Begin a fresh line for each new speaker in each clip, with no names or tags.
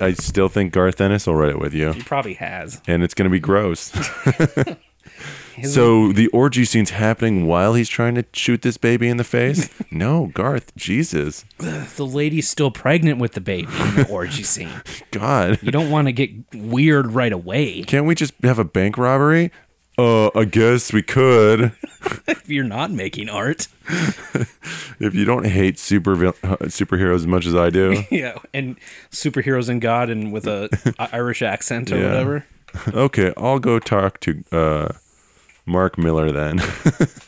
I still think Garth Ennis will write it with you,
He probably has.
and it's going to be gross.
His-
so the orgy scene's happening while he's trying to shoot this baby in the face. no, Garth, Jesus,
the lady's still pregnant with the baby in the orgy scene.
God,
You don't want to get weird right away.
can't we just have a bank robbery? Uh, I guess we could.
If you're not making art,
If you don't hate super vil- uh, superheroes as much as I do,
yeah, and superheroes in God and with a I- Irish accent or
Yeah.
whatever.
okay, I'll go talk to uh, Mark Miller then.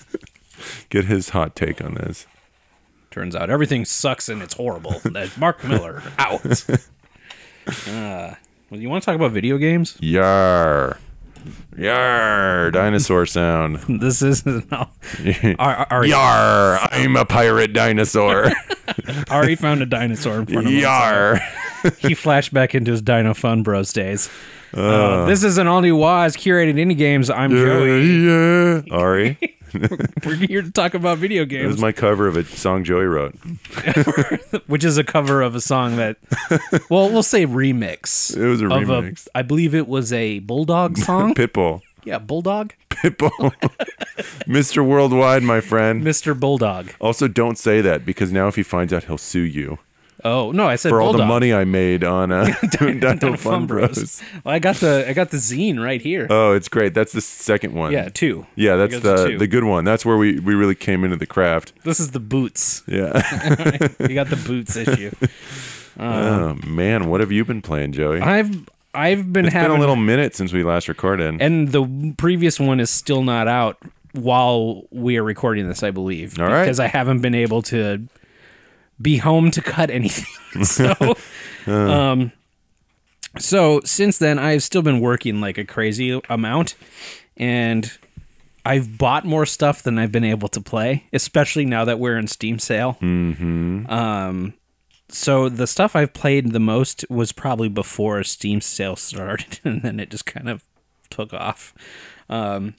Get his hot take on this.
Turns out everything sucks and it's horrible. That's Mark Miller out. Uh, well, you want to talk about video games?
Yar. Yar. Dinosaur sound.
This is no. Ari, Ari,
Yar. I'm a pirate dinosaur.
Ari found a dinosaur in front of him.
Yar.
he flashed back into his Dino Fun Bros days. Uh, this is an all new Waz curated indie games. I'm
Yeah,
Joey.
yeah. Ari.
We're here to talk about video
It was
games,
my cover of a song Joey wrote.
which is a cover of a song that, well, we'll say remix.
It was a
of
remix.
I believe it was a Bulldog song.
Pitbull.
yeah, Bulldog,
Pitbull. Mr. Worldwide, my friend.
Mr. Bulldog.
Also, don't say that because now if he finds out, he'll sue you
Oh no, I said
for all the
Bulldog.
money I made on uh, Dino,
Dino
Fun Bros.
Well, I got the I got the zine right here.
Oh, it's great. That's the second one.
yeah, two.
Yeah, that's
It goes to
the
two.
the good one. That's where we, we really came into the craft.
This is the boots.
Yeah.
We got the boots issue.
oh man, what have you been playing, Joey?
I've I've been
It's
having
been a little minute since we last recorded.
and the previous one is still not out while we are recording this, I believe.
All right.
Because I haven't been able to be home to cut anything. so, um,
Uh.
so since then, I've still been working like a crazy amount, and I've bought more stuff than I've been able to play, especially now that we're in Steam sale. Mm-hmm. Um. So the stuff I've played the most was probably before Steam sale started, and then it just kind of took off. Um,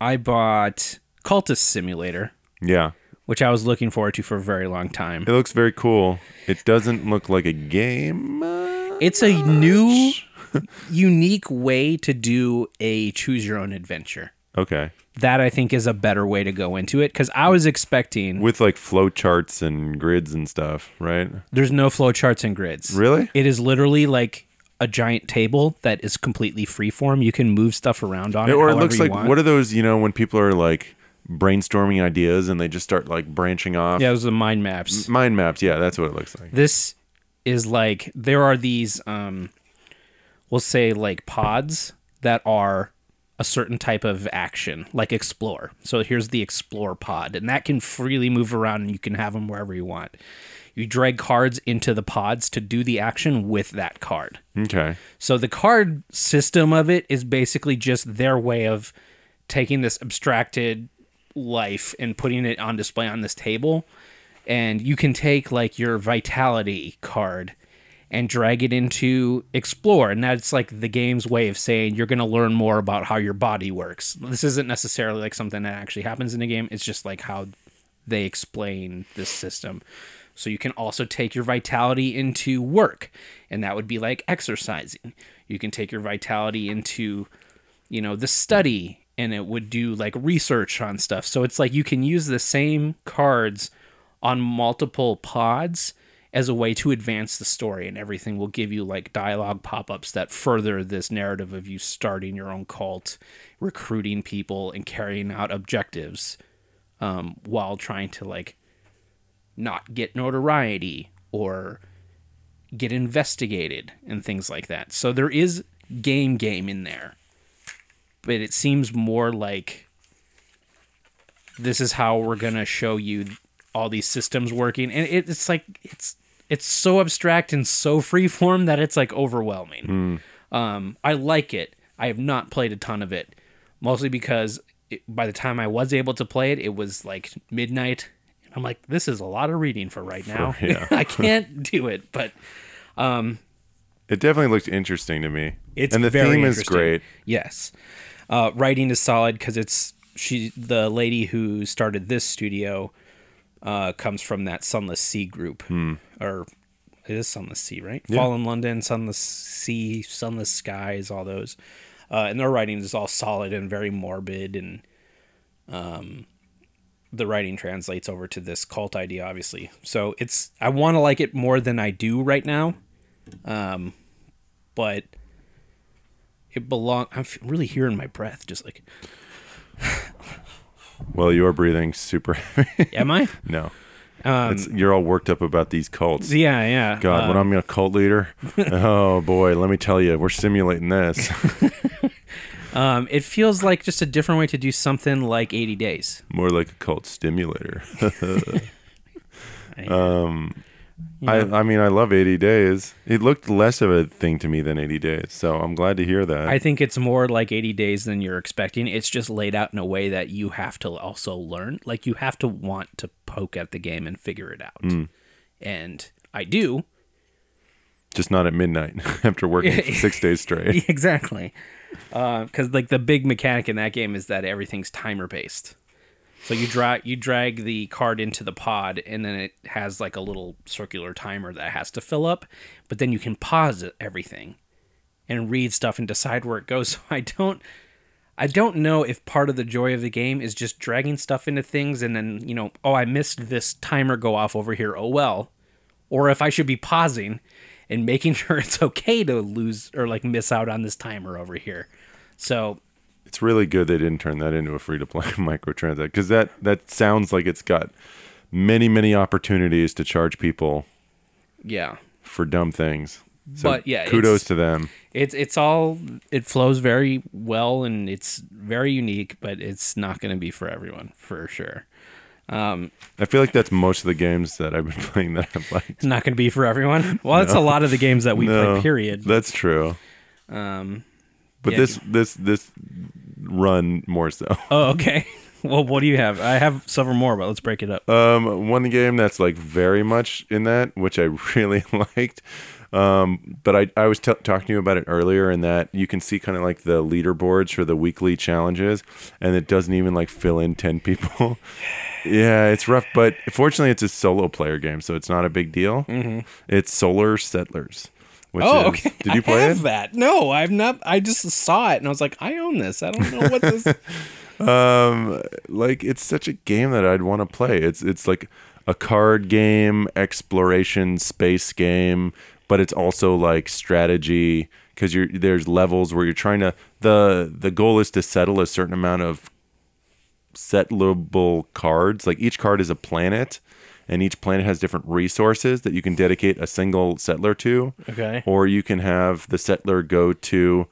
I bought Cultist Simulator,
yeah.
which I was looking forward to for a very long time.
It looks very cool. It doesn't look like a game. uh,
It's a new, unique way to do a choose your own adventure.
Okay.
That I think is a better way to go into it because I was expecting
With like flow charts and grids and stuff, right?
there's no flowcharts and grids.
Really?
It is literally like a giant table that is completely freeform. You can move stuff around on it.
or it
however
looks
you
like
want.
what are those, you know, when people are like brainstorming ideas and they just start like branching off?
yeah, those are the mind maps.
Mind maps. Yeah, that's what it looks like.
this is like there are these um we'll say like pods that are a certain type of action like explore so here's the explore pod and that can freely move around and you can have them wherever you want you drag cards into the pods to do the action with that card
Okay.
so the card system of it is basically just their way of taking this abstracted life and putting it on display on this table. And you can take like your vitality card and drag it into explore and that's like the game's way of saying you're going to learn more about how your body works. This isn't necessarily like something that actually happens in the game, it's just like how they explain this system. So you can also take your vitality into work, and that would be like exercising. You can take your vitality into, you know, the study, and it would do like research on stuff. So it's like you can use the same cards on multiple pods as a way to advance the story, and everything will give you like dialogue pop ups that further this narrative of you starting your own cult, recruiting people, and carrying out objectives um, while trying to like not get notoriety or get investigated and things like that. So there is game game in there. But it seems more like this is how we're going to show you all these systems working and it, it's like it's it's so abstract and so freeform that it's like overwhelming. Um, I like it. I have not played a ton of it, mostly because it, by the time I was able to play it, it was like midnight. I'm like, this is a lot of reading for right now.
yeah.
I can't do it, but
It definitely looked interesting to me.
it's
and the
very
theme is
interesting.
great.
Yes, uh, writing is solid because it's she the lady who
Hmm.
started this studio uh, comes from that Sunless Sea group or it is Sunless Sea, right? Fall in London, Sunless Sea, Sunless Skies, all those. Uh, and their writing is all solid and very morbid, and um, the writing translates over to this cult idea, obviously. So it's I want to like it more than I do right now, um, but it belong. I'm f- really hearing my breath, just like
Well, you're breathing super heavy.
am I?
no.
Um,
it's, you're all worked up about these cults.
Yeah, yeah.
God,
Uh,
when I'm a cult leader, oh boy, let me tell you, we're simulating this.
Um, it feels like just a different way to do something like 80 Days.
More like a cult stimulator. Um,
I-
I, I mean, I love 80 Days. It looked less of a thing to me than 80 Days, so I'm glad to hear that.
I think it's more like 80 Days than you're expecting. It's just laid out in a way that you have to also learn. Like you have to want to poke at the game and figure it out. And I do.
Just not at midnight after working six days straight.
exactly. Because like the big mechanic in that game is that everything's timer based. So you draw you drag the card into the pod, and then it has like a little circular timer that has to fill up. But then you can pause it- everything, and read stuff and decide where it goes. So I don't. I don't know if part of the joy of the game is just dragging stuff into things and then, you know, oh, I missed this timer go off over here. Oh, well. Or if I should be pausing and making sure it's okay to lose or like miss out on this timer over here. So,
It's really good they didn't turn that into a free to play microtransaction because that that sounds like it's got many many opportunities to charge people
yeah.
for dumb things. So
But, yeah,
kudos
it's-
to them.
It's it's all it flows very well and it's very unique, but it's not going to be for everyone for sure.
I feel like that's most of the games that I've been playing that I've liked.
It's not going to be for everyone. Well, that's a lot of the games that we play. Period.
That's true. Um, but
yeah,
this this this run more so.
Oh, okay. Well, what do you have? I have several more, but let's break it up.
Um, one game that's like very much in that, which I really liked. Um, but I, I was t- talking to you about it earlier in that you can see kind of like the leaderboards for the weekly challenges, and it doesn't even like fill in 10 people. yeah, it's rough, but fortunately, it's a solo player game, so it's not a big deal. It's Solar Settlers. Which
Mm-hmm. oh,
is,
okay.
Did you play
I
it?
have that? No, I've not. I just saw it and I was like, I own this. I don't know what this.
um like it's such a game that I'd want to play. It's it's like a card game, exploration, space game, but it's also like strategy because you're there's levels where you're trying to the the goal is to settle a certain amount of settlable cards. Like each card is a planet, and each planet has different resources that you can dedicate a single settler to.
Okay.
Or you can have the settler go to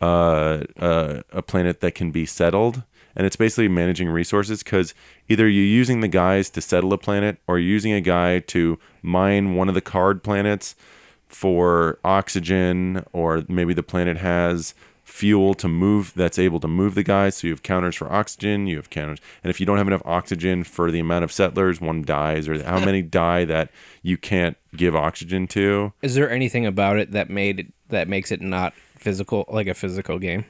uh, uh, a planet that can be settled. And it's basically managing resources because either you're using the guys to settle a planet or you're using a guy to mine one of the card planets for oxygen, or maybe the planet has fuel to move that's able to move the guys. So you have counters for oxygen, you have counters. And if you don't have enough oxygen for the amount of settlers, one dies, or how many die that you can't give oxygen to.
Is there anything about it that made it, that makes it not physical, like a physical game?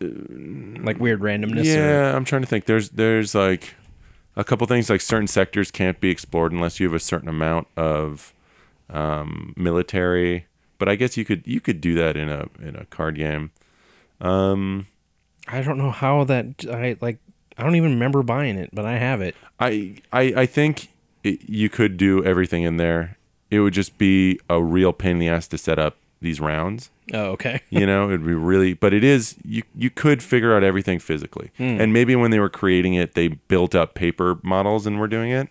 Um, like weird randomness. or-
Yeah, I'm trying to think. There's there's like a couple things like certain sectors can't be explored unless you have a certain amount of um, military. But I guess you could you could do that in a in a card game.
I don't know how that. I like. I don't even remember buying it, but I have it.
I I I think it, you could do everything in there. It would just be a real pain in the ass to set up these rounds.
Oh, okay.
you know it'd be really but it is you you could figure out everything physically and maybe when they were creating it they built up paper models and were doing it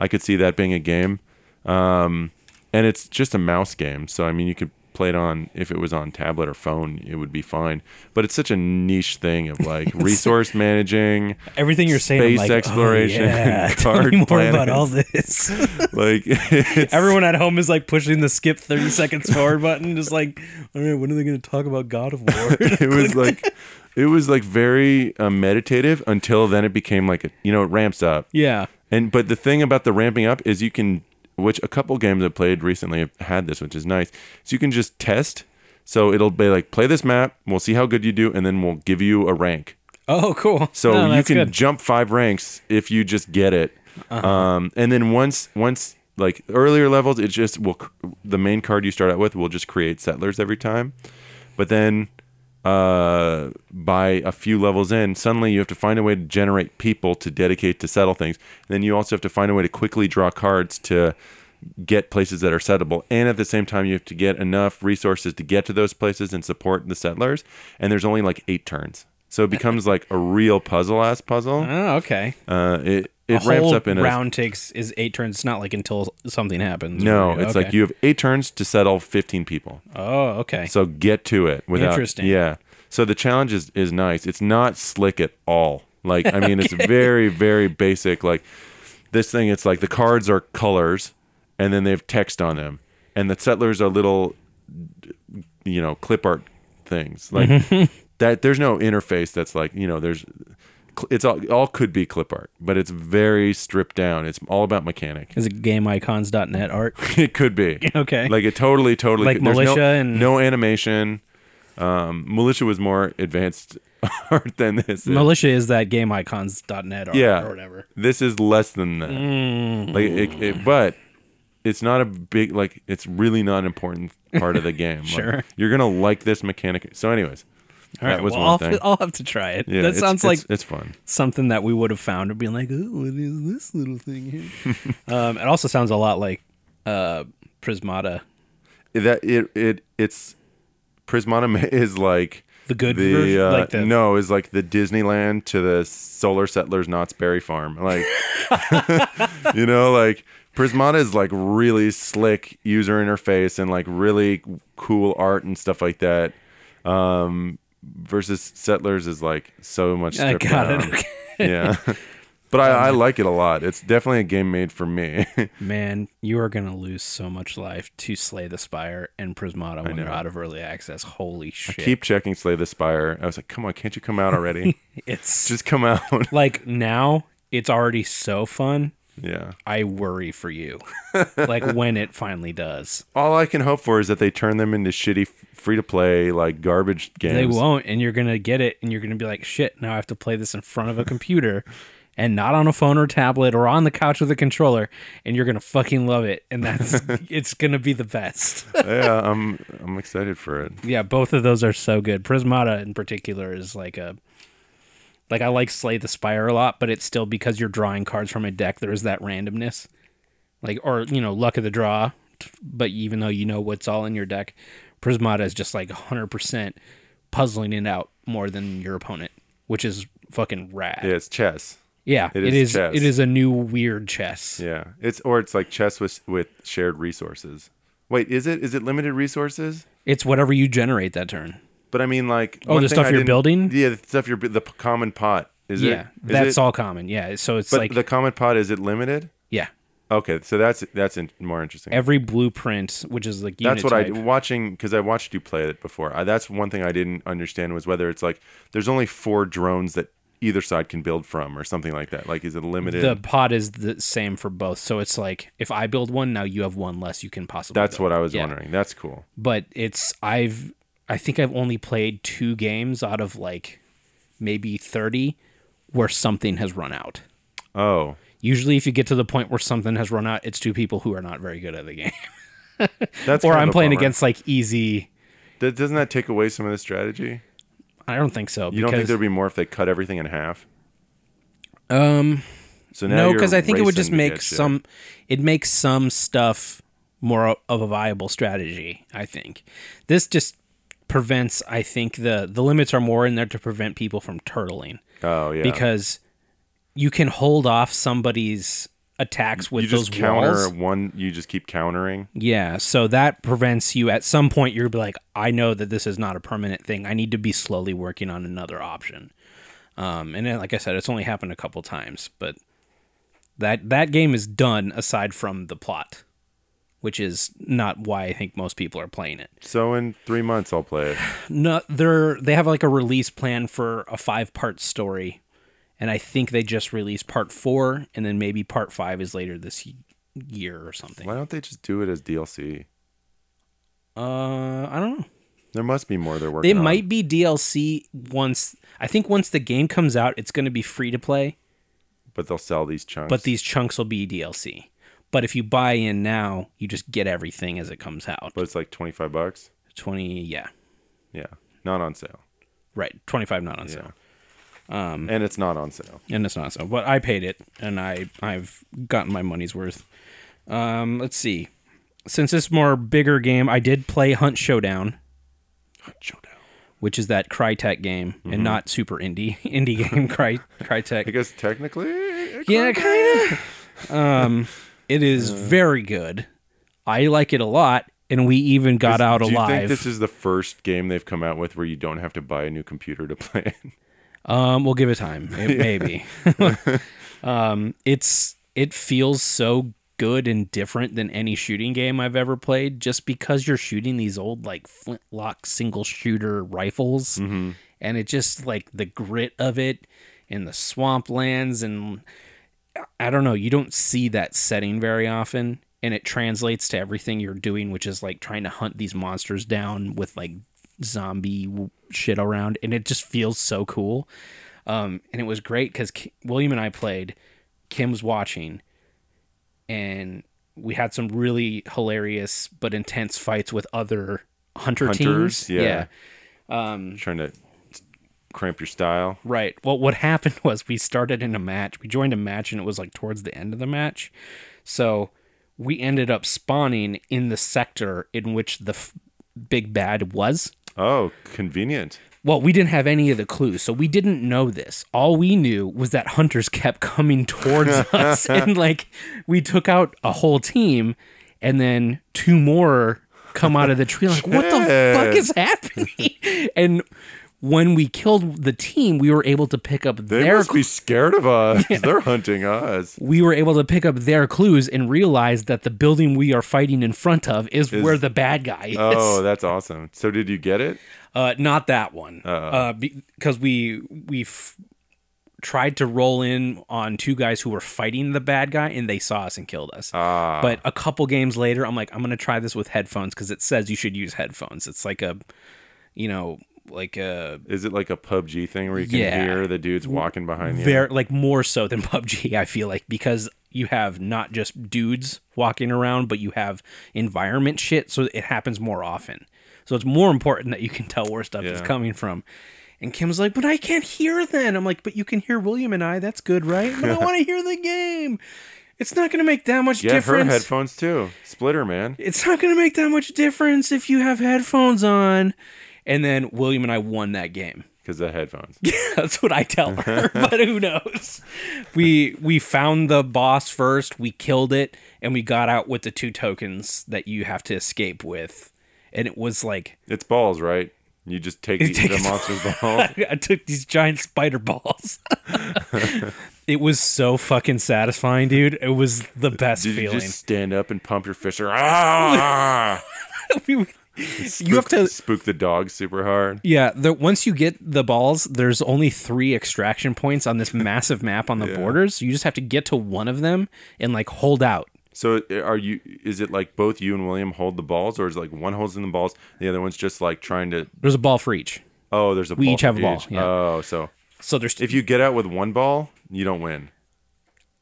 i could see that being a game um and it's just a mouse game so i mean you could play it on if it was on tablet or phone it would be fine but it's such a niche thing of like resource managing
Everything you're saying,
Space
I'm like, oh,
exploration
yeah,
and
tell me
card
more about
planets.
all this.
like it's,
Everyone at home is like pushing the skip thirty seconds forward button, just like, all right, when are they going to talk about God of War?
it was like it was like very uh, meditative until then it became like a, you know it ramps up
yeah.
And but the thing about the ramping up is you can, which a couple games I played recently have had this, which is nice. So you can just test. So it'll be like play this map, we'll see how good you do, and then we'll give you a rank.
Oh, cool.
So
No,
you
that's Uh-huh.
can
good.
jump five ranks if you just get it. Um, and then once once like earlier levels, it just will cr- the main card you start out with will just create settlers every time. But then uh, by a few levels in, suddenly you have to find a way to generate people to dedicate to settle things. And then you also have to find a way to quickly draw cards to get places that are settable. And at the same time, you have to get enough resources to get to those places and support the settlers. And there's only like eight turns. So it becomes like a real puzzle ass puzzle.
Oh, okay.
Uh, it it
a
ramps
whole
up in a
round takes is eight turns. It's not like until something happens.
no,
right?
it's
Okay.
like you have eight turns to settle 15 people.
Oh, okay.
So get to it without.
Interesting.
Yeah. So the challenge is is nice. It's not slick at all. Like I mean, it's very very basic. Like this thing, it's like the cards are colors, and then they have text on them, and the settlers are little, you know, clip art things. Like that. There's no interface that's like you know. There's it's all all could be clip art, but it's very stripped down. It's all about mechanic.
Is it gameicons.net art?
it could be.
Okay.
Like it totally, totally.
Like
could- there's
militia
no,
and-
no animation. Um, militia was more advanced art than this. is.
Militia is that gameicons.net art
yeah,
or whatever.
This is less than that.
Mm.
Like it, it, but it's not a big like. It's really not an important part of the game.
Sure.
Like, you're gonna like this mechanic. So, anyways, that
All right,
was
well,
one
I'll,
thing.
have to, I'll have to try it.
yeah,
that
it's-
sounds like
it's, it's fun.
something that we would have found and being like, oh, what is this little thing here? um, it also sounds a lot like uh, Prismata,
That it it it's Prismata is like.
the good
the
version,
uh,
like the
no is like the Disneyland to the Solar Settlers Knott's Berry Farm. Like, you know, like Prismata is like really slick user interface and like really cool art and stuff like that. Um, versus Settlers is like so much.
I
Stripped
got it. Um,
down.
Okay.
Yeah. But I, I like it a lot. It's definitely a game made for me.
Man, you are gonna lose so much life to Slay the Spire and Prismata when they're
know.
out of early access. Holy shit!
Keep checking Slay the Spire. I was like, come on, can't you come out already?
it's
Just come out.
like now it's already so fun.
yeah.
I worry for you, like when it finally does.
All I can hope for is that they turn them into shitty free to play like garbage games.
They won't, and you're gonna get it, and you're gonna be like, "Shit! Now I have to play this in front of a computer, and not on a phone or tablet or on the couch with a controller." And you're gonna fucking love it, and that's it's gonna be the best.
yeah, I'm I'm excited for it.
yeah, both of those are so good. Prismata in particular is like a like I like Slay the Spire a lot, but it's still because you're drawing cards from a deck. There is that randomness, like or you know luck of the draw. t- But even though you know what's all in your deck, Prismata is just like 100 percent puzzling it out more than your opponent, which is fucking rad.
Yeah, it's chess.
yeah,
it
it
is
is.
chess.
It is a new weird chess.
Yeah, it's or it's like chess with with shared resources. Wait, is it is it limited resources?
It's whatever you generate that turn.
But I mean, like
Oh,
one
the
thing
stuff
I
you're
didn't-
building?
Yeah, the stuff you're bu- the p- common pot. Is it?
yeah,
is
that's
it-
all common. Yeah, so it's
But
like
the common pot is it limited?
yeah,
Okay, so that's that's in, more interesting.
every blueprint, which is like unit
that's what
type.
I watching because I watched you play it before. I, that's one thing I didn't understand was whether it's like there's only four drones that either side can build from or something like that. Like, is it limited?
the pot is the same for both. So it's like if I build one, now you have one less you can possibly.
that's
build.
what I was
yeah.
wondering. That's cool.
But it's I've I think I've only played two games out of like maybe thirty where something has run out.
Oh,
Usually, if you get to the point where something has run out, it's two people who are not very good at the game,
that's
or
kind of
I'm
a
playing
bummer.
against like easy.
Th- doesn't that take away some of the strategy?
I don't think so.
You don't think
because-
there'd be more if they cut everything in half?
um
So now
no,
because
because I think it would just make
some.
some. It makes some stuff more o- of a viable strategy. I think this just prevents. I think the the limits are more in there to prevent people from turtling
Oh yeah,
because you can hold off somebody's attacks with
you just
those
counter
walls.
one. You just keep countering.
Yeah, so that prevents you at some point you're gonna be like, I know that this is not a permanent thing. I need to be slowly working on another option. Um, and then, like I said, it's only happened a couple times, but that that game is done aside from the plot, which is not why I think most people are playing it.
So in three months I'll play it.
No, they're they have like a release plan for a five part story, and I think they just released part four, and then maybe part five is later this y- year or something.
Why don't they just do it as DLC?
Uh, I don't know.
There must be more they're working.
They
on.
might be DLC once. I think once the game comes out, it's going to be free to play,
but they'll sell these chunks.
but these chunks will be DLC. But if you buy in now, you just get everything as it comes out.
but it's like 25 bucks.
20, yeah.
Yeah. Not on sale.
Right. 25 not on
Yeah.
sale. Um,
and it's not on sale.
And it's not so. But I paid it and I I've gotten my money's worth. Um, let's see. Since it's more bigger game, I did play Hunt Showdown,
Showdown. Mm-hmm.
which is that Crytek game and not super indie indie game Cry
I
Crytek.
guess technically. it
Yeah, kind of. Um, it is very good. I like it a lot, and we even got out
Do you
alive.
think this is the first game they've come out with where you don't have to buy a new computer to play it?
Um, we'll give it time, It- maybe. um, it's it feels so good and different than any shooting game I've ever played, just because you're shooting these old like flintlock single shooter rifles,
Mm-hmm.
and it just like the grit of it and the swamplands and I don't know, you don't see that setting very often. And it translates to everything you're doing, which is like trying to hunt these monsters down with like zombie w- shit around. And it just feels so cool. Um, and it was great because William and I played, Kim's watching, and we had some really hilarious but intense fights with other hunter
Hunters,
teams.
yeah.
Um,
Trying to cramp your style.
Right. Well, what happened was we started in a match. We joined a match and it was like towards the end of the match. So we ended up spawning in the sector in which the f- big bad was.
Oh, convenient.
Well, we didn't have any of the clues, so we didn't know this. All we knew was that hunters kept coming towards us, and like we took out a whole team, and then two more come out of the tree. Like, what the fuck is happening? and when we killed the team, we were able to pick up
They
their
must be scared of us. They're hunting us.
we were able to pick up their clues and realize that the building we are fighting in front of is, where the bad guy is.
Oh, that's awesome. So did you get it?
Uh, not that one. Uh, because we we f- tried to roll in on two guys who were fighting the bad guy and they saw us and killed us.
Ah,
but a couple games later, I'm like, I'm gonna try this with headphones because it says you should use headphones. It's like a, you know, like a
is it like a PUBG thing where you can
Yeah.
hear the dudes walking behind you?
very like more so than PUBG. I feel like because you have not just dudes walking around, but you have environment shit, so it happens more often. So it's more important that you can tell where stuff is
Yeah.
coming from. And Kim's like, but I can't hear then. I'm like, but you can hear William and I. That's good, right? But I want to hear the game. It's not going to make that much
Get her
difference.
headphones too. Splitter, man.
it's not going to make that much difference if you have headphones on. And then William and I won that game.
Because the headphones.
That's what I tell her, but who knows? We we found the boss first, we killed it, and we got out with the two tokens that you have to escape with. And it was like
It's balls, right? You just take the,
You take
the
his-
monster's balls.
I took these giant spider balls. it was so fucking satisfying, dude. It was the best
Did you
feeling.
just stand up and pump your fisher? Ah!
We- you have to
spook the dog super hard.
Yeah, the, once you get the balls, there's only three extraction points on this massive map on the borders. So you just have to get to one of them and like hold out.
So uh, are you? Is it like both you and William hold the balls, or is it like one holds in the balls, the other one's just like trying to?
There's a ball for each.
Oh, there's a.
We
ball
each have
for
a ball, yeah.
Oh, so
So there's
if you get out with one ball, you don't win.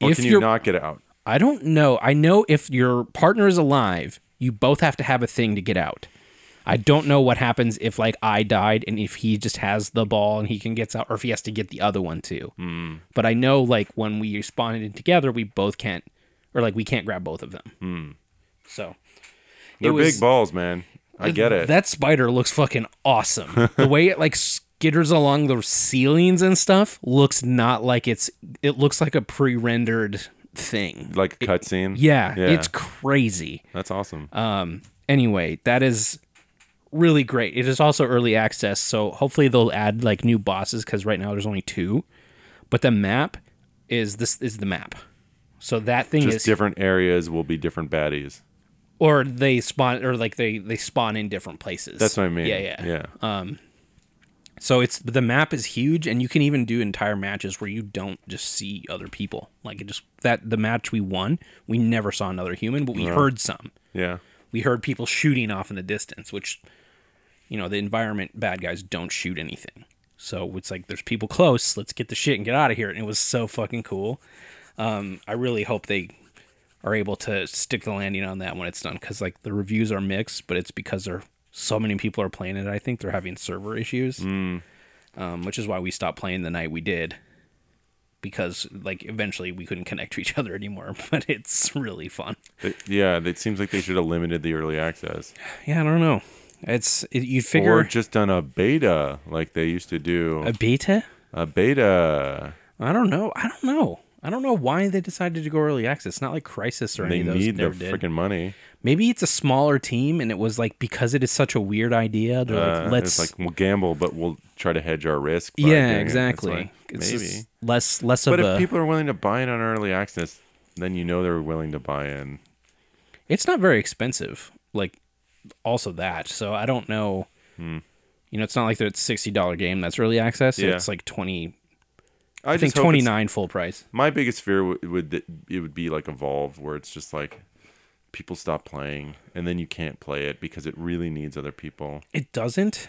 Or
If
can you
you're-
not get out?
I don't know. I know if your partner is alive, you both have to have a thing to get out. I don't know what happens if like I died and if he just has the ball and he can gets out or if he has to get the other one too.
Hmm.
Mm. But I know like when we spawned in together, we both can't or like we can't grab both of them.
Hmm.
So
They're
was-
big balls, man. I get it.
That spider looks fucking awesome. the way it like skitters along the ceilings and stuff looks not like it's it looks like a pre-rendered thing.
like a cutscene.
Yeah,
yeah.
it's crazy.
that's awesome.
Um, anyway, that is really great. It is also early access, so hopefully they'll add like new bosses because right now there's only two. But the map is this is the map. So that thing
just
is,
different areas will be different baddies.
or they spawn, or like they they spawn in different places.
That's what I mean.
Yeah, yeah, Uh,
yeah.
So it's the map is huge, and you can even do entire matches where you don't just see other people. Like it just that the match we won, we never saw another human, but we heard some.
yeah.
we heard people shooting off in the distance, which, you know, the environment bad guys don't shoot anything. So it's like there's people close. Let's get the shit and get out of here. And it was so fucking cool. Um, I really hope they are able to stick the landing on that when it's done because like the reviews are mixed, but it's because there so many people are playing it. I think they're having server issues, um, which is why we stopped playing the night we did because like eventually we couldn't connect to each other anymore. But it's really fun.
They- yeah, it seems like they should have limited the early access
Yeah, I don't know. It's it, you'd figure
or just done a beta like they used to do.
a beta.
A beta.
I don't know. I don't know. I don't know why they decided to go early access. It's not like Crisis or
They
any of those.
need the
never did.
freaking money.
Maybe it's a smaller team, and it was like because it is such a weird idea. They're
Uh,
like, let's
it's like we'll gamble, but we'll try to hedge our risk. by doing it.
yeah,
That's
exactly.
why-
It's
Maybe.
just less less
But
of
if
a.
people are willing to buy in on early access, then you know they're willing to buy in.
it's not very expensive. Like also that. So I don't know. You know, it's not like the sixty dollar game that's early access.
Hmm. Yeah.
It's like twenty.
I,
I think
just hope it's-
twenty nine full price.
My biggest fear would, would that it would be like Evolve, where it's just like people stop playing, and then you can't play it because it really needs other people.
It doesn't.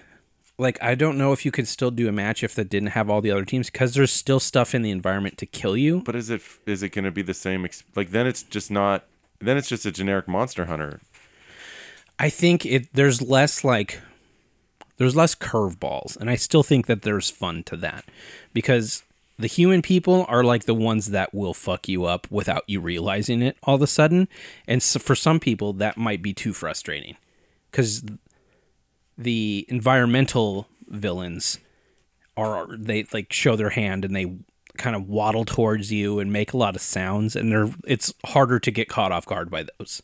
Like I don't know if you could still do a match if that didn't have all the other teams because there's still stuff in the environment to kill you.
But is it is it going to be the same? Ex- like then it's just not. Then it's just a generic Monster Hunter.
I think it there's less like there's less curveballs, and I still think that there's fun to that because the human people are like the ones that will fuck you up without you realizing it all of a sudden, and so for some people that might be too frustrating because the environmental villains are they like show their hand and they kind of waddle towards you and make a lot of sounds and they're it's harder to get caught off guard by those.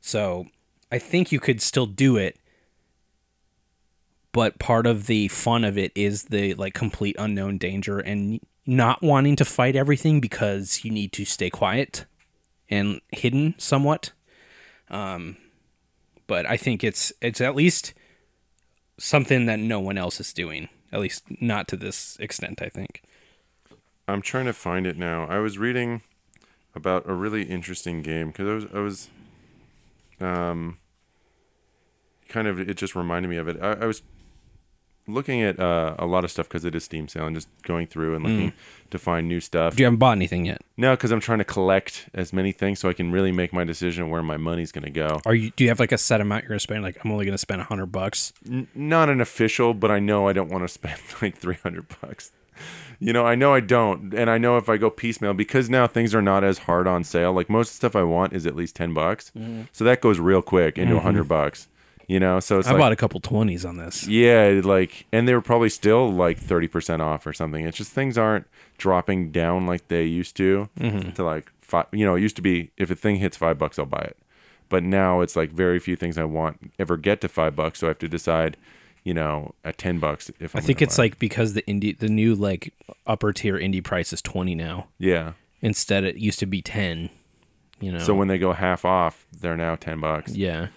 So I think you could still do it, but part of the fun of it is the like complete unknown danger and not wanting to fight everything because you need to stay quiet and hidden somewhat. Um, but I think it's it's at least something that no one else is doing. At least not to this extent, I think.
I'm trying to find it now. I was reading about a really interesting game because I was, I was, um, kind of. It just reminded me of it. I, I was looking at uh, a lot of stuff because it is Steam sale and just going through and looking to find new stuff.
Do you haven't bought anything yet?
No, because I'm trying to collect as many things so I can really make my decision where my money's going to go.
Are you? Do you have like a set amount you're gonna spend? Like I'm only gonna spend hundred bucks.
N- not an official, but I know I don't want to spend like 300 bucks. You know, I know I don't, and I know if I go piecemeal because now things are not as hard on sale. Like most stuff I want is at least 10 bucks, so that goes real quick into a 100 bucks. You know, so it's
I
like
bought a couple twenties on this.
yeah, like and they were probably still like 30% off or something. It's just things aren't dropping down like they used to
Mm-hmm.
to like five, you know, it used to be if a thing hits 5 bucks I'll buy it. But now it's like very few things I want ever get to 5 bucks, so I have to decide, you know, at 10 bucks if I'm
I think
gonna
it's
buy it.
like because the indie, the new like upper tier indie price is twenty now.
Yeah.
Instead, it used to be ten. You know.
So when they go half off, they're now 10 bucks.
yeah,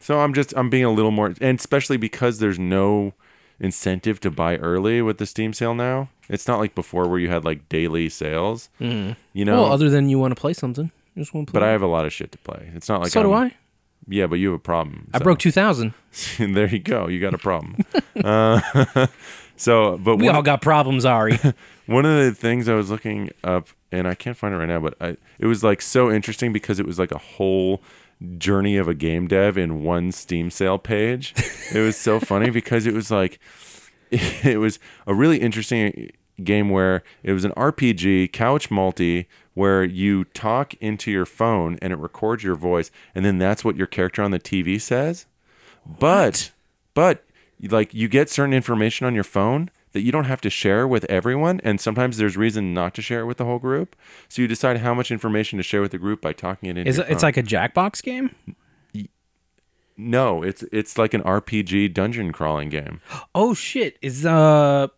So I'm just I'm being a little more, and especially because there's no incentive to buy early with the Steam sale now. It's not like before where you had like daily sales. You know,
Mm-hmm. well, other than you want to play something, you just want to play.
but I have a lot of shit to play. It's not like
so
I'm,
do I.
Yeah, but you have a problem.
I
so.
broke two thousand.
there you go. You got a problem. uh, so, but
We
one,
all got problems, Ari.
one of the things I was looking up, and I can't find it right now, but I, it was like so interesting because it was like a whole journey of a game dev in one Steam sale page. it was so funny because it was like it was a really interesting game where it was an RPG couch multi where you talk into your phone and it records your voice and then that's what your character on the TV says. But but like you get certain information on your phone that you don't have to share with everyone and sometimes there's reason not to share it with the whole group. So you decide how much information to share with the group by talking it into
Is
your
it, it's
phone.
like a Jackbox game?
No, it's it's like an RPG dungeon crawling game.
Oh shit! Is uh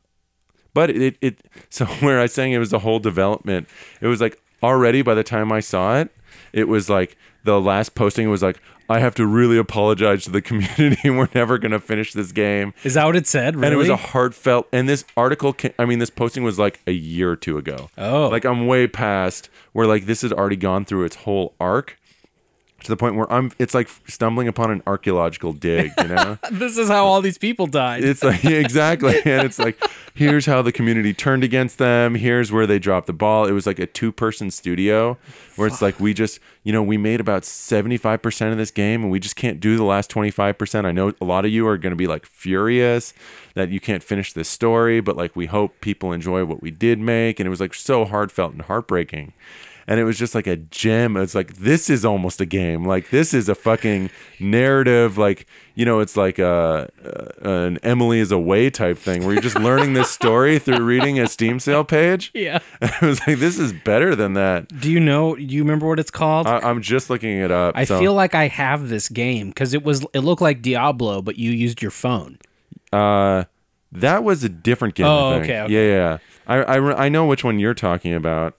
But it, it so where I was saying it was the whole development. It was like already by the time I saw it, it was like the last posting was like, I have to really apologize to the community. We're never gonna finish this game.
is that what it said? Really?
And it was a heartfelt. And this article, ca- I mean, this posting was like a year or two ago.
Oh.
like I'm way past where like this has already gone through its whole arc. to the point where I'm. It's like stumbling upon an archaeological dig. You know,
This is how all these people died.
it's like yeah, exactly, and it's like here's how the community turned against them. Here's where they dropped the ball. It was like a two-person studio where it's like we just, you know, we made about seventy-five percent of this game, and we just can't do the last twenty-five percent. I know a lot of you are going to be like furious that you can't finish this story, but like we hope people enjoy what we did make, and it was like so heartfelt and heartbreaking and it was just like a gem. It's like this is almost a game. Like this is a fucking narrative. Like you know, it's like uh, a, a an Emily is away type thing where you're just learning this story through reading a Steam sale page.
yeah.
And I was like, this is better than that.
Do you know? Do you remember what it's called?
I, I'm just looking it up.
I
Uh, so-
feel like I have this game because it was it looked like Diablo, but you used your phone.
Uh, that was a different game.
Oh,
I think.
okay, okay.
Yeah, yeah. yeah. I, I re- I know which one you're talking about,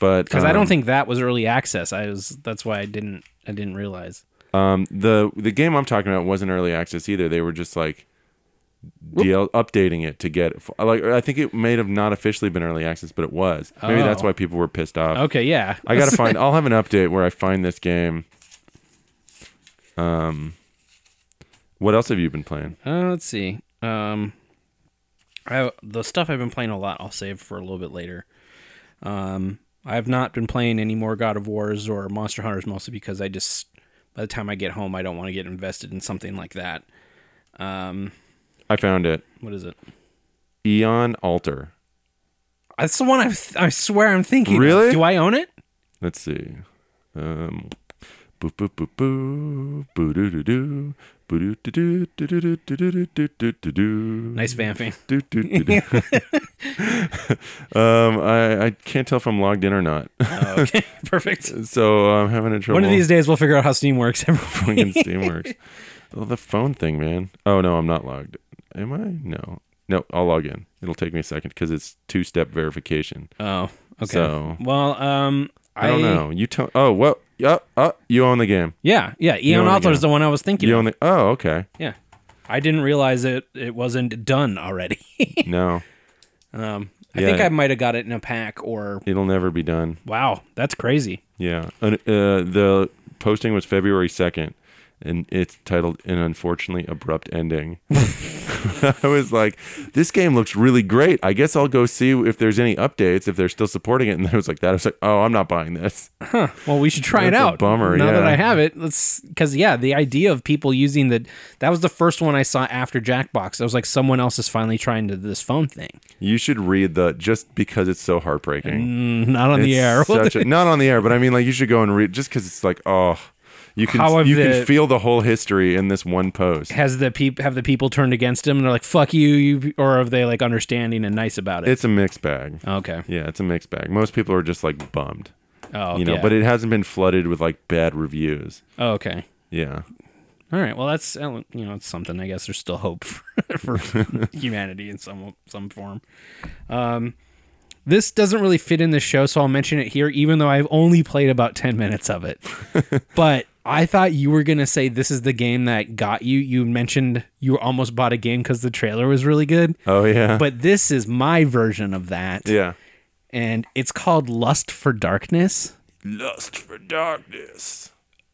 but
Because I
um,
don't think that was early access. I was that's why I didn't I didn't realize.
Um, the the game I'm talking about wasn't early access either. They were just like DL updating it to get like I think it may have not officially been early access, but it was. Maybe that's
Oh.
why people were pissed off.
Okay, yeah.
I gotta find. I'll have an update where I find this game. Um, what else have you been playing?
Uh, let's see. Um, I the stuff I've been playing a lot. I'll save for a little bit later. Um, I've not been playing any more God of Wars or Monster Hunters, mostly because I just by the time I get home, I don't want to get invested in something like that. Um,
I found it.
what is it?
Eon Altar.
That's the one I th- I swear I'm thinking. of.
Really?
Do I own it?
Let's see. Um, boo boo boo boo boo doo doo doo boo doo doo doo doo doo doo doo doo doo doo doo.
Nice vamping.
Do, do, do, do. um, I, I can't tell if I'm logged in or not,
Oh, okay, perfect.
so I'm having a trouble.
One of these days we'll figure out how Steam works.
fucking Steam works. Oh, the phone thing, man. Oh no, I'm not logged. Am I? No, no. I'll log in. It'll take me a second because it's two-step verification.
oh, okay.
So-
well, um,
I, don't know. You tell. Oh, well. Yeah. Uh, you own the game.
Yeah, yeah.
own
Eon
the
Author is
game.
the one I was thinking.
You
of.
own the. Oh, okay.
Yeah. I didn't realize it it wasn't done already.
No,
um I
Yeah.
think I might have got it in a pack or
it'll never be done.
wow, that's crazy.
Yeah. And, uh, the posting was February 2nd, and it's titled An Unfortunately Abrupt Ending. I was like, this game looks really great. I guess I'll go see if there's any updates, if they're still supporting it. And I was like, that. I was like, oh, I'm not buying this.
Well, we should try
That's
it
a
out.
bummer,
Now that
yeah.
I have it, let's cuz yeah, the idea of people using the that was the first one I saw after Jackbox. I was like someone else is finally trying to this phone thing.
You should read the just because it's so heartbreaking.
Mm, Not on the
It's
air.
such a- not on the air, but I mean, like, you should go and read just because it's like, oh, you can,
How have
you
the-
can feel the whole history in this one post.
Has the peop- have the people turned against him and they're like fuck you, you or are they like understanding and nice about it?
It's a mixed bag.
okay.
Yeah, it's a mixed bag. Most people are just like bummed.
Oh,
you know,
yeah.
but it hasn't been flooded with like bad reviews.
oh, okay.
Yeah.
All right. Well, that's uh, you know, it's something. I guess there's still hope for, for humanity in some some form. Um, this doesn't really fit in the show, so I'll mention it here, even though I've only played about ten minutes of it. but I thought you were gonna say this is the game that got you. You mentioned you almost bought a game because the trailer was really good,
Oh yeah.
but this is my version of that,
yeah.
and it's called Lust for Darkness.
Lust for darkness.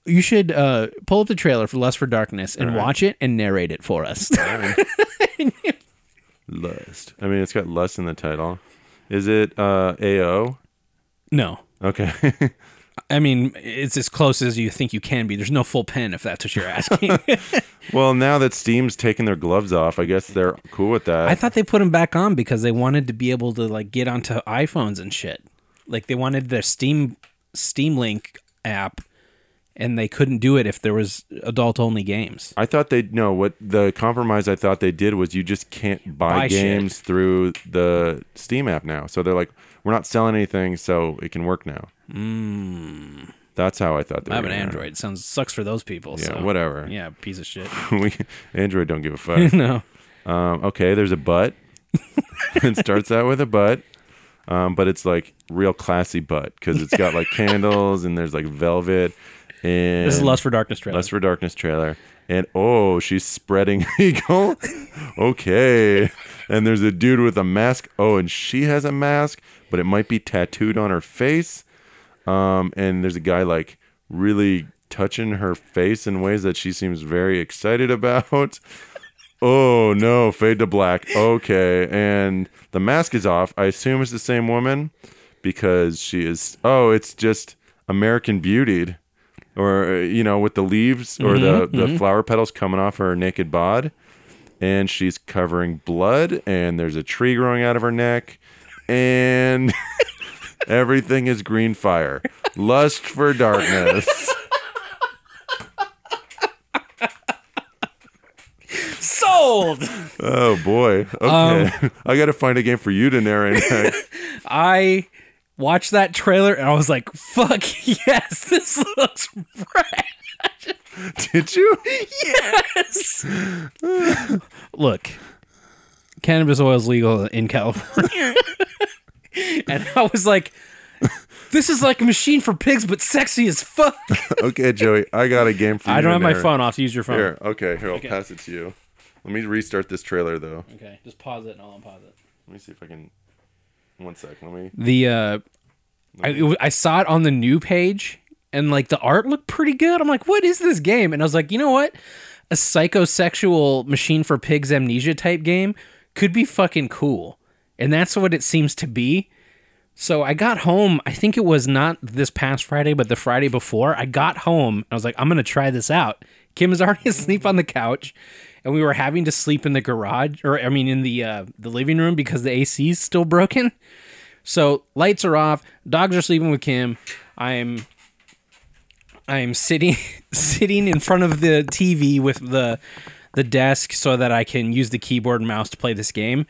You should uh, pull up the trailer for Lust for Darkness and watch it and narrate it for us.
Lust. I mean, it's got lust in the title. Is it uh AO?
no.
Okay.
I mean, it's as close as you think you can be. There's no full pen if that's what you're asking.
well, now that Steam's taking their gloves off, I guess they're cool with that.
I thought they put them back on because they wanted to be able to like get onto iPhones and shit. Like they wanted their Steam Steam Link app and they couldn't do it if there was adult only games.
I thought they no, what the compromise I thought they did was you just can't buy,
Buy shit.
games through the Steam app now. So they're like, we're not selling anything, so it can work now. That's how I thought they
Hmm. I
were
have an
gonna-
Android. Sounds sucks for those people.
Yeah,
so.
whatever.
Yeah, piece of shit.
we Android don't give a fuck.
no.
Um, okay, there's a butt. it starts out with a butt, um, but it's like real classy butt because it's got like candles and there's like velvet. And
This is Lust for Darkness trailer.
Lust for Darkness trailer. And oh, she's spreading eagle. okay. And there's a dude with a mask. Oh, and she has a mask, but it might be tattooed on her face. Um, and there's a guy like really touching her face in ways that she seems very excited about. Oh no, fade to black. Okay, and the mask is off. I assume it's the same woman because she is. Oh, it's just American Beautied, or uh, you know, with the leaves or the
Mm-hmm,
the flower petals coming off her naked bod, and she's covering blood, and there's a tree growing out of her neck, and everything is green fire. Lust for darkness.
Sold.
Oh boy. Okay,
Um,
I got to find a game for you to narrate. next.
I watched that trailer and I was like, "Fuck yes, this looks fresh."
Did you?
Look, cannabis oil is legal in California, and I was like, "This is like a machine for pigs, but sexy as fuck."
Okay, Joey, I got a game for you.
I don't
to
have my
narrate.
phone off. Use your phone.
Here, okay, here, I'll pass it to you. Let me restart this trailer though.
Okay, just pause it and I'll unpause it.
Let me see if I can. One sec. Let me.
The uh, I, it wa- I saw it on the new page and like the art looked pretty good. I'm like, what is this game? And I was like, you know what? A psychosexual machine for pigs amnesia type game could be fucking cool. And that's what it seems to be. So I got home, I think it was not this past Friday, but the Friday before. I got home. I was like, I'm going to try this out. Kim is already asleep on the couch, and we were having to sleep in the garage or I mean in the uh, the living room because the AC is still broken. So lights are off. Dogs are sleeping with Kim. I'm I'm sitting sitting in front of the TV with the the desk so that I can use the keyboard and mouse to play this game.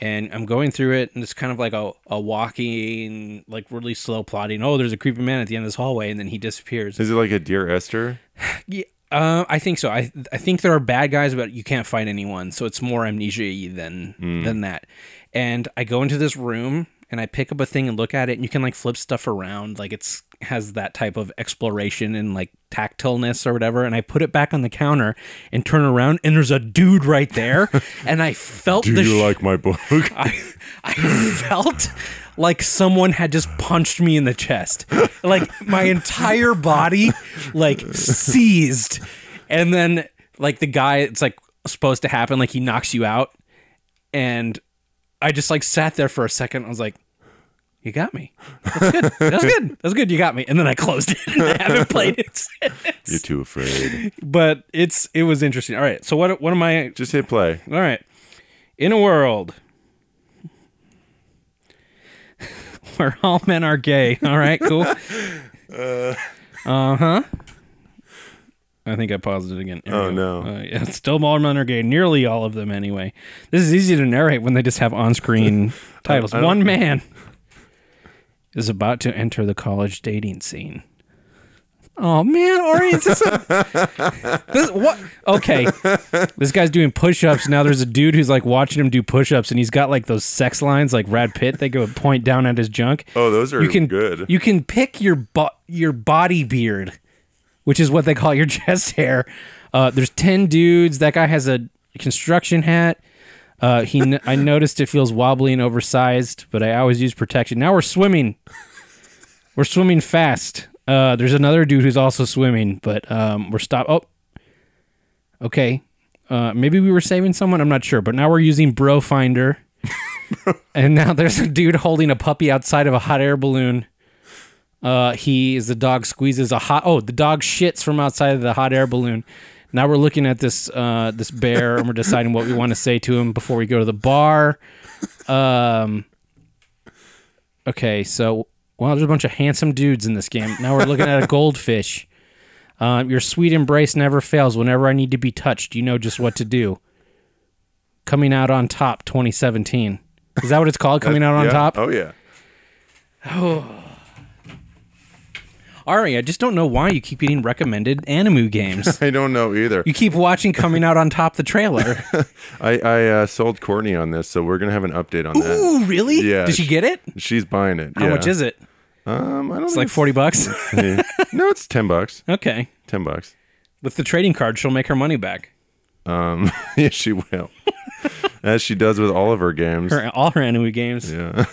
And I'm going through it, and it's kind of like a, a walking, like really slow plotting. Oh, there's a creepy man at the end of this hallway, and then he disappears.
Is it like a Dear Esther?
Yeah, uh, I think so. I I think there are bad guys, but you can't fight anyone, so it's more amnesia than
Hmm.
than that. And I go into this room and I pick up a thing and look at it, and you can like flip stuff around, like it's has that type of exploration and like tactileness or whatever. And I put it back on the counter and turn around, and there's a dude right there, and I felt
Do
the
you
sh-
like my book?
I, I felt like someone had just punched me in the chest. Like my entire body like seized. And then like the guy it's like supposed to happen like he knocks you out and I just like sat there for a second. I was like you got me. That's good. That's good. That's good. You got me. And then I closed it and I haven't played it
You're
since.
too afraid.
But it's it was interesting. All right. So what what am I
Just hit play.
all right. In a world where all men are gay. All right, cool. Uh huh. I think I paused it again. There we
Oh,
go.
no.
Uh, yeah, still all men are gay. Nearly all of them, anyway. This is easy to narrate when they just have on-screen titles.
I don't-
One man is about to enter the college dating scene. Oh man, Ori, is this, a- this what? Okay, this guy's doing push-ups now. There's a dude who's like watching him do push-ups, and he's got like those sex lines, like Brad Pitt. They go point down at his junk.
Oh, those are
you can
good.
You can pick your bo- your body beard, which is what they call your chest hair. Uh, there's ten dudes. That guy has a construction hat. Uh, he, kn- I noticed it feels wobbly and oversized, but I always use protection. Now we're swimming. We're swimming fast. Uh, there's another dude who's also swimming, but um, we're stop. Oh, okay. Uh, maybe we were saving someone. I'm not sure, but now we're using Bro Finder. and now there's a dude holding a puppy outside of a hot air balloon. Uh, he is the dog squeezes a hot. Oh, the dog shits from outside of the hot air balloon. Now we're looking at this uh, this bear and we're deciding what we want to say to him before we go to the bar. Um, okay, so well, there's a bunch of handsome dudes in this game. Now we're looking at a goldfish. Um, your sweet embrace never fails. Whenever I need to be touched, you know just what to do. Coming out on top, 2017. Is that what it's called? Coming out on
Yeah.
top.
Oh yeah.
Ari, I just don't know why you keep getting recommended anime games.
I don't know either.
you keep watching coming out on top the trailer.
I I uh, sold Courtney on this, so we're gonna have an update on that.
Ooh, really?
Yeah.
Did she get it?
She's buying it.
How much is it?
Um, I don't.
It's like 40 bucks.
no, it's ten bucks.
okay.
Ten bucks.
With the trading card, she'll make her money back.
Um, yeah, she will. As she does with all of her games.
Her, all her anime games.
Yeah.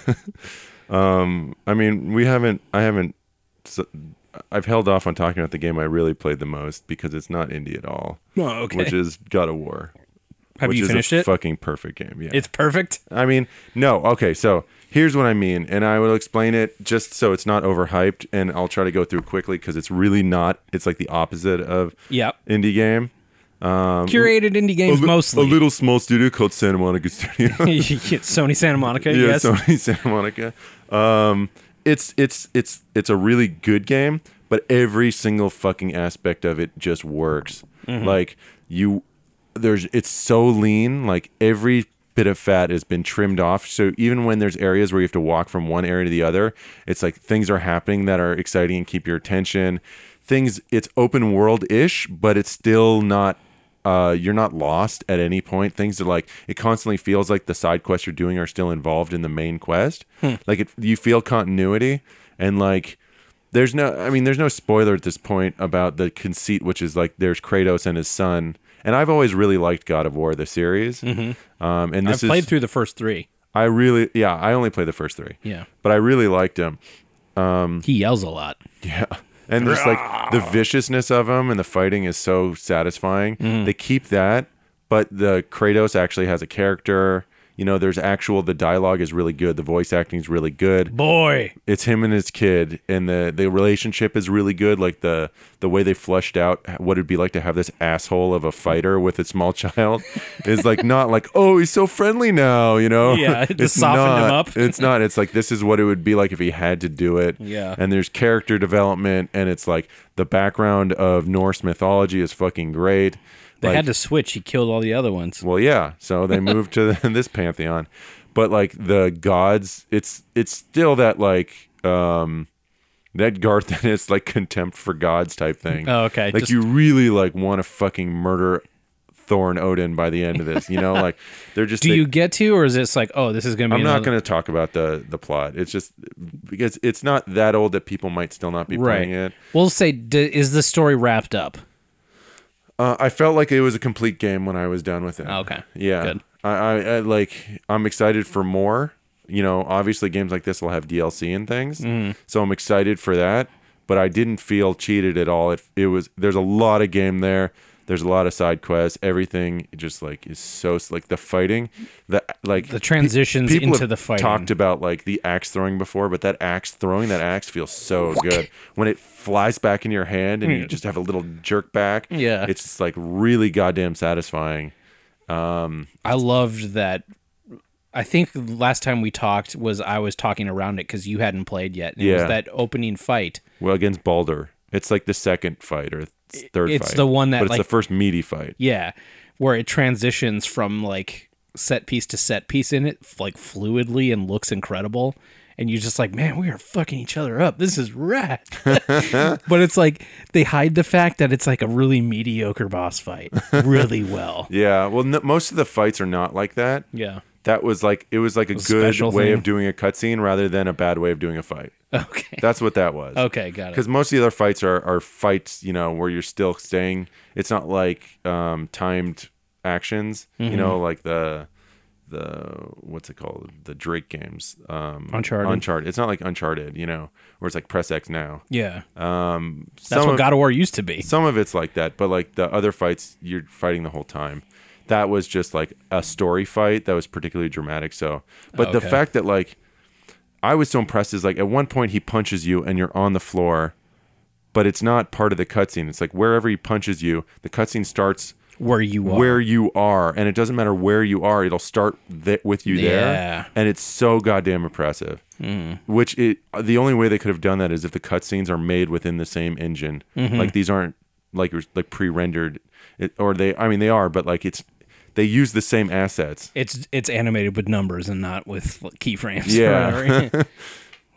um, I mean, we haven't. I haven't s- I've held off on talking about the game I really played the most because it's not indie at all,
Oh, okay.
which is God of War.
Have
which
you
is a
finished it?
Fucking perfect game. Yeah.
it's perfect.
I mean, no. Okay, so here's what I mean, and I will explain it just so it's not overhyped, and I'll try to go through quickly because it's really not. It's like the opposite of
Yep.
indie game. Um,
Curated indie games
li-
mostly.
a little small studio called Santa Monica Studio.
Sony Santa Monica.
yeah,
yes.
Sony Santa Monica. Um, it's it's it's it's a really good game, but every single fucking aspect of it just works. Like you, there's it's so lean. Like every bit of fat has been trimmed off. So even when there's areas where you have to walk from one area to the other, it's like things are happening that are exciting and keep your attention. Things it's open world ish, but it's still not uh, you're not lost at any point. Things are like it constantly feels like the side quests you're doing are still involved in the main quest.
Hmm.
Like it, you feel continuity and like there's no. I mean, there's no spoiler at this point about the conceit, which is like there's Kratos and his son. And I've always really liked God of War the series. Mm-hmm. Um, and
I've
this is
played through the first three.
I really yeah I only played the first three.
Yeah.
But I really liked him. Mm.
He yells a lot.
Yeah. And just like the viciousness of him and the fighting is so satisfying. They keep that, but the Kratos actually has a character. You know, there's actual the dialogue is really good, the voice acting is really good.
Boy.
It's him and his kid and the the relationship is really good, like the the way they fleshed out what it'd be like to have this asshole of a fighter with a small child is like not like, "Oh, he's so friendly now," you know?
Yeah, it just softened him
not-
up.
It's not. It's like this is what it would be like if he had to do it.
Yeah.
And there's character development, and it's like the background of Norse mythology is fucking great.
They
like,
had to switch. He killed all the other ones.
well, yeah. So they moved to this pantheon, but like the gods, it's it's still that like um that Garth Ennis like contempt for gods type thing.
Oh, okay.
Like
Just-
you really like want to fucking murder Thor and Odin by the end of this. You know, like they're just
Do
they-
you get to, or is this like, oh, this is going to be?
I'm not
another-
going to talk about the the plot. It's just because it's not that old that people might still not be
Right.
playing it.
We'll say, d- is the story wrapped up?
Uh, I felt like it was a complete game when I was done with it.
Okay.
Uh-huh. Yeah.
Good.
I, I, I like. I'm excited for more. You know, obviously games like this will have DLC and things,
Mm.
so I'm excited for that. But I didn't feel cheated at all. It it was there's a lot of game there. There's a lot of side quests. Everything just like is so like the fighting, the like
The transitions
people
into
have
the fighting.
talked about like the axe throwing before, but that axe throwing that axe feels so good when it flies back in your hand and you just have a little jerk back.
Hmm. Yeah.
it's just, like really goddamn satisfying.
I loved that. I think last time we talked was I was talking around it because you hadn't played yet. and It was
Yeah.
that opening fight.
Well, against Balder, it's like the second fight or th- third.
It's
fight,
the one that,
but it's the
like-
first meaty fight.
Yeah, where it transitions from like set piece to set piece in it f- like fluidly and looks incredible. And you're just like, man, we are fucking each other up. This is rad. but it's like they hide the fact that it's like a really mediocre boss fight really well.
Yeah, well, no, most of the fights are not like that.
Yeah.
That was like it was like a good
special
way of
thing.
doing a cutscene rather than a bad way of doing a fight.
Okay.
That's what that was.
Okay, got it.
because most of the other fights are, are fights you know where you're still staying it's not like um timed actions
Mm-hmm.
you know like the the what's it called the drake games um
Uncharted.
uncharted it's not like uncharted you know where it's like press x now
Yeah.
um
That's
some
what
of,
God of War used to be.
some of it's like that but like the other fights you're fighting the whole time that was just like a story fight that was particularly dramatic so but the
Okay.
fact that like i was so impressed is like at one point he punches you and you're on the floor but it's not part of the cutscene it's like wherever he punches you the cutscene starts
Where you are.
where you are and it doesn't matter where you are it'll start th- with you there
Yeah. Hmm.
and it's so goddamn impressive which it the only way they could have done that is if the cutscenes are made within the same engine
Mm-hmm.
like these aren't like like pre-rendered it, or they i mean they are but like it's they use the same assets
It's it's animated with numbers and not with like, keyframes. or
Yeah.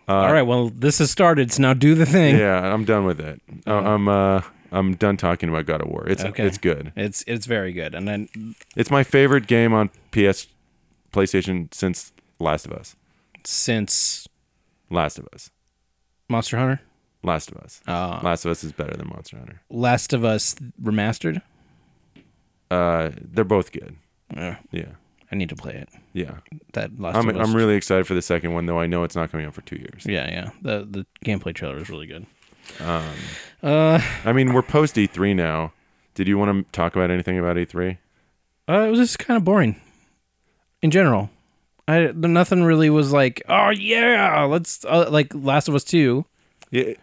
Uh,
whatever. All right. Well, this has started. So now do the thing.
yeah i'm done with it I- i'm uh i'm done talking about god of war it's
Mm-hmm. Okay.
it's good
It's it's very good. And then
it's my favorite game on ps playstation since last of us
since
last of us
Monster Hunter,
last of us
Ah.
last of us is better than monster hunter
Last of Us remastered.
uh they're both good
Uh,
yeah
I need to play it.
yeah
That Last
I'm,
of Us.
I'm really excited for the second one, though I know it's not coming out for two years.
yeah, yeah. The the gameplay trailer is really good.
I mean, we're post E3 now. Did you want to talk about anything about E E3?
Uh, it was just kind of boring in general. I the- nothing really was like, oh yeah, let's uh, like Last of Us Two.
Yeah,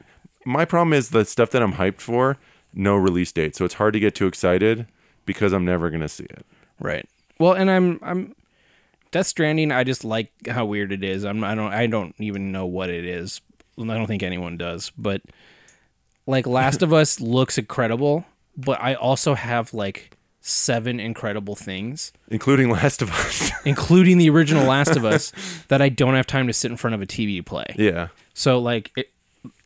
my problem is the stuff that I'm hyped for, no release date. So it's hard to get too excited because I'm never going to see it.
Right. Well, and I'm I'm Death Stranding. I just like how weird it is. I'm I don't I don't even know what it is. I don't think anyone does. But like Last of Us looks incredible, but I also have like seven incredible things,
Including Last of Us.
including the original Last of Us, that I don't have time to sit in front of a TV to play.
yeah.
So like it,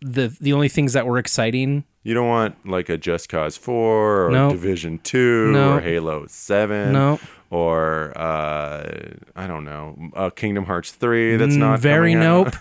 the the only things that were exciting,
You don't want like a Just Cause 4 or
No.
Division 2
No.
or Halo 7
No.
or uh, I don't know, uh, Kingdom Hearts 3. That's
mm,
not
very
coming out.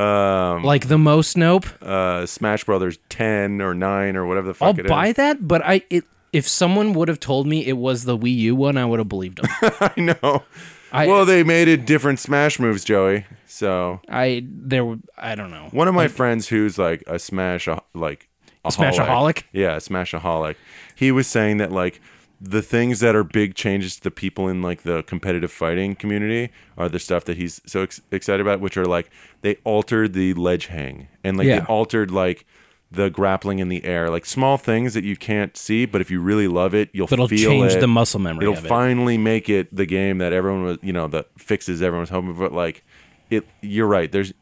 um, like the most nope.
Uh, Smash Brothers 10 or 9 or whatever the fuck
I'll
it is.
buy that, but I it, if someone would have told me it was the Wii U one, I would have believed them.
I know.
I-
well, they made it different Smash moves, Joey. So
I there were I don't know.
one of my friends who's like a Smash like a
Smashaholic?
yeah, a Smashaholic. He was saying that like the things that are big changes to the people in like the competitive fighting community are the stuff that he's so ex- excited about, which are like they altered the ledge hang and like
Yeah.
they altered like the grappling in the air, like small things that you can't see, but if you really love it, you'll
But it'll
feel
change
it.
the muscle memory
It'll
of it.
finally make it the game that everyone was, you know, that fixes everyone's home. But like, it, you're right. There's,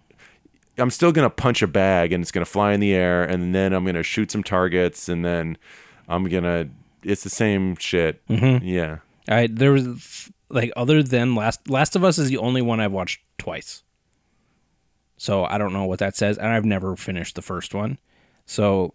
I'm still gonna punch a bag and it's gonna fly in the air, and then I'm gonna shoot some targets, and then I'm gonna. It's the same shit.
Mm-hmm.
Yeah,
I there was like other than Last Last of Us is the only one I've watched twice. So I don't know what that says, and I've never finished the first one. So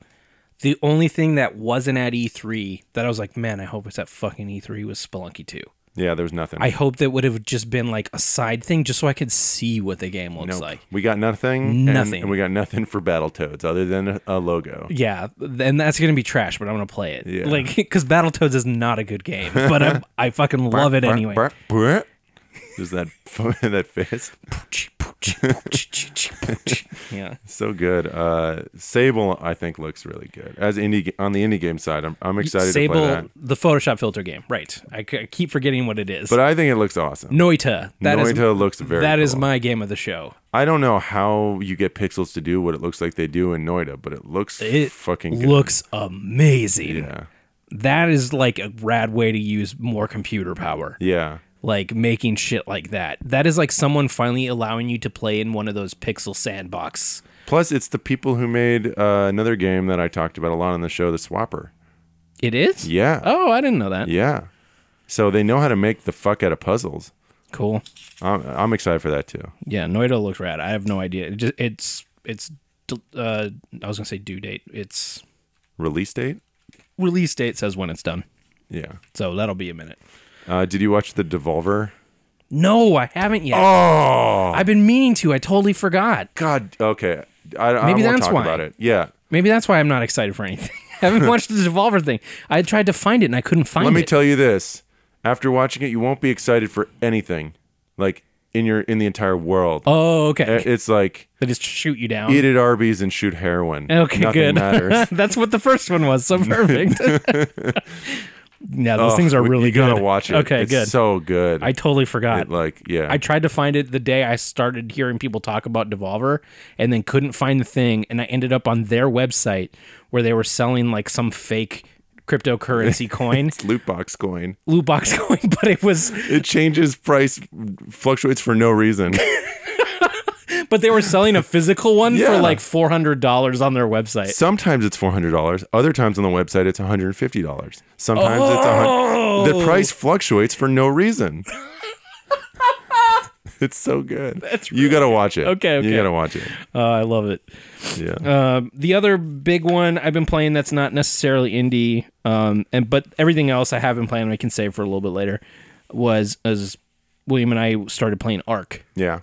the only thing that wasn't at E3 that I was like, man, I hope it's at fucking E3 was Spelunky 2.
yeah. There's nothing.
I hope that would have just been like a side thing just so I could see what the game looks
Nope.
like.
we got nothing. and-
Nothing.
And, we got nothing for Battletoads other than a, a logo.
Yeah, and that's gonna be trash, but I'm gonna play it.
Yeah.
Like, because Battletoads is not a good game, but I, I fucking love it
Burp,
anyway.
burp, burp. There's that that fist.
yeah,
So good. Uh, Sable, I think, looks really good as indie ga- on the indie game side. I'm, I'm excited to play
Sable,
that.
the Photoshop filter game, right? I, c- I keep forgetting what it is.
But I think it looks awesome.
Noita, that is
Noita looks very.
that is
cool.
my game of the show.
I don't know how you get pixels to do what it looks like they do in Noida, but it looks
It
fucking good.
looks amazing.
yeah,
That is like a rad way to use more computer power.
yeah,
like making shit like that. That is like someone finally allowing you to play in one of those pixel sandbox.
Plus, it's the people who made uh, another game that I talked about a lot on the show, The Swapper.
It is?
Yeah,
Oh, I didn't know that.
yeah. So they know how to make the fuck out of puzzles.
Cool.
I'm, I'm excited for that too.
Yeah, Noida looks rad. I have no idea. It just it's it's uh I was going to say due date. It's
Release date?
release date says when it's done.
Yeah.
So that'll be a minute.
Uh, did you watch the Devolver?
No, I haven't yet.
Oh.
I've been meaning to. I totally forgot.
God, okay. I, I
Maybe
Maybe
that's
talk
why.
about it. Yeah.
Maybe that's why I'm not excited for anything. I haven't watched the Devolver thing. I tried to find it and I couldn't find
Let me
it.
tell you this. After watching it, you won't be excited for anything, like in your in the entire world.
oh,
I-
okay.
It's like
they just shoot you down.
eat at Arby's and shoot heroin.
Okay,
Nothing
good.
matters.
That's what the first one was. So perfect. yeah, those things are
We-
really
Oh, you
good.
gotta watch it.
Okay,
it's
good.
So good.
I totally forgot.
It, like yeah.
I tried to find it the day I started hearing people talk about Devolver and then couldn't find the thing. And I ended up on their website where they were selling like some fake cryptocurrency coin,
it's loot box coin.
loot box coin, but it was,
It changes price, fluctuates for no reason.
but they were selling a physical one for
Yeah.
like $400 on their website.
Sometimes it's four hundred dollars. Other times on the website it's one hundred and fifty dollars. Sometimes it's a hun-
Oh!
the price fluctuates for no reason. it's so good. That's you gotta watch it.
Okay, okay.
you gotta watch it.
Uh, I love it.
Yeah,
Um, the other big one I've been playing that's not necessarily indie, um, and but everything else I have been playing I can save for a little bit later. Was as William and I started playing Ark
yeah.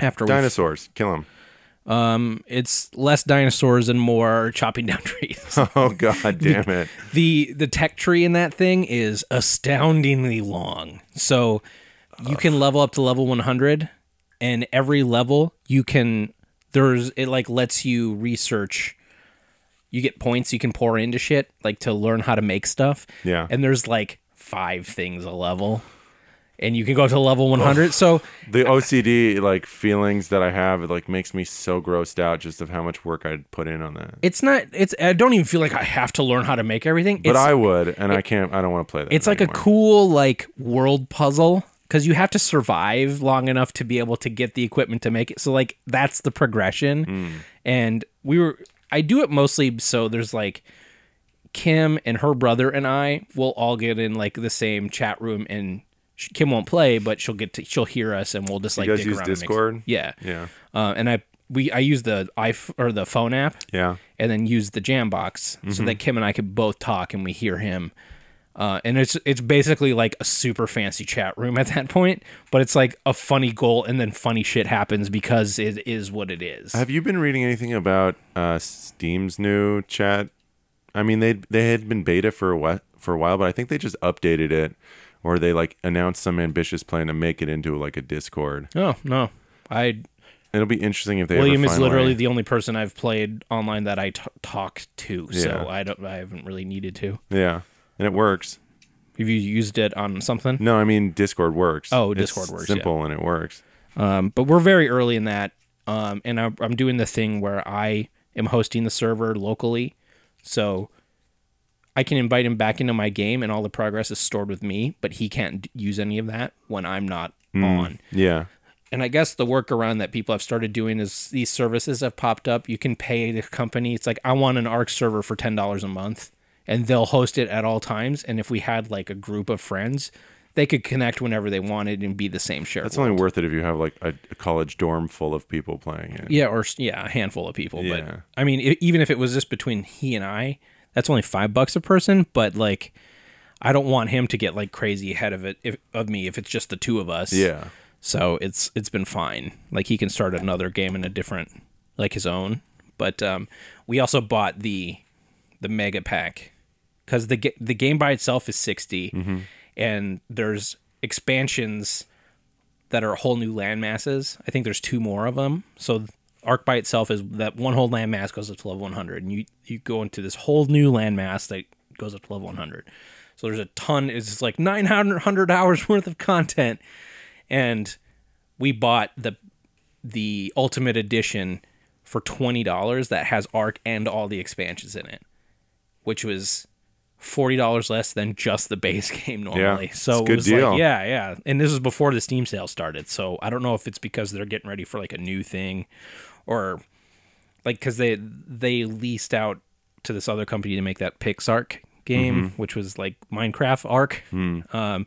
after we-
Dinosaurs, kill them.
um, it's less dinosaurs and more chopping down trees.
Oh god, damn it.
the the tech tree in that thing is astoundingly long, so you can level up to level one hundred, and every level you can there's it like lets you research you get points you can pour into shit like to learn how to make stuff.
Yeah.
And there's like five things a level. And you can go to level 100. So
the OCD like feelings that I have it like makes me so grossed out just of how much work I'd put in on that.
it's not it's I don't even feel like I have to learn how to make everything.
But
it's,
I would, and I can't. I don't want to play that.
it's like a cool like world puzzle because you have to survive long enough to be able to get the equipment to make it so like that's the progression
Hmm.
and we were i do it mostly so there's like kim and her brother and i will all get in like the same chat room and sh- kim won't play but she'll get to she'll hear us and we'll just like
guys
dick
use
around and make-
Discord?
yeah
yeah,
uh, and i we i use the i or the phone app
yeah.
and then use the jam box so that Kim and I could both talk and we hear him. Uh, and it's it's basically like a super fancy chat room at that point, but it's like a funny goal, and then funny shit happens because it is what it is.
Have you been reading anything about uh, Steam's new chat? I mean, they they had been beta for a while, for a while, but I think they just updated it, or they like announced some ambitious plan to make it into like a Discord.
oh no, I
It'll be interesting if they.
William
ever
is literally
finally-
the only person I've played online that I t- talk to,
Yeah.
so I don't I haven't really needed to.
yeah, and it works.
Have you used it on something?
No, I mean Discord works.
Oh,
It's
Discord works, yeah.
Simple and it works.
Um, but we're very early in that, um, and I'm, I'm doing the thing where I am hosting the server locally, so I can invite him back into my game, and all the progress is stored with me. But he can't d- use any of that when I'm not on.
Yeah,
And I guess the workaround that people have started doing is these services have popped up. You can pay the company. It's like I want an Arc server for ten dollars a month, and they'll host it at all times. And if we had like a group of friends, they could connect whenever they wanted and be the same share.
it's only worth it if you have like a, a college dorm full of people playing it.
Yeah, or s- yeah, a handful of people.
Yeah.
But I mean, i even if it was just between he and I, that's only five bucks a person. But like, I don't want him to get like crazy ahead of it if, of me if it's just the two of us.
Yeah.
So it's it's been fine. Like he can start another game in a different, like his own. But um, we also bought the the mega pack because the ga- the game by itself is 60 and there's expansions that are whole new land masses. I think there's two more of them. So Arc by itself is that one whole land mass goes up to level 100, and you you go into this whole new land mass that goes up to level 100. So there's a ton. It's just like 900 hours worth of content, and we bought the the ultimate edition for twenty dollars that has Arc and all the expansions in it, which was forty dollars less than just the base game normally.
it's
so
a good
it was
deal.
like, yeah, yeah. And this is before the Steam sale started, so I don't know if it's because they're getting ready for like a new thing, or like because they they leased out to this other company to make that Pixark
Mm-hmm.
game, which was like Minecraft Arc.
Hmm.
Um,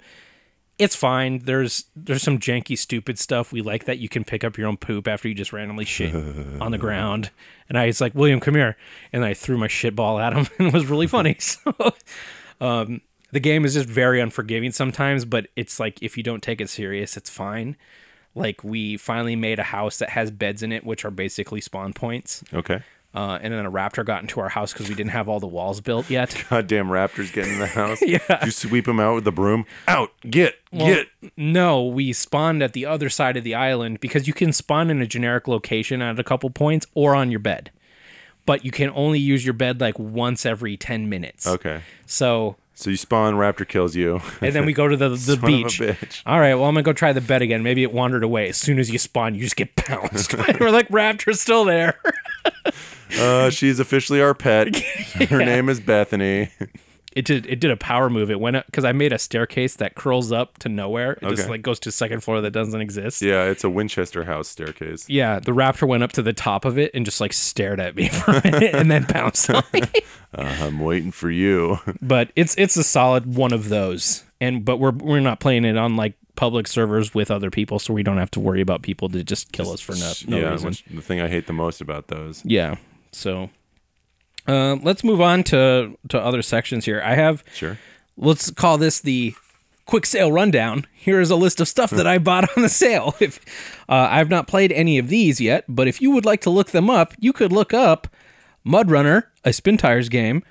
it's fine. There's there's some janky, stupid stuff. We like that you can pick up your own poop after you just randomly shit on the ground. And I was like, William, come here. And I threw my shit ball at him, and it was really funny. So, um, the game is just very unforgiving sometimes, but it's like if you don't take it serious, it's fine. Like we finally made a house that has beds in it, which are basically spawn points.
Okay.
Uh, and then a raptor got into our house because we didn't have all the walls built yet.
Goddamn raptors get in the house.
Yeah.
You sweep them out with the broom. Out. Get. get.
No, we spawned at the other side of the island because you can spawn in a generic location at a couple points or on your bed. But you can only use your bed like once every 10 minutes.
Okay.
So,
So you spawn, raptor kills you.
and then we go to the, the
of a
beach.
bitch.
All right, well, I'm going to go try the bed again. Maybe it wandered away. As soon as you spawn, you just get pounced. We're like, Raptor's still there.
Uh, she's officially our pet. Her name is Bethany.
It did, it did a power move. It went up because I made a staircase that curls up to nowhere. It just
Okay.
like goes to a second floor that doesn't exist.
Yeah, it's a Winchester house staircase.
Yeah, the raptor went up to the top of it and just like stared at me for a minute and then pounced on me.
I'm waiting for you.
But it's it's a solid one of those. And but we're we're not playing it on like public servers with other people, so we don't have to worry about people to just kill us for no, no
yeah,
reason.
which- the thing I hate the most about those.
Yeah. So uh, let's move on to to other sections here. I have
Sure.
let's call this the quick sale rundown. Here is a list of stuff that I bought on the sale. If uh, I've not played any of these yet, but if you would like to look them up, you could look up Mud Runner, a Spin Tires game,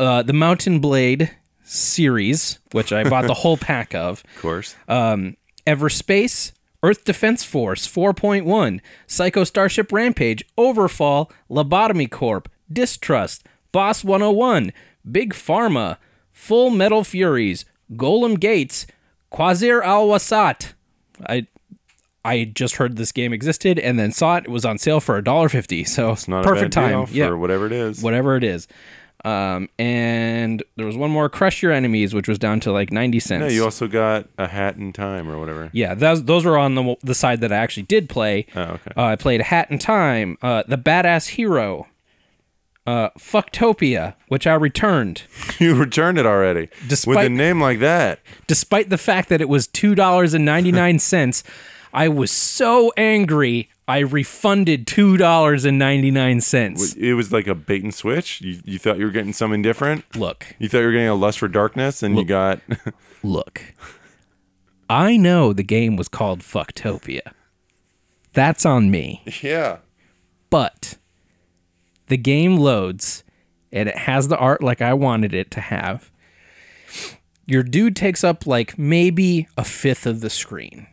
uh, the Mountain Blade series, which I bought the whole pack of,
Of course.
um, Everspace, Earth Defense Force 4.1, Psycho Starship Rampage, Overfall, Lobotomy Corp, Distrust, Boss 101, Big Pharma, Full Metal Furies, Golem Gates, Quasir Al Wasat. I I just heard this game existed and then saw it. It was on sale for $1.50. So it's
Not
perfect
a bad
time.
deal
yeah.
for whatever it is.
Whatever it is. Um, and there was one more Crush Your Enemies, which was down to like 90 cents.
No, you also got a hat in time or whatever.
Yeah, those those were on the the side that I actually did play.
Oh, okay.
Uh, I played Hat in Time, uh, the Badass Hero, uh, Fucktopia, which I returned
you returned it already. With
Despite-
a name like that.
despite the fact that it was two dollars and ninety nine cents. I was so angry. I refunded two dollars and ninety nine cents.
It was like a bait and switch. You, you thought you were getting something different.
Look,
You thought you were getting a lust for darkness, and you got
look. I know the game was called Fucktopia. That's on me.
yeah.
but the game loads and it has the art like I wanted it to have. Your dude takes up like maybe a fifth of the screen.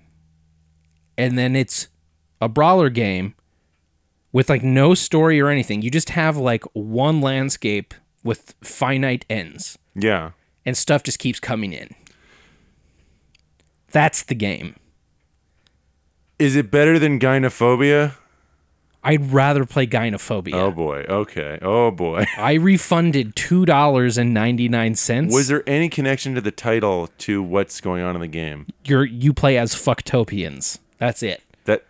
And then it's a brawler game with like no story or anything. You just have like one landscape with finite ends
Yeah.
and stuff just keeps coming in. That's the game.
Is it better than gynophobia?
I'd rather play Gynophobia.
Oh boy. Okay. Oh boy.
I refunded two dollars and ninety nine cents.
Was there any connection to the title to what's going on in the game?
You're you play as fucktopians. That's it.
That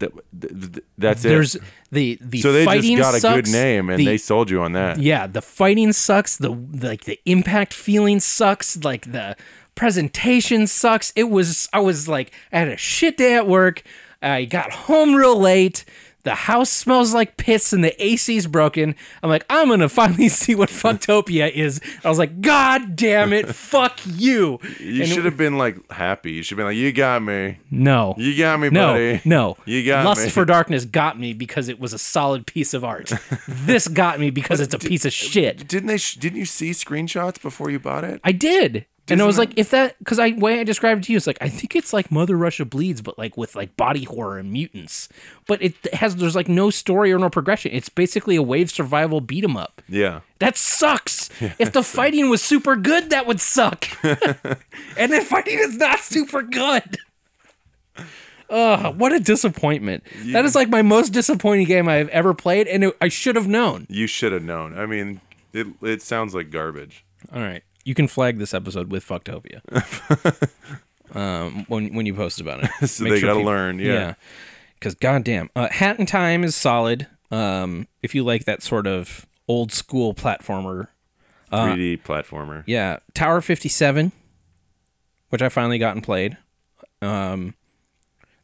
that th- th- that's
There's
it.
the the
So they just
fighting
got a
sucks,
good name and
the-
they sold you on that.
yeah the fighting sucks. The like the impact feeling sucks. Like the presentation sucks. It was I was like I had a shit day at work. I got home real late. The house smells like piss and the AC's broken. I'm like, I'm gonna finally see what Fucktopia is. I was like, God damn it, fuck you.
You should have been like happy. You should have been like, you got me.
No.
You got me,
No,
buddy.
no.
You got
Lust
me.
for Darkness got me because it was a solid piece of art. this got me because it's a piece of shit.
Didn't they? Sh- didn't you see screenshots before you bought it?
I did. And I was
Isn't
like, if that, because I way I described it to you, it's like I think it's like Mother Russia bleeds, but like with like body horror and mutants. But it has there's like no story or no progression. It's basically a wave survival beat 'em up.
Yeah.
That sucks. if the fighting was super good, that would suck. and the fighting is not super good. Ugh, what a disappointment. That is like my most disappointing game I've ever played, and it, I should have known.
You should have known. I mean, it it sounds like garbage.
All right. You can flag this episode with Fucktopia. um, when, when you post about it.
So they gotta learn, yeah.
Because, goddamn. Uh, Hat in Time is solid. Um, if you like that sort of old school platformer
3D platformer.
Uh, Yeah, Tower 57, which I finally got and played. Um,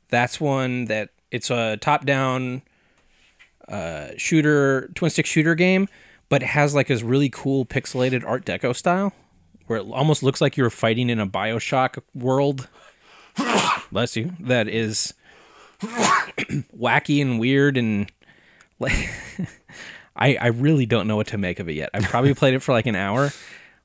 that's one that it's a top-down uh, shooter, twin-stick shooter game, but it has like this really cool pixelated Art Deco style, where it almost looks like you're fighting in a Bioshock world. Bless you. That is wacky and weird and like I I really don't know what to make of it yet. I probably played it for like an hour.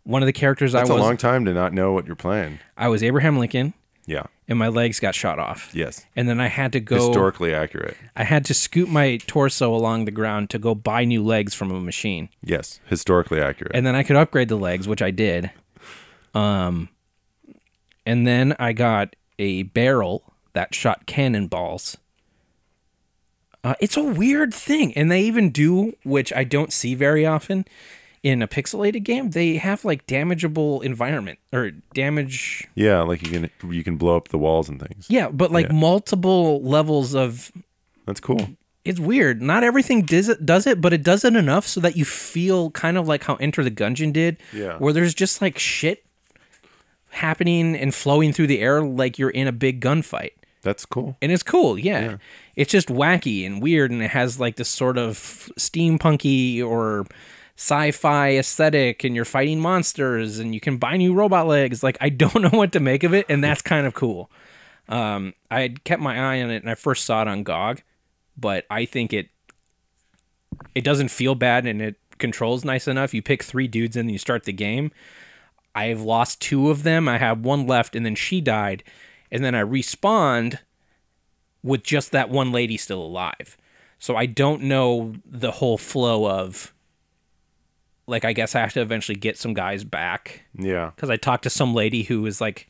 One of the characters
It's
I
a
was
long time to not know what you're playing.
I was Abraham Lincoln
Yeah.
and my legs got shot off.
Yes.
And then I had to go
Historically accurate.
I had to scoop my torso along the ground to go buy new legs from a machine.
Yes. Historically accurate.
And then I could upgrade the legs, which I did. Um and then I got a barrel that shot cannonballs. Uh, it's a weird thing, and they even do, which I don't see very often in a pixelated game. They have like damageable environment or damage
yeah, like you can you can blow up the walls and things.
Yeah, but like multiple levels of
That's cool.
it's weird. Not everything does it, does it, but it does it enough so that you feel kind of like how Enter the Gungeon did,
Yeah.
where there's just like shit happening and flowing through the air like you're in a big gunfight.
That's cool.
And it's cool, yeah. It's just wacky and weird, and it has like this sort of steampunky or sci-fi aesthetic, and you're fighting monsters, and you can buy new robot legs. Like I don't know what to make of it, and that's kind of cool. Um, I had kept my eye on it, and I first saw it on GOG, but I think it it doesn't feel bad, and it controls nice enough. You pick three dudes, and you start the game. I've lost two of them. I have one left, and then she died, and then I respawned with just that one lady still alive. So I don't know the whole flow of like I guess I have to eventually get some guys back
Yeah.
because I talked to some lady who was like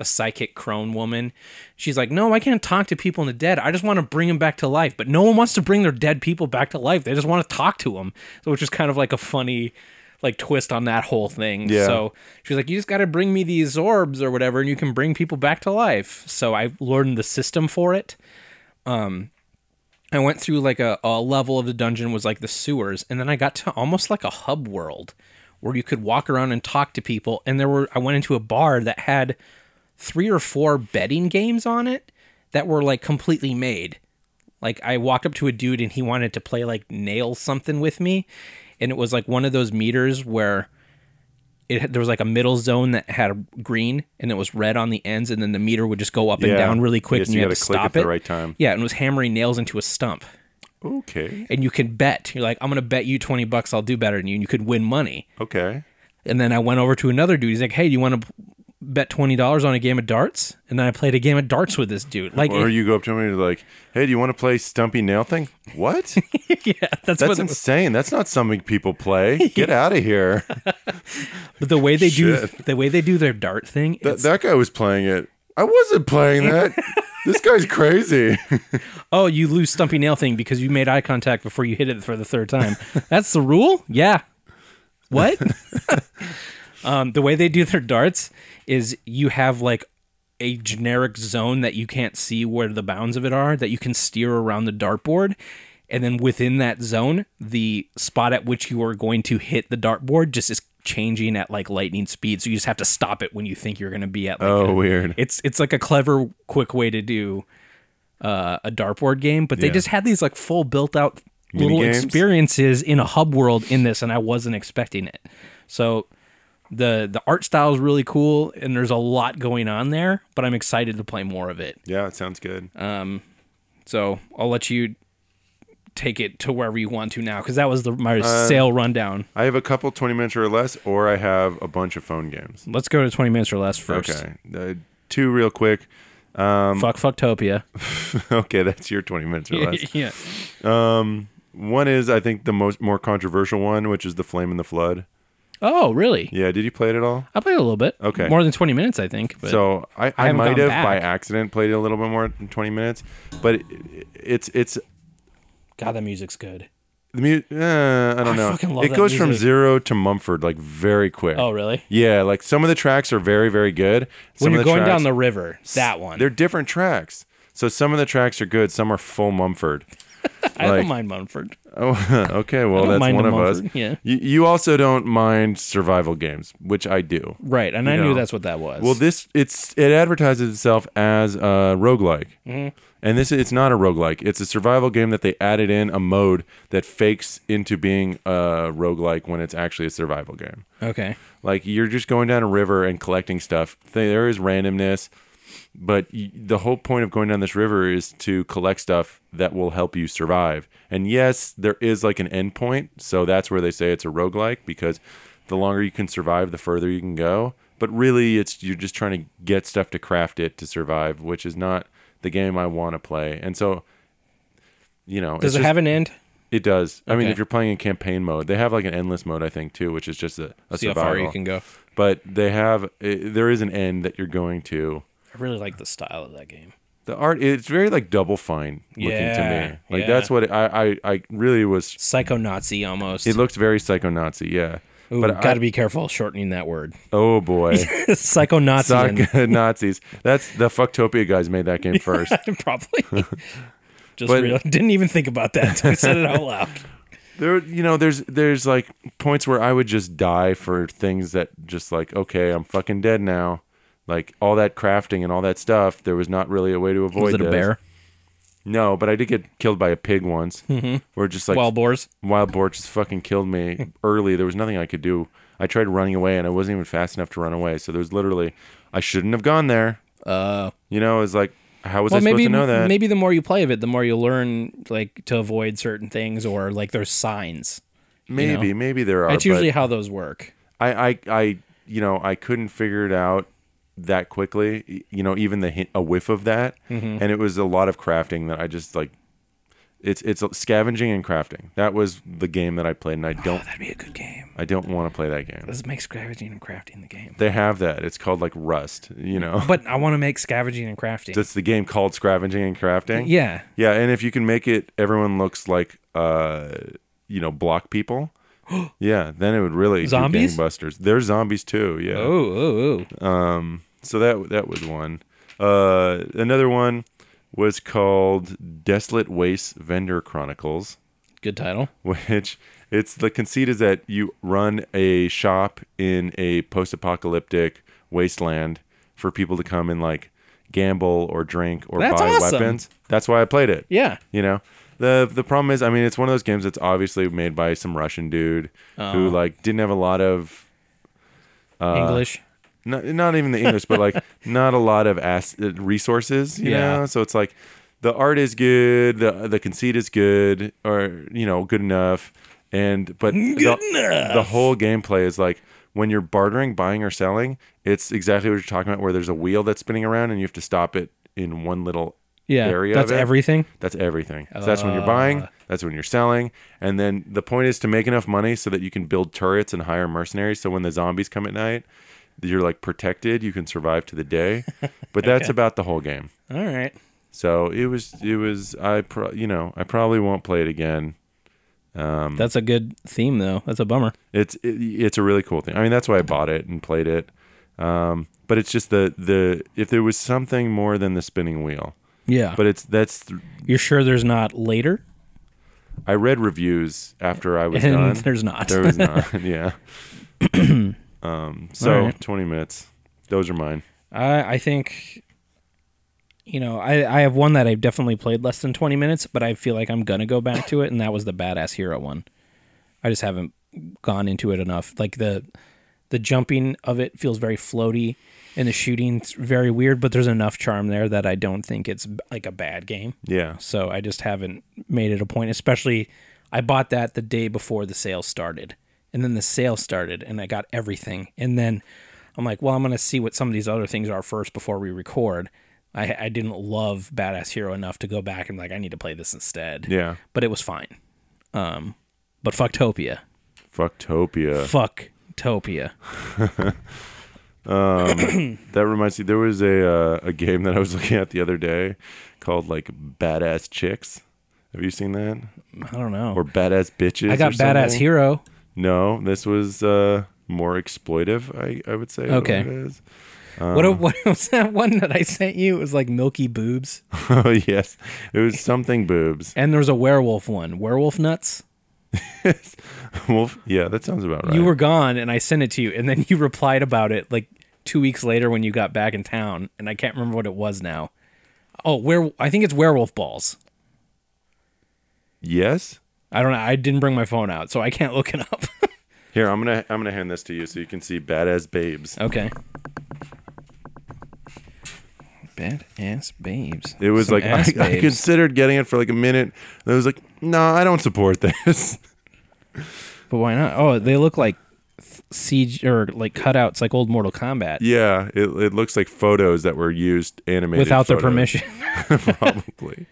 a psychic crone woman. She's like, no, I can't talk to people in the dead. I just want to bring them back to life. But no one wants to bring their dead people back to life. They just want to talk to them. So, which is kind of like a funny like twist on that whole thing.
Yeah.
So she's like, you just got to bring me these orbs or whatever, and you can bring people back to life. So I learned the system for it. Um, I went through like a, a level of the dungeon was like the sewers, and then I got to almost like a hub world where you could walk around and talk to people. And there were I went into a bar that had three or four betting games on it that were like completely made. Like I walked up to a dude and he wanted to play like nail something with me, and it was like one of those meters where it had- there was like a middle zone that had green and it was red on the ends, and then the meter would just go up and
Yeah.
down really quick,
Yes,
and
you
you, had
gotta
to
click
stop
at the
it
right time.
Yeah, and it was hammering nails into a stump,
Okay.
and you could bet. You're like, I'm gonna bet you twenty bucks, I'll do better than you, and you could win money.
Okay.
And then I went over to another dude. He's like, "Hey, do you want to bet twenty dollars on a game of darts?" And then I played a game of darts with this dude. Like,
Or you go up to him and you're like, "Hey, do you want to play Stumpy Nail Thing?" What?
yeah, that's,
That's
what it was.
insane. That's not something people play. Get out of here.
But the way they do
Shit.
the way they do their dart thing.
That,
it's-
that guy was playing it. I wasn't playing that. this guy's crazy.
oh, you lose stumpy nail thing because you made eye contact before you hit it for the third time. That's the rule. Yeah. What? um, the way they do their darts is you have like a generic zone that you can't see where the bounds of it are that you can steer around the dartboard. And then within that zone, the spot at which you are going to hit the dartboard just is changing at like lightning speed. So you just have to stop it when you think you're going to be at like
Oh,
a-
weird.
it's it's like a clever, quick way to do uh, a dartboard game, but they
Yeah.
just had these like full built out little
Minigames?
experiences in a hub world in this, and I wasn't expecting it. So the the art style is really cool, and there's a lot going on there. But I'm excited to play more of it.
Yeah, it sounds good.
Uh, So I'll let you take it to wherever you want to now, because that was the my
Uh,
sale rundown.
I have a couple 20 minutes or less, or I have a bunch of phone games.
Let's go to 20 minutes or less first.
Okay. um, Uh, two real quick.
Fuck Fucktopia.
okay, that's your 20 minutes or less.
yeah.
one is, I think, the most more controversial one, which is The Flame and the Flood.
Oh, really?
Yeah, did you play it at all?
I played a little bit.
Okay.
More than 20 minutes, I think. But.
So I, I,
haven't
might
gone
have
back.
by accident played it a little bit more than 20 minutes, but it, it's it's
God, that music's good.
the mu- uh, I don't
I
know.
fucking love
it
that
goes from
music.
zero to Mumford like very quick.
Oh, really?
Yeah, like some of the tracks are very very good. Some
when
of the
you're going
tracks-
down the river, that one.
They're different tracks. So some of the tracks are good, some are full Mumford.
I
like-
don't mind Mumford.
Oh, okay. Well,
don't
that's
mind
one
a
of us.
Mumford, yeah.
You, you also don't mind survival games, which I do.
Right, and I
You
knew
know.
that's what that was.
Well, this it's it advertises itself as a roguelike. And this it's not a roguelike. It's a survival game that they added in a mode that fakes into being a roguelike when it's actually a survival game.
okay.
Like you're just going down a river and collecting stuff. There is randomness, but y- the whole point of going down this river is to collect stuff that will help you survive. And yes, there is like an end point, so that's where they say it's a roguelike because the longer you can survive, the further you can go. But really, it's you're just trying to get stuff to craft it to survive, which is not the game I want to play. And so, you know,
Does
it's
it
just-
have an end?
it does. I mean,
Okay.
if you're playing in campaign mode, they have like an endless mode, I think, too, which is just a, a
See how
survival
far you can go.
but they have it, there is an end that you're going to.
I really like the style of that game.
The art it's very like double fine looking to
Yeah,
me. Like
yeah.
that's what it, I, I I really was.
Psycho Nazi almost.
It looks very psycho Nazi, yeah.
Ooh,
but
gotta
I,
be careful shortening that word.
oh boy,
Psycho Nazi.
Sock Nazis. That's the Fucktopia guys made that game first.
Probably. Just
But-
real, didn't even think about that until I said it out loud.
there you know there's there's like points where i would just die for things that just like okay i'm fucking dead now like all that crafting and all that stuff there was not really a way to avoid
Was it a
this.
bear?
no but i did get killed by a pig once
Mm-hmm.
where just like
Wild boars?
wild boar just fucking killed me early there was nothing i could do i tried running away and i wasn't even fast enough to run away so there was literally i shouldn't have gone there
Uh,
you know it's like how was
well,
i supposed
maybe
to know that
maybe the more you play of it, the more you learn like to avoid certain things or like there's signs.
maybe maybe there are
That's
but-
usually how those work.
I, I, I, you know, I couldn't figure it out that quickly.
Mm-hmm.
y- You know, even the hint, a whiff of that, and it was a lot of crafting that I just like. It's it's scavenging and crafting. That was the game that I played, and I don't
Oh, that'd be a good game.
I don't want to play that game.
Let's make scavenging and crafting the game.
They have that. It's called like Rust. You know,
But I want to make scavenging and crafting.
that's the game called scavenging and crafting.
yeah.
Yeah, and if you can make it, everyone looks like uh, you know, block people. yeah, then it would really
Zombies?
do gangbusters. There's zombies too. Yeah.
Oh, oh, oh.
So that that was one. Uh, another one was called Desolate Waste Vendor Chronicles,
Good title.
which it's the conceit is that you run a shop in a post-apocalyptic wasteland for people to come and like gamble or drink or
That's
buy
awesome.
weapons. That's why I played it.
Yeah.
You know, the the problem is, I mean, it's one of those games that's obviously made by some Russian dude
Oh.
who like didn't have a lot of
English.
not, not even the English, but like not a lot of ass uh, resources. You
Yeah.
know, so it's like the art is good, the the conceit is good, or you know, good enough, and but the,
enough.
the whole gameplay is like. When you're bartering, buying, or selling, it's exactly what you're talking about, where there's a wheel that's spinning around and you have to stop it in one little
Yeah.
area.
That's
of it.
everything.
That's everything. So that's when you're buying, that's when you're selling. And then the point is to make enough money so that you can build turrets and hire mercenaries. So when the zombies come at night, you're like protected, you can survive to the day. But that's about the whole game.
All right.
So it was, it was, I, pro- you know, I probably won't play it again.
That's a good theme, though. That's a bummer.
It's, it, it's a really cool thing. I mean, that's why I bought it and played it. Um, but it's just the, the, if there was something more than the spinning wheel,
Yeah.
but it's, that's,
you're sure there's not later?
I read reviews after I was
And
done.
there's not.
There was not. yeah. um. So
All right.
twenty minutes. Those are mine.
I, I think, you know, I, I have one that I've definitely played less than 20 minutes, but I feel like I'm going to go back to it, and that was the Badass Hero one. I just haven't gone into it enough. Like the the jumping of it feels very floaty, and the shooting's very weird, but there's enough charm there that I don't think it's like a bad game.
Yeah.
So I just haven't made it a point, especially I bought that the day before the sale started. And then the sale started and I got everything. And then I'm like, well, I'm going to see what some of these other things are first before we record. I, I didn't love Badass Hero enough to go back and like, I need to play this instead.
Yeah.
But it was fine. Um, but Fucktopia.
Fucktopia.
Fucktopia.
That reminds me. There was a uh, a game that I was looking at the other day called like Badass Chicks. Have you seen that?
I don't know.
Or Badass Bitches?
I got
or
Badass
something?
Hero.
No, this was uh, more exploitive. I I would say. is what
Okay.
it is. Uh.
what, a, what was that one that I sent you? It was like Milky Boobs.
oh yes, it was something boobs.
And there was a werewolf one. Werewolf Nuts?
Wolf. Yeah, that sounds about right.
you were gone and I sent it to you and then you replied about it like 2 weeks later when you got back in town and I can't remember what it was now. Oh, where I think it's werewolf balls.
yes.
I don't know. I didn't bring my phone out, so I can't look it up.
Here, I'm gonna I'm gonna hand this to you so you can see Badass Babes.
okay. Bad ass babes.
It was
Some
like I,
ass
I
babes.
considered getting it for like a minute. And I was like, no, I don't support this.
but why not? Oh, they look like th- siege or like cutouts like old Mortal Kombat
yeah, it, it looks like photos that were used animated
without their
photos,
permission.
probably.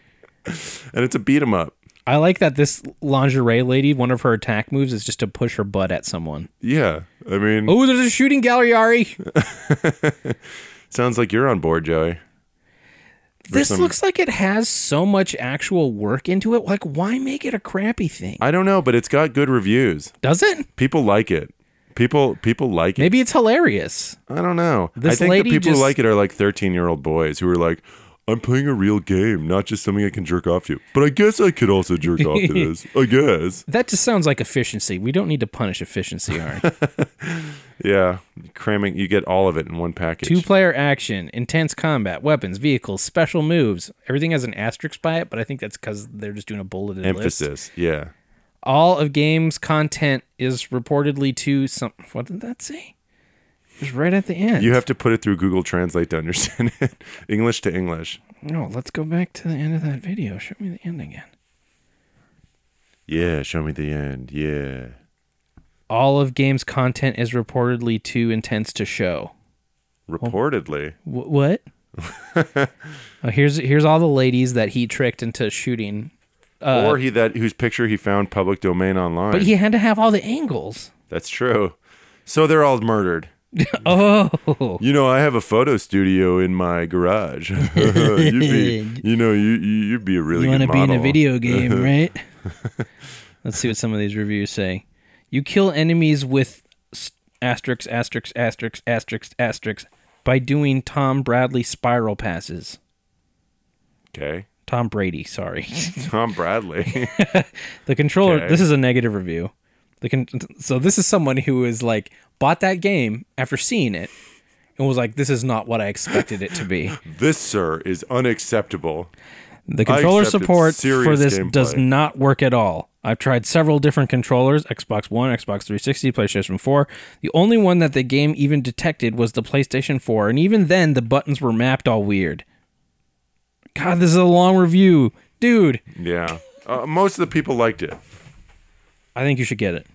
and it's a beat 'em up.
I like that this lingerie lady, one of her attack moves is just to push her butt at someone.
Yeah, I mean,
Oh, there's a shooting gallery, Ari.
sounds like you're on board, Joey.
This
some-
looks like it has so much actual work into it. Like, why make it a crappy thing?
I don't know, but it's got good reviews.
Does it?
People like it. People people like it.
Maybe it's hilarious.
I don't know. I
This
think
lady
the people
just-
who like it are like 13 year old boys who are like, I'm playing a real game, not just something I can jerk off to. But I guess I could also jerk off to this. I guess.
That just sounds like efficiency. We don't need to punish efficiency, Ari.
Yeah. Cramming, you get all of it in one package.
Two player action, intense combat, weapons, vehicles, special moves. Everything has an asterisk by it, but I think that's because they're just doing a bulleted list.
Emphasis. Yeah.
All of game's content is reportedly to some. What did that say? It was right at the end.
You have to put it through Google Translate to understand it. English to English.
No, let's go back to the end of that video. Show me the end again.
Yeah. Show me the end. Yeah.
all of game's content is reportedly too intense to show.
Reportedly.
Wh- what? oh, here's here's all the ladies that he tricked into shooting
or he that whose picture he found public domain online.
But he had to have all the angles.
That's true. So they're all murdered.
Oh,
You know, I have a photo studio in my garage. you'd be, you know, you you- you'd be a really
you want
good
to be in
model.
a video game, right? Let's see what some of these reviews say. You kill enemies with s- asterisk, asterisk, asterisk, asterisk, asterisk by doing Tom Bradley spiral passes.
Okay,
Tom Brady, sorry.
Tom Bradley.
The controller.
Okay.
This is a negative review. The con- so this is someone who is like bought that game after seeing it and was like, "This is not what I expected it to be."
this sir is unacceptable.
The controller
accepted
support
serious
for this does
gameplay.
not work at all. I've tried several different controllers: Xbox One, Xbox 360, PlayStation 4. The only one that the game even detected was the PlayStation 4, and even then, the buttons were mapped all weird. God, this is a long review, dude.
Yeah, uh, most of the people liked it.
I think you should get it.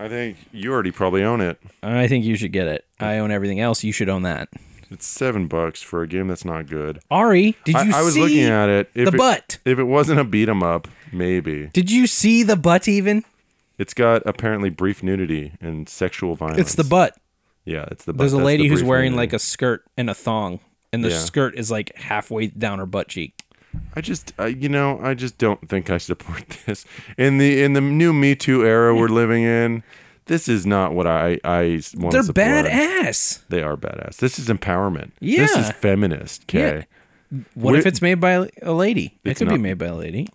I think you already probably own it.
I think you should get it. I own everything else. You should own that.
It's seven bucks for a game that's not good.
Ari, did you
I, I was
see
looking at it. If
the
it-
butt?
If it wasn't a beat 'em up, maybe
Did you see the butt even?
it's got apparently brief nudity and sexual violence.
It's the butt.
Yeah, it's the. Butt.
There's a lady who's wearing like a skirt and a thong, and the
Yeah.
skirt is like halfway down her butt cheek.
I just, I, you know, I just don't think I support this in the in the new Me Too era we're living in. This is not what I I want.
They're
to support.
badass.
They are badass. This is empowerment. This
Yeah.
is feminist. Okay.
What
We're-
if it's made by a lady? It
It's
could be
not.
made by a lady.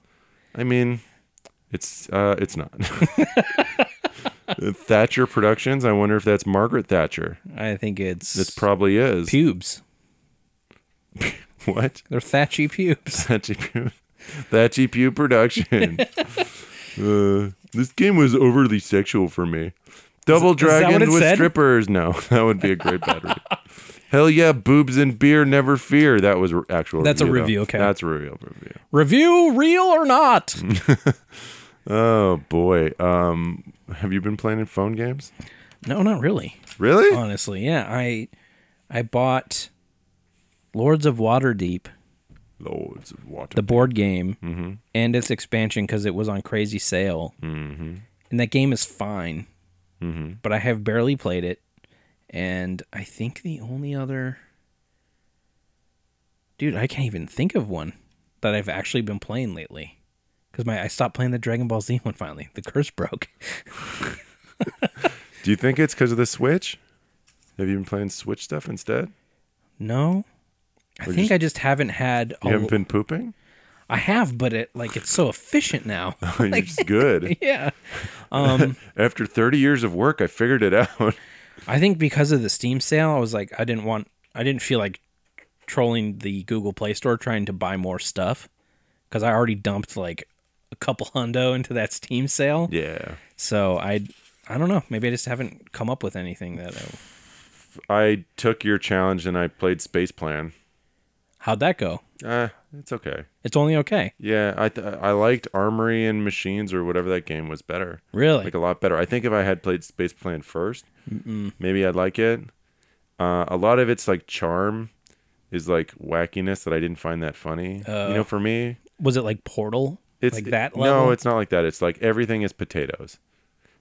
I mean, it's uh, it's not. Thatcher Productions. I wonder if that's Margaret Thatcher.
I think it's
This probably is.
pubes.
what?
They're thatchy pubes.
Thatchy Pew. Thatchy Pew production. uh, this game was overly sexual for me. Double
that what
dragons
it
with
said?
strippers. No, that would be a great battery. Hell yeah, boobs and beer, never fear. That was re- actual.
That's a
review, though.
review, okay.
That's a review. Review.
Review real or not?
Oh boy. Um, have you been playing phone games?
no, not really.
Really?
Honestly, yeah. I I bought Lords of Waterdeep.
Lords of Water.
the board game and its expansion because it was on crazy sale. Mm-hmm. And that game is fine, mm-hmm. but I have barely played it. And I think the only other. Dude, I can't even think of one that I've actually been playing lately. Because my I stopped playing the Dragon Ball Z one finally. The curse broke.
Do you think it's because of the Switch? Have you been playing Switch stuff instead?
No. I think I just haven't had.
You
a-
haven't been pooping?
I have, but it like it's so efficient now.
You're just good.
Oh, yeah. Um,
After 30 years of work, I figured it out.
I think because of the Steam sale, I was like, I didn't want, I didn't feel like trolling the Google Play Store trying to buy more stuff because I already dumped like a couple hundo into that Steam sale.
Yeah.
So I, I don't know. Maybe I just haven't come up with anything that. uh, I,
I took your challenge and I played Space Plan.
how'd that go?
Uh, it's okay.
It's only okay.
Yeah, I th- I liked Armory and Machines or whatever that game was better.
Really?
Like a lot better. I think if I had played Space Plan 1st maybe I'd like it. Uh, a lot of its like charm is like wackiness that I didn't find that funny. you
Oh.
know, for me,
Was it like Portal?
it's
like that
no,
level?
it's not like that. It's like everything is potatoes.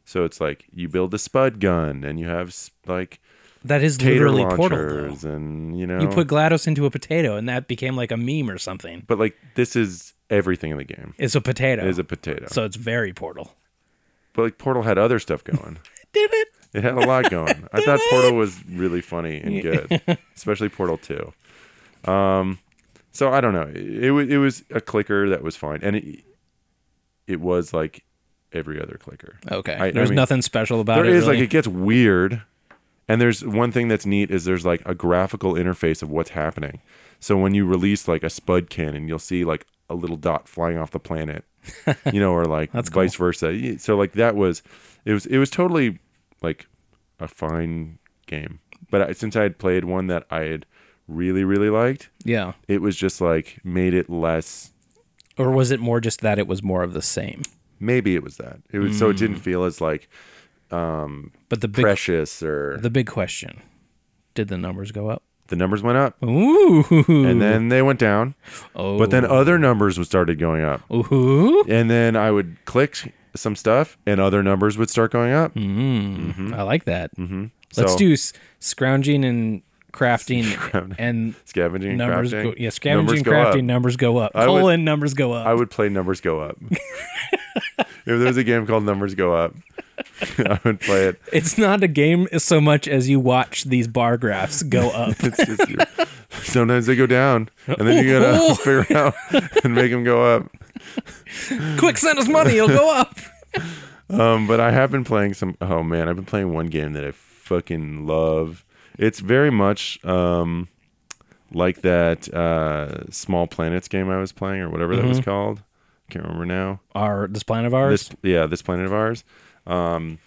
So it's like you build the spud gun and you have s- like
that is
tater
literally Portal.
launchers and you know
Though. You put GLaDOS into a potato and that became like a meme or something.
But like this is everything in the game.
It's a potato.
It is a potato.
so it's very Portal.
but like Portal had other stuff going.
Did it?
it had a lot going. I thought Portal was really funny and good, especially Portal Two. Um, so I don't know. It was it was a clicker that was fine, and it it was like every other clicker.
Okay.
I- I
There's
mean,
nothing special about
There
it.
is
really.
like it gets weird, and there's one thing that's neat is there's like a graphical interface of what's happening. So when you release like a spud cannon, you'll see like a little dot flying off the planet, you know, or like vice versa. Y- So like that was, it was it was totally like a fine game. But I, since I had played one that I had really really liked,
yeah.
it was just like made it less
Or was it more just that it was more of the same?
maybe it was that it was so it didn't feel as like
But Mm. the big
precious or
the big question, did the numbers go up?
the numbers went up
Ooh.
and then they went down,
oh.
but then other numbers would started going up.
Ooh.
And then I would click some stuff and other numbers would start going up.
Hmm. I like that. Mm-hmm. Let's
So-
do s- scrounging and crafting and
Scavenging and
numbers.
crafting.
Go, yeah, scavenging,
Numbers
and
go up.
crafting, numbers go up.
would-
Colon, numbers go up.
I would play Numbers Go Up. if there was a game called Numbers Go Up, I would play it.
it's not a game so much as you watch these bar graphs go up.
It's just, sometimes they go down, and then you gotta
Ooh.
figure out and make them go up.
Quick, send us money, it'll go up.
Um, but I have been playing some. Oh man, I've been playing one game that I fucking love. It's very much um, like that uh, Small Planets game I was playing, or whatever that was called. Can't remember now.
Our this planet Mm-hmm. of ours.
this yeah this planet of ours um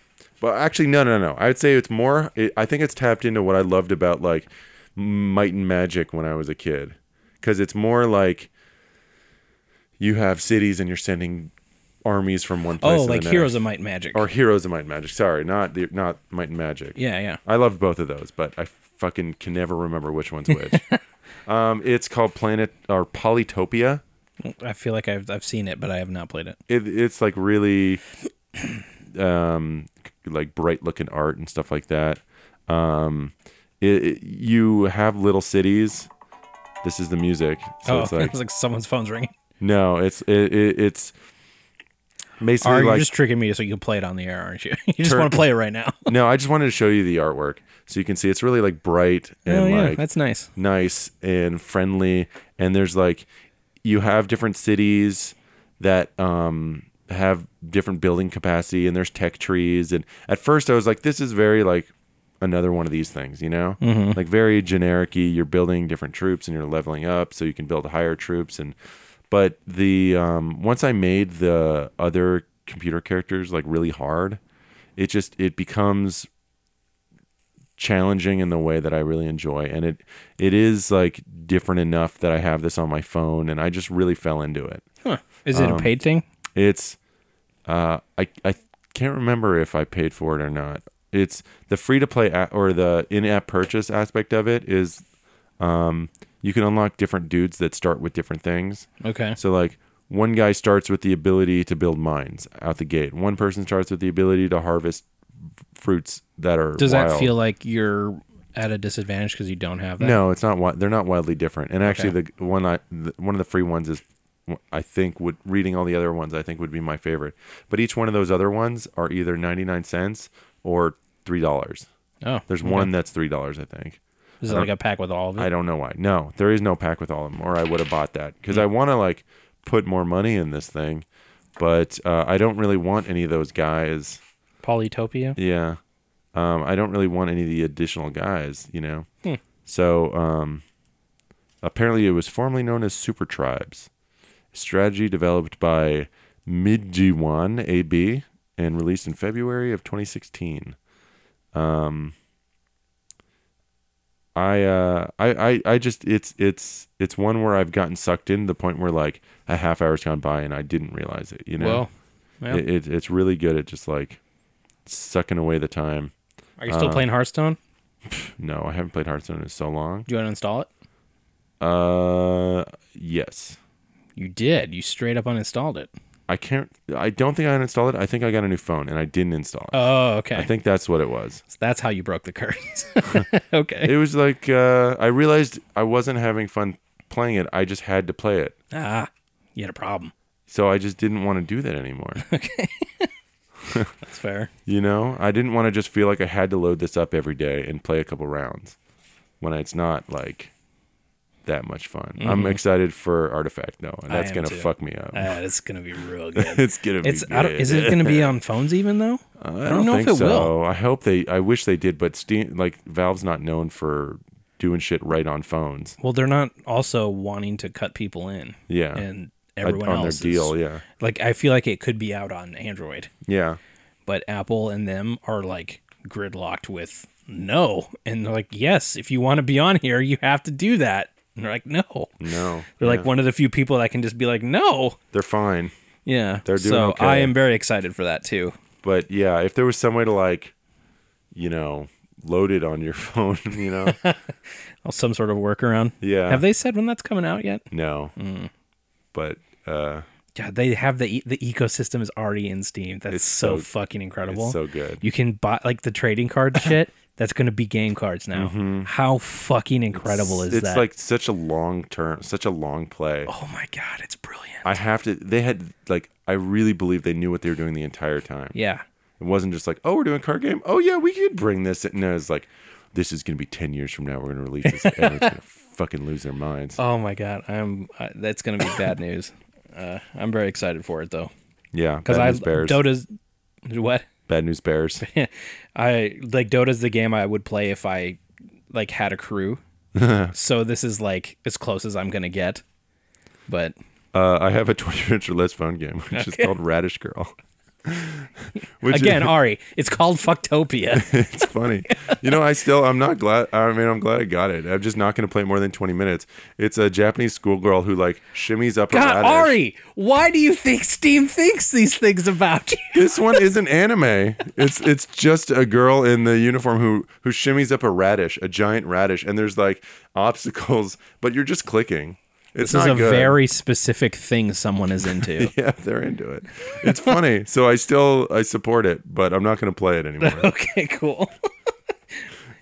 but actually no no no i would say it's more it, i think it's tapped into what i loved about like might and magic when i was a kid because it's more like you have cities and you're sending armies from one place to
oh,
the
like
next.
Heroes of Might and Magic.
or heroes of might and magic sorry not the not might and magic
yeah, yeah.
i loved both of those but i fucking can never remember which one's which um it's called planet or polytopia
I feel like I've I've seen it, but I have not played it.
it, it's like really um like bright looking art and stuff like that um it, it- you have little cities this is the music so
oh,
it's like
it's like someone's phone's ringing.
no it's it, it, it's basically
Are you
like
just tricking me so you can play it on the air, aren't you? You just
Turn-
want to play it right now.
no i just wanted to show you the artwork so you can see it's really like bright and
oh yeah,
like
that's nice.
nice and friendly and there's like you have different cities that um have different building capacity and there's tech trees and at first i was like this is very like another one of these things you know like very generic you're building different troops and you're leveling up so you can build higher troops and but the um once i made the other computer characters like really hard it just it becomes challenging in the way that I really enjoy and it it is like different enough that I have this on my phone and I just really fell into it.
Huh. Is
um,
it a paid thing?
It's uh I I can't remember if I paid for it or not. It's the free to play a- or the in-app purchase aspect of it is um you can unlock different dudes that start with different things.
Okay.
So like one guy starts with the ability to build mines out the gate. One person starts with the ability to harvest f- fruits that are
Does that
wild.
feel like you're at a disadvantage because you don't have that?
No, it's not. wi- They're not wildly different. And actually, the one I the, one of the free ones is, I think, would reading all the other ones, I think would be my favorite. But each one of those other ones are either ninety nine cents or three dollars.
Oh,
There's one that's three dollars, I think.
Is it like a pack with all of it?
I don't know why. No, there is no pack with all of them, or I would have bought that because I want to like put more money in this thing, but uh, I don't really want any of those guys.
Polytopia.
Yeah. Um, I don't really want any of the additional guys, you know. So um, apparently, it was formerly known as Super Tribes. Strategy developed by Midjiwan AB and released in February of 2016. Um, I, uh, I, I, I just it's it's it's one where I've gotten sucked in to the point where like a half hour's gone by and I didn't realize it. You know,
Well, yeah.
it, it, it's really good at just like sucking away the time.
are you
uh,
still playing Hearthstone?
No, I haven't played Hearthstone in so long.
Do you want to uninstall it?
Uh, yes.
You did. You straight up uninstalled it.
I can't. I don't think I uninstalled it. I think I got a new phone and I didn't install it.
Oh, okay.
I think that's what it was.
So that's how you broke the curse. okay.
It was like uh, I realized I wasn't having fun playing it. I just had to play it,
ah, you had a problem.
so I just didn't want to do that anymore.
That's fair.
you know, I didn't want to just feel like I had to load this up every day and play a couple rounds when it's not like that much fun. I'm excited for Artifact though, and
Mm-hmm. I
that's
am
gonna
too.
fuck me up.
Ah, it's gonna be real good.
it's gonna be. Uh,
It's I don't, is it gonna be on phones even though?
I don't,
know if
think
it
so. I hope they. I wish they did, but Steam, like Valve's not known for doing shit right on phones.
Well, they're not also wanting to cut people in.
Yeah.
And
I-
everyone
on
else
their deal,
Is,
yeah,
Like I feel like it could be out on Android,
yeah.
but Apple and them are like gridlocked with no, and they're like, yes, if you want to be on here, you have to do that. And they're like, no.
No,
They're like one of the few people that can just be like, no.
they're fine.
Yeah.
They're doing
so
okay.
I am very excited for that too.
But yeah, if there was some way to like, you know, loaded on your phone, you know?
Oh, some sort of workaround.
Yeah.
Have they said when that's coming out yet?
no.
Mm.
But uh,
God, they have the e- the ecosystem is already in Steam. That's
It's
so,
so-
fucking incredible.
it's so good.
you can buy like the trading card shit. That's going to be game cards now. How fucking incredible is
Mm-hmm. it's
that?
like such a long term, such a long play.
oh my god, it's brilliant.
I have to. They had like I really believe they knew what they were doing the entire time.
yeah,
It wasn't just like, oh, we're doing a card game. Oh yeah, we could bring this. in." No, it's like, this is gonna be ten years from now. We're gonna release this. and Everyone's gonna fucking lose their minds.
Oh my god, I'm uh, that's gonna be bad news. Uh, I'm very excited for it though,
yeah,
because
bad
I
news bears.
Dota's what
Bad news bears.
I like Dota's the game I would play if I like had a crew. so this is like as close as I'm gonna get. But
Uh, I have a twenty minutes or less phone game, which is called Radish Girl. which
again,
is,
Ari, it's called Fucktopia.
it's funny. You know, I still I'm not glad. I mean, I'm glad I got it. I'm just not gonna play more than twenty minutes. It's a Japanese schoolgirl who like shimmies up a
God,
radish.
Ari, why do you think Steam thinks these things about you?
this one isn't anime. It's it's just a girl in the uniform who who shimmies up a radish, a giant radish, and there's like obstacles, but you're just clicking. It's
This is
not
a
good.
very specific thing someone is into.
yeah, they're into it. It's funny, so I still I support it, but I'm not going to play it anymore.
okay, cool.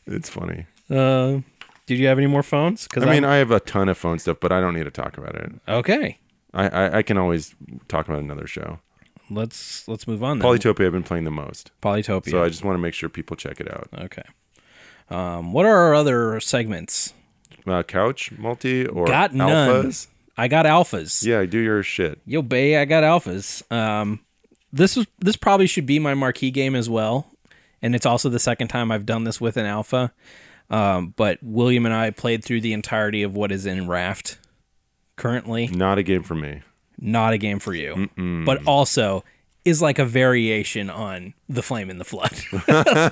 it's funny.
Uh, did you have any more phones? Because
I mean, I have a ton of phone stuff, but I don't need to talk about it.
okay.
I I, I can always talk about another show.
let's let's move on then.
Polytopia I've been playing the most,
Polytopia.
so I just want to make sure people check it out.
okay. Um, what are our other segments?
Uh, couch multi or
Got none.
alphas?
I got alphas.
Yeah, do your shit.
Yo, Bay, I got alphas. Um, this was this probably should be my marquee game as well, and it's also the second time I've done this with an alpha. Um, but William and I played through the entirety of what is in Raft currently.
Not a game for me.
Not a game for you, but also is like a variation on the flame in the flood,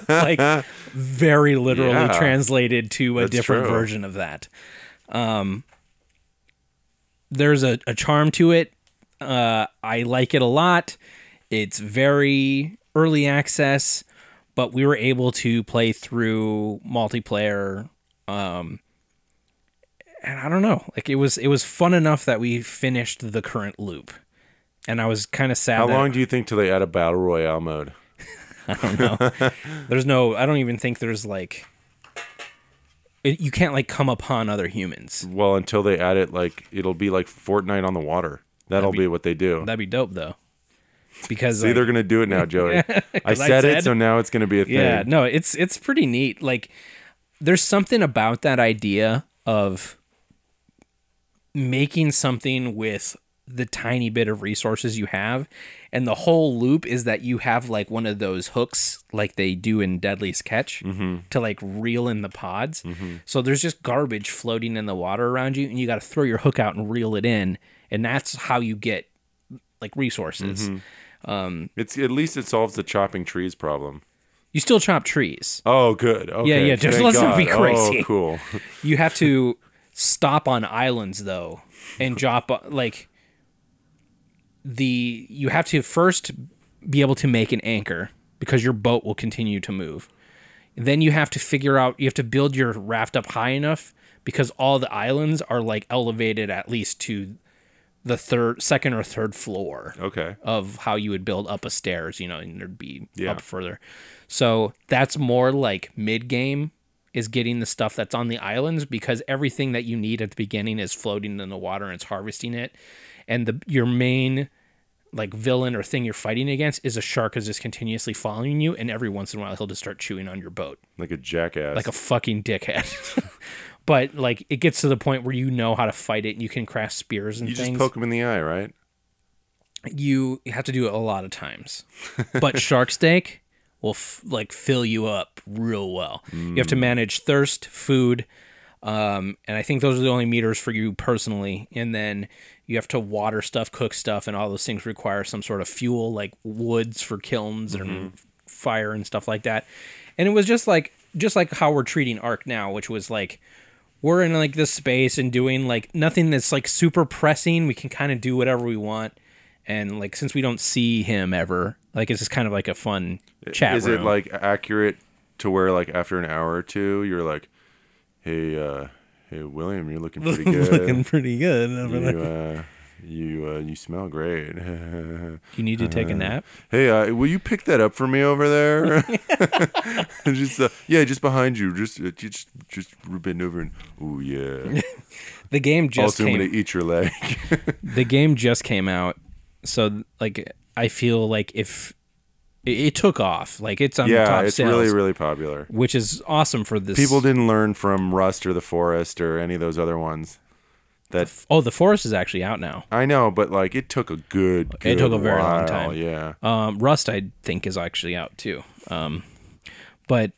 like very literally
Yeah.
translated to a
That's
different
true.
version of that. Um, there's a, a charm to it. Uh, I like it a lot. It's very early access, but we were able to play through multiplayer. Um, and I don't know, like it was it was fun enough that we finished the current loop, and I was kind of sad.
How
that
long do you think till they add a battle royale mode?
There's no. I don't even think there's like. It, you can't like come upon other humans.
Well, until they add it, like it'll be like Fortnite on the water. That'll be, what they do.
That'd be dope though, because
See,
like,
they're gonna do it now, Joey. I, said
said-
it, so now it's gonna be a thing.
yeah, no, it's it's pretty neat. Like, there's something about that idea of making something with the tiny bit of resources you have, and the whole loop is that you have like one of those hooks, like they do in Deadly's Catch, to like reel in the pods. So there's just garbage floating in the water around you, and you got to throw your hook out and reel it in, and that's how you get like resources.
It's at least it solves the chopping trees problem.
You still chop trees.
Oh, good. Okay.
yeah, just
Thank
let's not be
God.
crazy.
Oh, cool.
You have to stop on islands though, and drop like the you have to first be able to make an anchor because your boat will continue to move. Then you have to figure out you have to build your raft up high enough because all the islands are like elevated at least to the third second or third floor
Okay.
of how you would build up a stairs, you know, and there'd be
Yeah.
up further. So that's more like mid game is getting the stuff that's on the islands because everything that you need at the beginning is floating in the water and it's harvesting it. And the your main like villain or thing you're fighting against is a shark is just continuously following you and every once in a while he'll just start chewing on your boat
Like a jackass.
like a fucking dickhead. but like it gets to the point where you know how to fight it and you can craft spears and
you just
things
poke him in the eye, right?
you have to do it a lot of times. But shark steak will f- like fill you up real well. You have to manage thirst, food, um, and I think those are the only meters for you personally. And then you have to water stuff, cook stuff, and all those things require some sort of fuel, like woods for kilns
Mm-hmm.
and fire and stuff like that. And it was just like just like how we're treating Ark now, which was like we're in like this space and doing like nothing that's like super pressing. We can kind of do whatever we want. And like since we don't see him ever, like it's just kind of like a fun chat
is
room.
it like accurate to where like after an hour or two, you're like, hey, uh, hey, William, you're looking pretty good.
looking pretty good over there.
you, uh, you, uh, you smell great.
You need to take
Uh-huh.
a nap.
hey, uh, will you pick that up for me over there? just uh, yeah, just behind you. Just uh, just just bend over and oh yeah.
The game just
also, I'm
came.
gonna eat your leg.
The game just came out, so like I feel like if it, it took off, like it's on the
yeah,
top
it's
sales,
really really popular.
which is awesome for this.
People didn't learn from Rust or The Forest or any of those other ones. That
oh, the forest is actually out now.
I know, but like it took a good,
It took
good
a very long
while,
time.
Yeah,
Um, Rust, I think, is actually out too. Um, but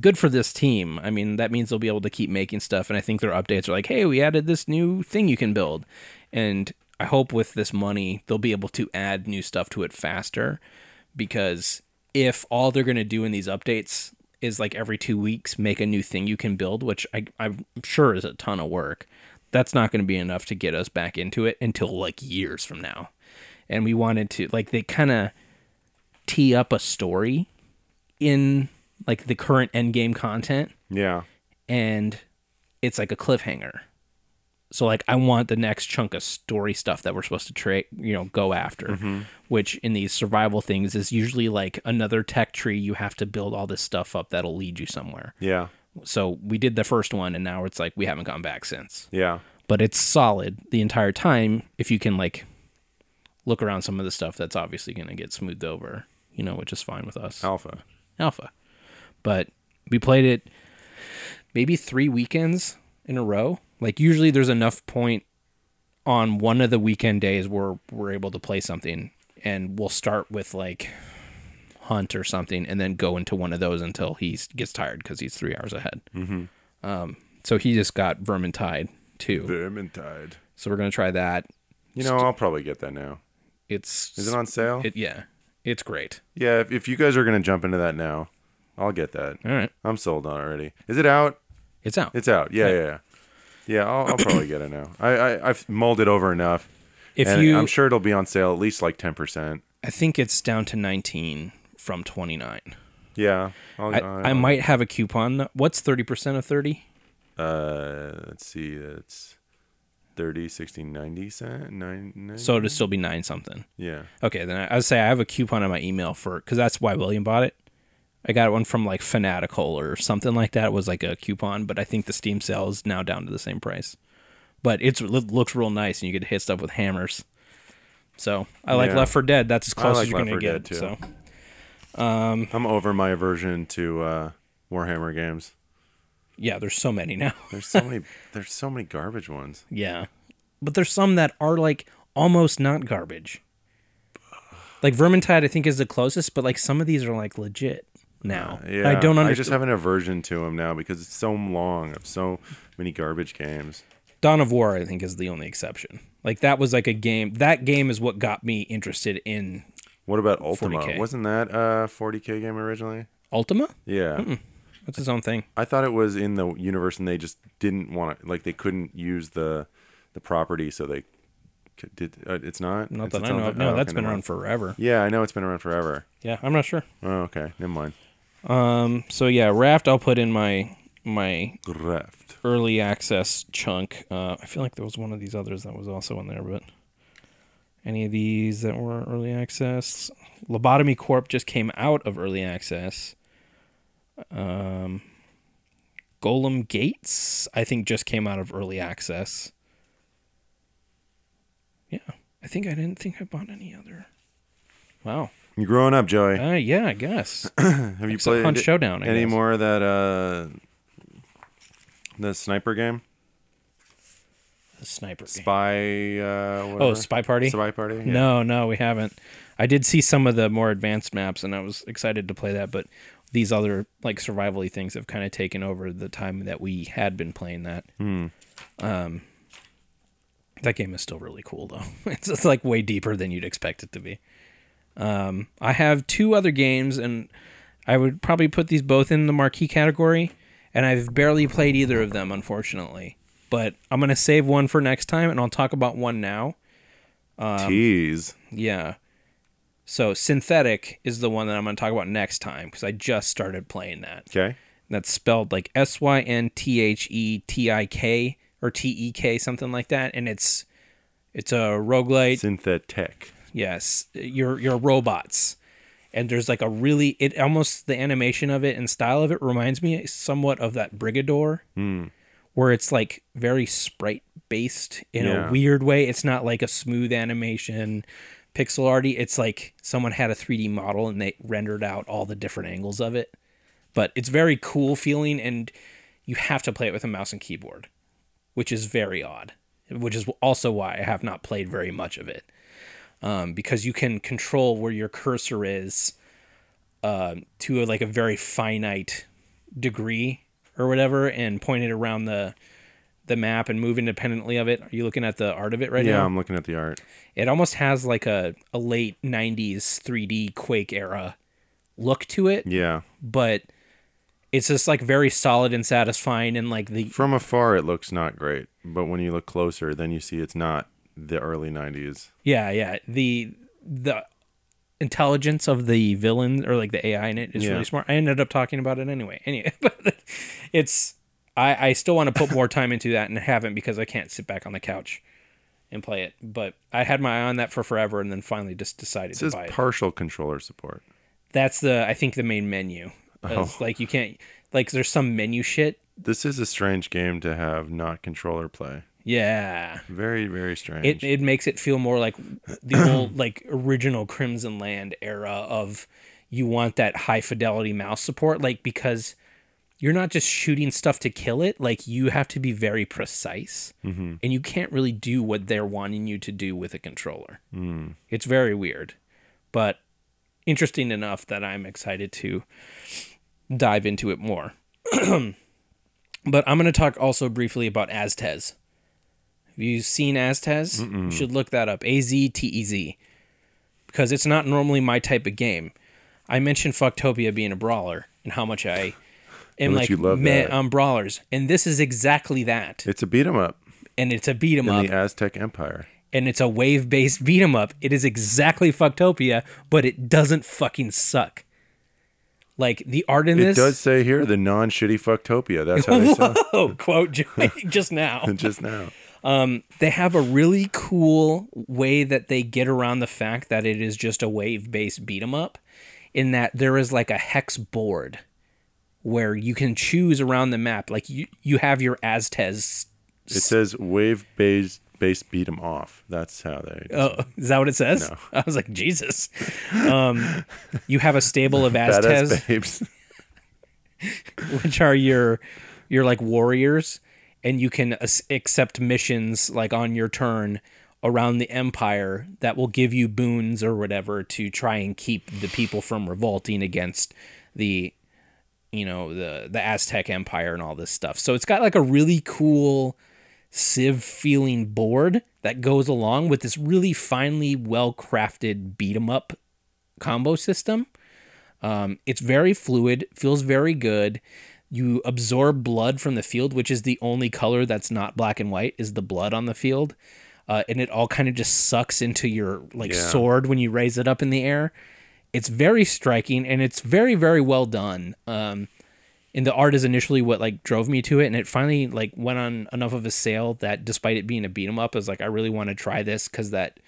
good for this team. I mean, that means they'll be able to keep making stuff. And I think their updates are like, hey, we added this new thing you can build. And I hope with this money, they'll be able to add new stuff to it faster. Because if all they're going to do in these updates is like every two weeks make a new thing you can build, which I, I'm sure is a ton of work, that's not going to be enough to get us back into it until like years from now. And we wanted to, like, they kind of tee up a story in like the current endgame content
yeah.
and it's like a cliffhanger. So like I want the next chunk of story stuff that we're supposed to tra- you know go after, which in these survival things is usually like another tech tree you have to build all this stuff up that'll lead you somewhere.
Yeah.
So we did the first one and now it's like we haven't gone back since.
Yeah.
But it's solid the entire time if you can like look around some of the stuff that's obviously going to get smoothed over, you know, which is fine with us
Alpha.
alpha but we played it maybe three weekends in a row like usually there's enough point on one of the weekend days where we're able to play something and we'll start with like hunt or something and then go into one of those until he s- gets tired because he's three hours ahead mm-hmm. um, so he just got vermintide too
Vermintide.
so we're gonna try that
You know, I'll probably get that now.
it's
Is it on sale?
it, yeah it's great
yeah. If, if you guys are gonna jump into that now, I'll get that.
all right
I'm sold on it already. Is it out?
it's out
It's out. Yeah. Yeah. Yeah. Yeah, I'll, I'll probably get it now. I, I I've mulled it over enough,
if
and
you
I'm sure it'll be on sale at least like ten percent.
i think it's down to 19 from 29
Yeah, I'll,
I,
I'll-
I might have a coupon. What's 30% of 30?
Uh, let's see. That's 30, 60, 90 cent. Nine, nine?
So it'll still be nine something.
yeah.
Okay, then I, I would say I have a coupon on my email for because that's why William bought it. I got one from like Fanatical or something like that. It was like a coupon, but I think the Steam sale is now down to the same price. But it's, it looks real nice, and you get to hit stuff with hammers. So I like
Yeah.
Left for Dead. That's as close
like
as you're
Left 4
gonna
Dead,
get.
too.
So
I'm over my aversion to uh, Warhammer games.
yeah, there's so many now.
There's so many. there's so many garbage ones.
Yeah. But there's some that are like almost not garbage. Like Vermintide, I think, is the closest, but like some of these are like legit now.
Uh, Yeah,
I don't
I just
understand.
have an aversion to them now because it's so long of so many garbage games.
Dawn of War, I think, is the only exception. Like that was like a game. That game is what got me interested in
What about Ultima?
40K.
Wasn't that a 40k game originally?
Ultima.
Yeah,
That's his own thing.
I thought it was in the universe, and they just didn't want to. Like they couldn't use the the property, so they c- did. Uh, it's not.
Not
It's
that
its
I
own
know. of.
thing?
No,
Oh,
that's
okay,
been
never mind.
around forever.
Yeah, I know it's been around forever.
Yeah, I'm not sure.
Oh, okay. Never mind.
Um. So yeah, Raft. I'll put in my my
Left.
early access chunk. Uh, I feel like there was one of these others that was also in there, but any of these that were early access? Lobotomy Corp just came out of early access. Um, Golem Gates, I think, just came out of early access. Yeah, I think I didn't think I bought any other. Wow.
You're growing up, Joey.
Uh, yeah, I guess.
Have you
except
played
Hunt Showdown, I
any
guess.
more of that uh the sniper game?
The sniper. Game.
Spy uh whatever.
Oh, Spy Party?
Spy Party? Yeah.
No, no, we haven't. I did see some of the more advanced maps, and I was excited to play that. But these other like survivally things have kind of taken over the time that we had been playing that. Um, that game is still really cool though. it's, it's like way deeper than you'd expect it to be. Um, I have two other games, and I would probably put these both in the marquee category. And I've barely played either of them, unfortunately. But I'm gonna save one um, for next time, and I'll talk about one now.
Tease.
Yeah. So synthetic is the one that I'm going to talk about next time because I just started playing that.
Okay.
And that's spelled like S Y N T H E T I K or T E K something like that, and it's it's a roguelite
Synthetech.
Yes, you're you're robots, and there's like a really it almost the animation of it and style of it reminds me somewhat of that Brigador, where it's like very sprite based in
Yeah.
a weird way. It's not like a smooth animation, pixel arty. It's like someone had a 3D model and they rendered out all the different angles of it. But it's very cool feeling, and you have to play it with a mouse and keyboard, which is very odd. Which is also why I have not played very much of it um, because you can control where your cursor is um to a, like a very finite degree or whatever, and point it around the the map and move independently of it. Are you looking at the art of it right
Yeah,
now?
I'm looking at the art.
It almost has like a, a late '90s 3D Quake era look to it,
Yeah.
but it's just like very solid and satisfying, and like the
From afar, it looks not great, but when you look closer, then you see it's not the early 90s.
Yeah, yeah. The the intelligence of the villain or like the AI in it is
Yeah.
really smart. I ended up talking about it anyway. Anyway, but it's I I still want to put more time into that and I haven't because I can't sit back on the couch and play it. But I had my eye on that for forever and then finally just decided
It
to
says
buy it.
partial controller support.
That's the I think the main menu.
Oh.
It's like you can't like there's some menu shit.
This is a strange game to have not controller play.
Yeah.
Very, very strange.
it, it makes it feel more like the old like original crimson land era of you want that high fidelity mouse support like because you're not just shooting stuff to kill it like you have to be very precise and you can't really do what they're wanting you to do with a controller it's very weird but interesting enough that i'm excited to dive into it more but i'm going to talk also briefly about aztez have you seen Aztez? You should look that up. A Z T E Z. Because it's not normally my type of game. I mentioned Fucktopia being a brawler and how much I am
much
like
you love
meh
that.
on brawlers. And this is exactly that.
it's a beat 'em up
And it's a beat 'em
in
up
the Aztec Empire.
and it's a wave based beat 'em up. It is exactly Fucktopia, but it doesn't fucking suck. Like the art in
It
this
does say here the non shitty fucktopia. That's how they said
Oh, quote just now.
it just now.
they have a really cool way that they get around the fact that it is just a wave based beat 'em up in that there is like a hex board where you can choose around the map like you you have your aztez
It says wave based base beat 'em off. That's how they.
oh is that what it says i was like jesus um you have a stable of aztez
Badass babes.
which are your your like warriors and you can as- accept missions like on your turn around the empire that will give you boons or whatever to try and keep the people from revolting against the you know the the aztec empire and all this stuff so it's got like a really cool civ feeling board that goes along with this really finely well crafted beat 'em up combo system um, it's very fluid, feels very good. You absorb blood from the field, which is the only color that's not black and white, is the blood on the field. Uh, and it all kind of just sucks into your like
Yeah.
sword when you raise it up in the air. It's very striking and it's very, very well done. Um, and the art is initially what like drove me to it, and it finally like went on enough of a sale that despite it being a beat 'em up, I was like, I really want to try this because that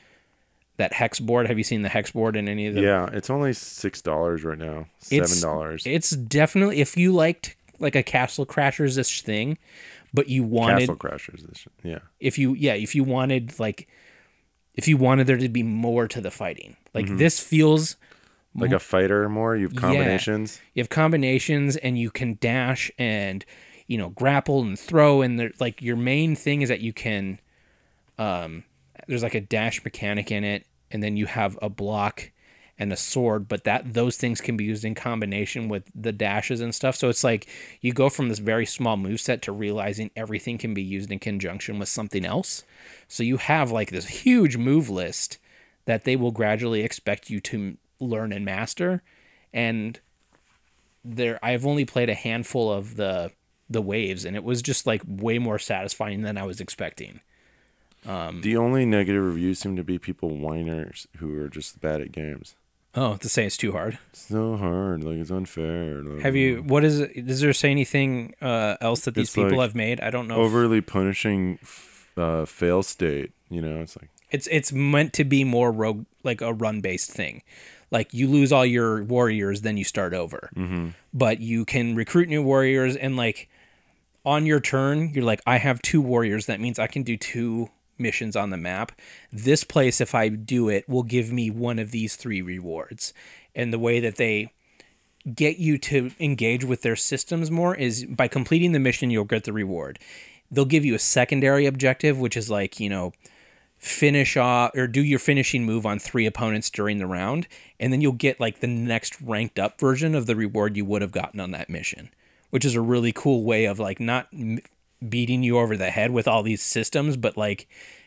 that hex board. Have you seen the hex board in any of the
Yeah, it's only six dollars right now.
It's-
Seven dollars.
It's definitely if you liked like a Castle Crashers ish thing, but you wanted
Castle Crashers. this- Yeah,
if you yeah if you wanted like if you wanted there to be more to the fighting, like
Mm-hmm.
this feels
like a fighter more. You have combinations.
you have combinations and you can dash and you know grapple and throw and there, like your main thing is that you can um there's like a dash mechanic in it and then you have a block and a sword but that those things can be used in combination with the dashes and stuff so it's like you go from this very small move set to realizing everything can be used in conjunction with something else so you have like this huge move list that they will gradually expect you to m- learn and master and there I've only played a handful of the the waves and it was just like way more satisfying than I was expecting. Um,
The only negative reviews seem to be people whiners who are just bad at games.
Oh, to say it's too hard.
so hard, like it's unfair. like-
Have you? What is? it- Does there say anything uh, else that these
It's
people
like
have made? I don't know. if-
overly punishing f- uh, fail state? You know, it's like
it's it's meant to be more rogue, like a run based thing. Like you lose all your warriors, then you start over. But you can recruit new warriors, and like on your turn, you're like, I have two warriors. That means I can do two missions on the map. This place, if I do it, will give me one of these three rewards. And the way that they get you to engage with their systems more is by completing the mission you'll get the reward they'll give you a secondary objective which is like you know finish off or do your finishing move on three opponents during the round and then you'll get like the next ranked up version of the reward you would have gotten on that mission which is a really cool way of like not m- beating you over the head with all these systems but like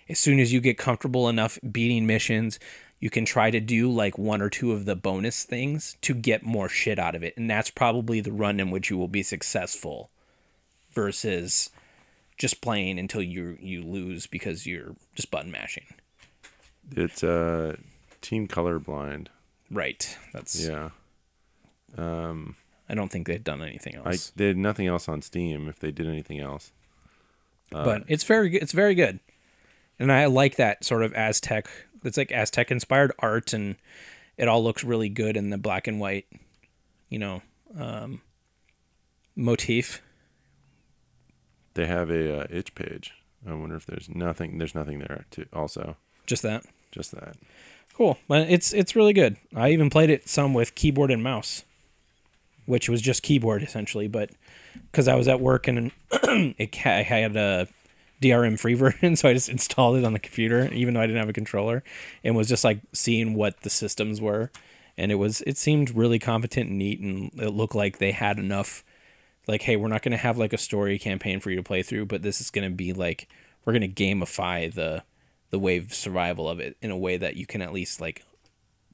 as soon as you get comfortable enough beating missions you can try to do like one or two of the bonus things to get more shit out of it and that's probably the run in which you will be successful versus just playing until you you lose because you're just button mashing.
it's uh, team colorblind.
Right. That's
Yeah,
I don't think they've done anything
I
else.
they had nothing else on Steam. If they did anything else,
but it's very good. It's very good. And I like that sort of Aztec. It's like Aztec inspired art and it all looks really good in the black and white, you know, um, motif.
they have a uh, itch page. I wonder if there's nothing. There's nothing there to also
Just that.
just that.
Cool. But it's it's really good. I even played it some with keyboard and mouse, which was just keyboard essentially, but because I was at work and it ha- I had a DRM free version, so I just installed it on the computer, even though I didn't have a controller, and was just like seeing what the systems were, and it was it seemed really competent and neat, and it looked like they had enough. Like, hey, we're not going to have like a story campaign for you to play through, but this is going to be like we're going to gamify the the wave survival of it in a way that you can at least like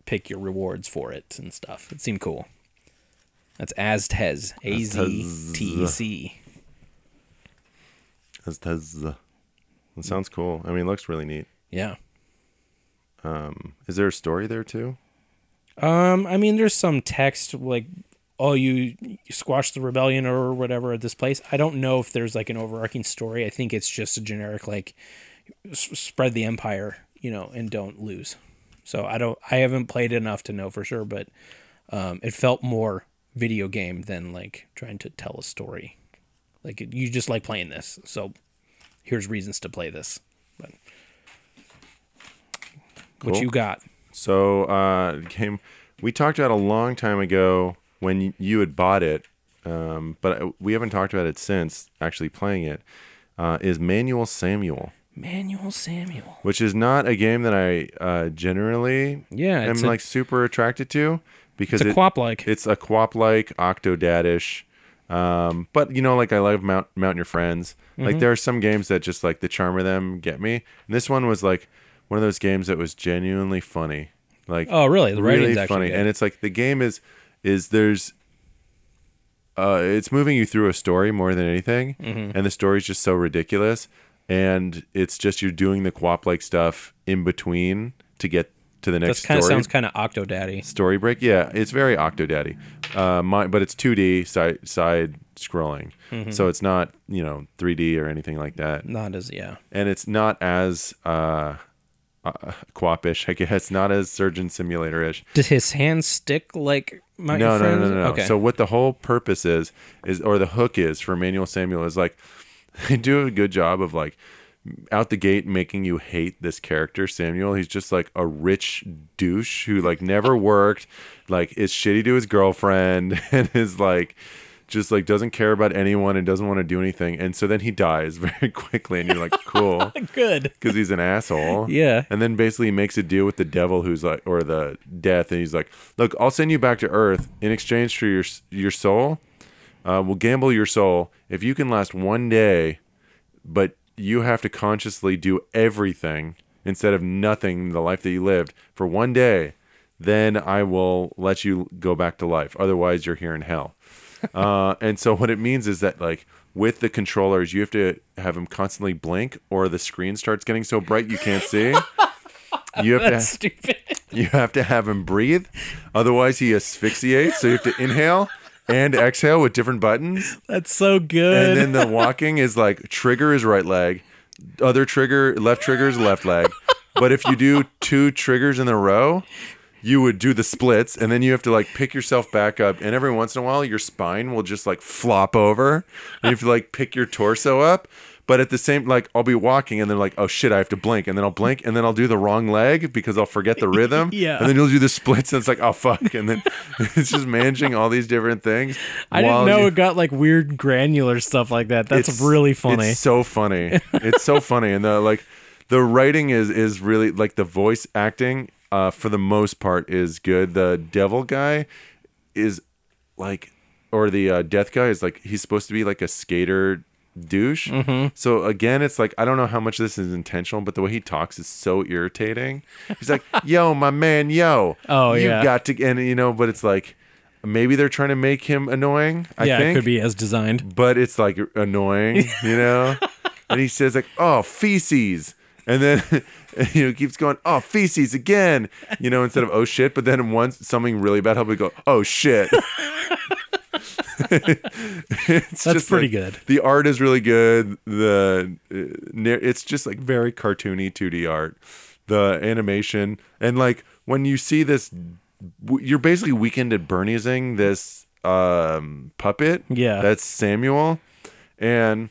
pick your rewards for it and stuff. It seemed cool. That's Aztez, A Z T E C.
That's- that's-
uh,
That sounds cool. I mean, it looks really neat.
Yeah.
Is there a story there too?
Um, I mean, there's some text like, "Oh, you, you squashed the rebellion or whatever at this place." I don't know if there's like an overarching story. I think it's just a generic like, s- spread the empire, you know, and don't lose. So I don't. I haven't played enough to know for sure, but um, it felt more video game than like trying to tell a story. Like it- you just like playing this, so here's reasons to play this. But what
Cool.
you got?
So uh, it came. We talked about it a long time ago when y- you had bought it, um, but we haven't talked about it since actually playing it. Uh, is Manual Samuel,
Manuel Samuel.
which is not a game that I uh, generally
Yeah,
am
it's a-
like super attracted to because
It's a
it-
quap like.
it's a quap like octodadish um but you know like i love mount mount your friends
Mm-hmm.
like there are some games that just like the charm of them get me and this one was like one of those games that was genuinely funny like
Oh, really? The writing's
really
actually
funny
good.
and it's like the game is is there's uh it's moving you through a story more than anything
Mm-hmm.
and the story's just so ridiculous and it's just you're doing the quap like stuff in between to get to the next
That kind of
story
sounds kind of Octodaddy.
Story break, yeah, it's very Octodaddy, uh, my, but it's 2D side side scrolling, so it's not you know 3D or anything like that,
Not as yeah.
and it's not as uh, uh, quapish, I guess, not as Surgeon Simulator ish.
Does his hands stick like my
No, no,
friends?
no, no, no.
Okay.
So what the whole purpose is is, or the hook is for Manuel Samuel is like they do a good job of like out the gate making you hate this character Samuel. He's just like a rich douche who like never worked, like is shitty to his girlfriend, and is like just like doesn't care about anyone and doesn't want to do anything. And so then he dies very quickly, and you're like, cool
good.
because he's an asshole.
Yeah.
And then basically he makes a deal with the devil, who's like, or the death, and he's like, "Look, I'll send you back to Earth in exchange for your your soul. Uh, we'll gamble your soul if you can last one day, but you have to consciously do everything instead of nothing. The life that you lived for one day, then I will let you go back to life. Otherwise, you're here in hell." uh, and so what it means is that like with the controllers, you have to have them constantly blink, or the screen starts getting so bright you can't see. You have
That's
to
stupid.
you have to have him breathe, otherwise he asphyxiates. So you have to inhale and exhale with different buttons.
That's so
And
good.
then the walking is like trigger is right leg, other trigger left trigger is left leg. But if you do two triggers in a row, you would do the splits, and then you have to like pick yourself back up. And every once in a while, your spine will just like flop over, and you have to like pick your torso up. But at the same, like I'll be walking, and then like, oh shit, I have to blink, and then I'll blink, and then I'll do the wrong leg because I'll forget the rhythm.
Yeah.
And then you'll do the splits, and it's like, oh fuck, and then it's just managing all these different things.
I didn't
while
know
you-
it got like weird granular stuff like that. That's
it's-
really funny.
It's so funny. It's so funny, and the like, the writing is is really like the voice acting. Uh, for the most part, is good. The devil guy is like, or the uh, death guy is like he's supposed to be like a skater douche.
Mm-hmm.
So again, it's like I don't know how much this is intentional, but the way he talks is so irritating. He's like, "Yo, my man, yo,
Oh,
you
yeah.
got to," and you know, but it's like. Maybe they're trying to make him annoying. I
yeah,
think
it could be as designed.
but it's like annoying, you know? and he says like, "Oh, feces." And then you know keeps going, "Oh, feces again." You know, instead of "Oh shit," but then once something really bad happens, we go, "Oh shit." It's
That's
just,
pretty
like,
good.
The art is really good. The uh, nar- it's just like very cartoony 2D art. The animation and like when you see this w- you're basically weekend at Bernie'sing this um puppet.
Yeah.
That's Samuel. And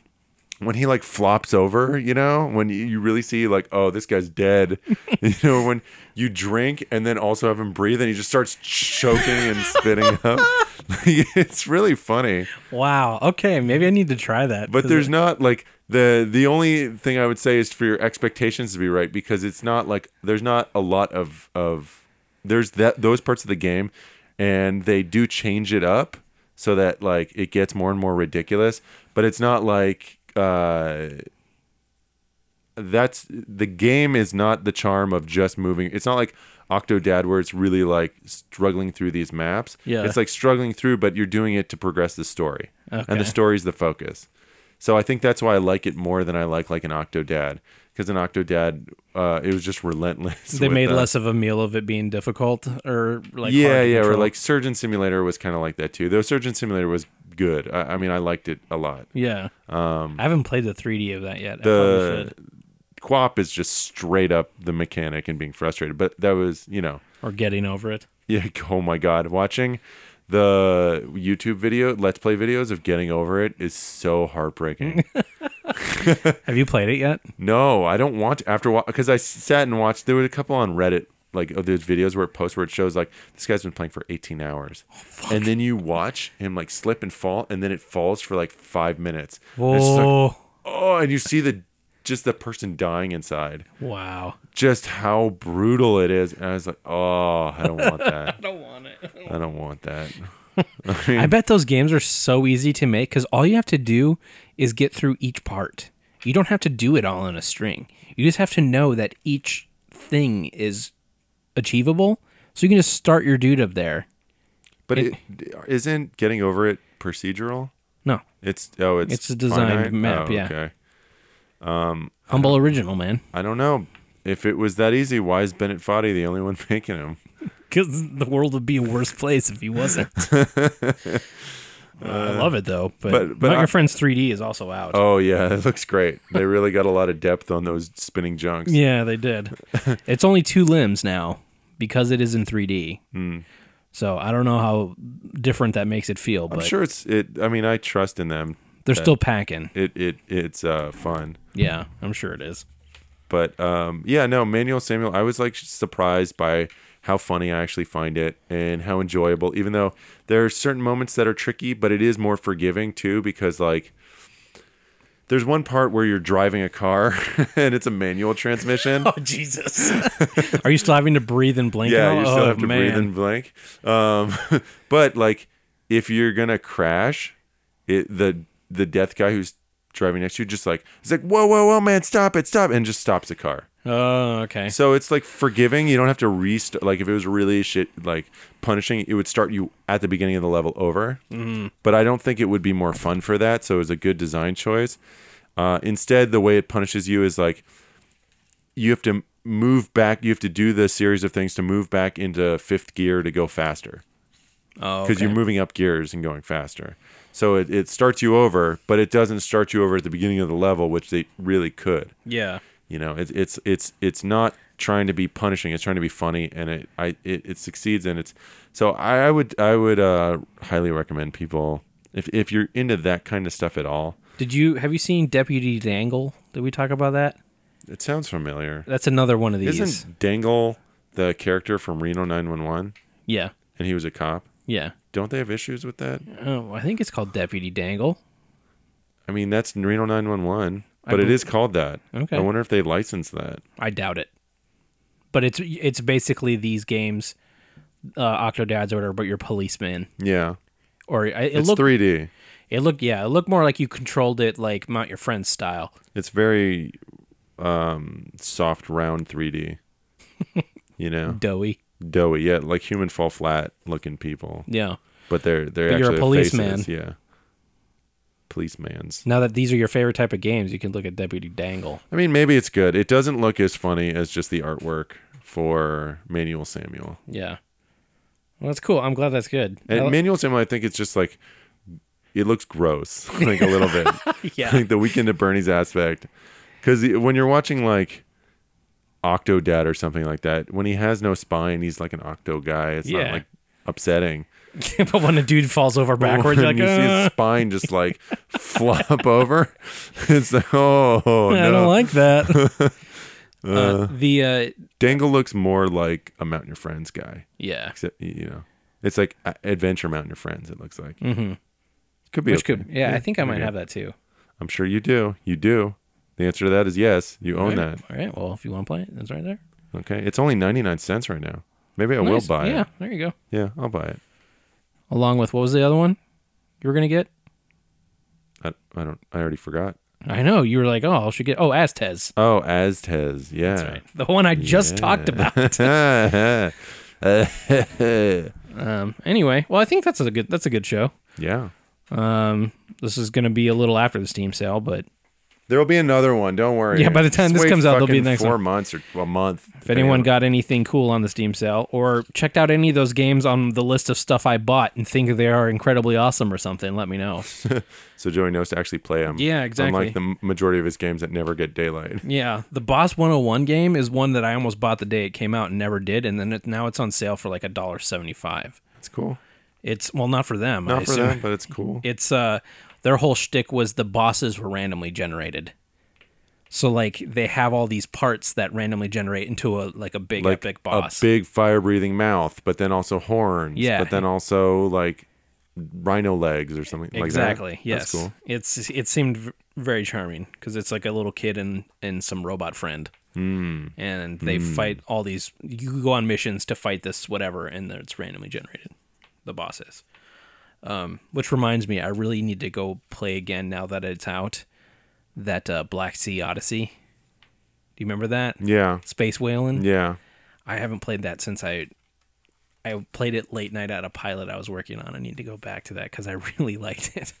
when he like flops over, you know, when you- you really see like, oh, this guy's dead. you know, when you drink and then also have him breathe and he just starts choking and spitting up. it's really funny.
Wow. Okay, maybe I need to try that.
But
'cause
there's
it-
not like the the only thing I would say is for your expectations to be right because it's not like there's not a lot of of there's that those parts of the game and they do change it up so that like it gets more and more ridiculous, but it's not like uh that's the game is not the charm of just moving. It's not like Octodad where it's really like struggling through these maps.
Yeah.
It's like struggling through, but you're doing it to progress the story. And
Okay.
the story's the focus. So I think that's why I like it more than I like like an Octodad. Because an Octodad, uh, it was just relentless.
they
with
made
the-
less of a meal of it being difficult or like
yeah,
hard to
yeah, or
control.
like Surgeon Simulator was kind of like that too. Though Surgeon Simulator was good. I, I mean, I liked it a lot.
yeah. Um, I haven't played the 3D of that yet. I probably
The
should.
Quap is just straight up the mechanic and being frustrated. But that was, you know,
Or getting over it.
Yeah. Oh my God. Watching the YouTube video, Let's Play videos of getting over it is so heartbreaking.
Have you played it yet?
no, I don't want to, after because I sat and watched. There were a couple on Reddit like of those videos where it posts where it shows like this guy's been playing for 18 hours,
Oh,
and then you watch him like slip and fall, and then it falls for like five minutes. And it's just like,
Whoa.
oh, and you see the just the person dying inside,
wow.
just how brutal it is. And I was like, oh, I don't want that.
I don't want it.
I don't want that.
I bet those games are so easy to make because all you have to do is get through each part. You don't have to do it all in a string. You just have to know that each thing is achievable. So you can just start your dude up there.
But it, isn't getting over it procedural.
No,
It's oh, it's Oh,
It's a designed map, yeah.
Okay.
humble original, man.
I don't know if it was that easy. Why is Bennett Foddy the only one making them?
Because the world would be a worse place if he wasn't. I love it though, but,
but- but
Not
I-
Your Friend's 3D is also out.
Oh yeah, it looks great. They really got a lot of depth on those spinning junks.
Yeah, they did. it's only two limbs now because it is in 3D.
Hmm.
So I don't know how different that makes it feel,
I'm
but
sure it's it. I mean, I trust in them.
they're still packing.
It it it's uh fun.
Yeah, I'm sure it is.
But um yeah, no, Manuel Samuel. I was like surprised by how funny I actually find it and how enjoyable. Even though there are certain moments that are tricky, but it is more forgiving too because like there's one part where you're driving a car and it's a manual transmission.
Oh Jesus! Are you still having to breathe and blink?
yeah,
and all?
you still
Oh,
have to breathe
man.
and blink. Um, but like if you're gonna crash, it the the death guy who's driving next to you just like it's like whoa whoa whoa man stop it stop and just stops the car.
Oh, okay.
So it's like forgiving. You don't have to restart. Like if it was really shit, like punishing, it would start you at the beginning of the level over. But I don't think it would be more fun for that. So it was a good design choice. Uh, instead, the way it punishes you is like you have to move back. You have to do the series of things to move back into fifth gear to go faster
Oh,
because you're moving up gears and going faster. So it, it starts you over, but it doesn't start you over at the beginning of the level, which they really could.
yeah.
You know, it's it's it's it's not trying to be punishing. It's trying to be funny, and it I it, it succeeds. And it's so I, I would I would uh, highly recommend people if if you're into that kind of stuff at all.
Did you have you seen Deputy Dangle? Did we talk about that?
It sounds familiar.
That's another one of these.
Isn't Dangle the character from Reno 911,
yeah,
and he was a cop?
yeah.
Don't they have issues with that?
Oh, I think it's called Deputy Dangle.
I mean, that's Reno 911,
I
but it
bel-
is called that.
Okay.
I wonder if they licensed that.
I doubt it. But it's it's basically these games, uh, Octodad's Order, but you're policeman.
Yeah.
Or I- it
It's
looked
3D.
it looked yeah it looked more like you controlled it like Mount Your Friend style.
It's very um soft round 3D. you know,
Doughy.
doughy, yeah, like human fall flat looking people,
Yeah.
but they're they're
But
actually
you're a policeman.
faces, yeah. Policeman's.
Now that these are your favorite type of games, you can look at Deputy Dangle.
I mean, maybe it's good. It doesn't look as funny as just the artwork for Manuel Samuel.
Yeah. Well, that's cool. I'm glad that's good.
And
I-
Manuel Samuel, I think it's just like it looks gross, like a little bit.
yeah.
like the weekend at Bernie's aspect. Because when you're watching like Octodad or something like that, when he has no spine, he's like an octo guy. It's
Yeah.
not like upsetting.
but when a dude falls over backwards, you're
when
like,
you see his
"Uh,
spine just like flop over, it's like oh
I
no.
don't like that. uh, the uh,
Dangle looks more like a Mountain Your Friends guy,
yeah,
except y- you know, it's like a- Adventure Mountain Your Friends. It looks like
Mhm.
could be
which
okay.
could yeah, I think I might
okay.
have that too.
I'm sure you do. You do. The answer to that is yes. You own
All right.
that.
All right. Well, if you want to play it, it's right there.
Okay, it's only ninety nine cents right now. Maybe I
Nice.
will buy
Yeah.
it.
There you go.
Yeah, I'll buy it.
Along with what was the other one you were gonna get?
I, I don't. I already forgot.
I know you were like, oh, I should get. Oh, Aztez.
Oh, Aztez. Yeah,
That's right. The one I just talked about. Um. Anyway, well, I think that's a good. That's a good show.
yeah.
Um. This is gonna be a little after the Steam sale, but
There will be another one. Don't worry.
Yeah, by the time this
wait
comes out, there'll be
fucking
the next
four
one.
months or a month.
If anyone got anything cool on the Steam sale or checked out any of those games on the list of stuff I bought and think they are incredibly awesome or something, let me know.
so Joey knows to actually play them.
Yeah, exactly.
Unlike the m- majority of his games that never get daylight.
yeah, the Boss 101 game is one that I almost bought the day it came out and never did, and then it, now it's on sale for like a dollar seventy-five.
It's cool.
It's well, not for them.
Not
I
for
assume.
them, but it's cool.
It's uh, their whole shtick was the bosses were randomly generated. So like they have all these parts that randomly generate into a like a big
like
epic boss.
a big fire-breathing mouth, but then also horns.
Yeah.
But then also like rhino legs or something like that.
exactly
That's
yes
cool.
it's it seemed v- very charming because it's like a little kid and and some robot friend
Hmm.
mm. and they fight all these you go on missions to fight this whatever and then it's randomly generated the boss is um, which reminds me i really need to go play again now that it's out that uh, black sea odyssey do you remember that
Yeah.
space whaling
Yeah.
i haven't played that since i I played it late night at a pilot I was working on. I need to go back to that because I really liked it.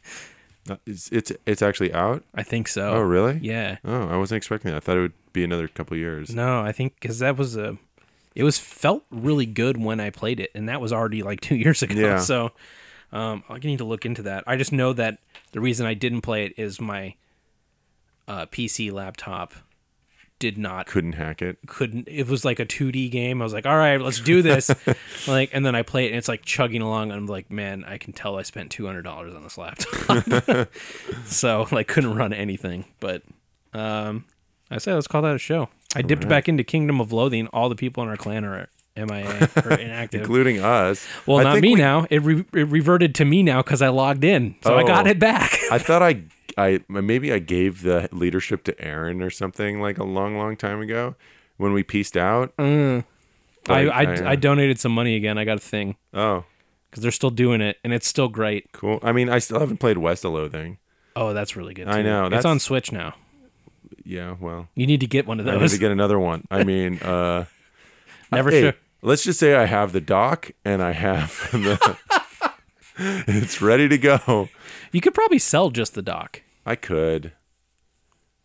Uh, It's it's it's actually out.
I think so.
Oh, really?
Yeah.
Oh, I wasn't expecting that. I thought it would be another couple years.
No, I think because that was a, it was felt really good when I played it, and that was already like two years ago.
Yeah.
So, um, I need to look into that. I just know that the reason I didn't play it is my, uh, PC laptop, did not
Couldn't hack it.
couldn't it was like a 2d game i was like all right let's do this like and then i play it and it's like chugging along and i'm like man i can tell i spent $200 on this laptop so like couldn't run anything but um i said let's call that a show i dipped back into kingdom of loathing all the people in our clan are mia or inactive
Including us.
well
I
not
think
me
we-
now it, re- it reverted to me now because i logged in so i got
Oh.
it back
I thought I I maybe I gave the leadership to Aaron or something like a long, long time ago when we pieced out. But
Mm. I, I, I donated some money again i got a thing
oh
because they're still doing it and it's still great
cool. I mean, I still haven't played Westelo thing.
Oh, that's really good.
I
too.
know,
It's
that's-
on Switch now.
Yeah, well,
You need to get one of
I need
those.
to get another one. I mean, uh,
Never
hey,
sure.
Let's just say I have the dock and I have the. it's ready to go.
You could probably sell just the dock.
I could.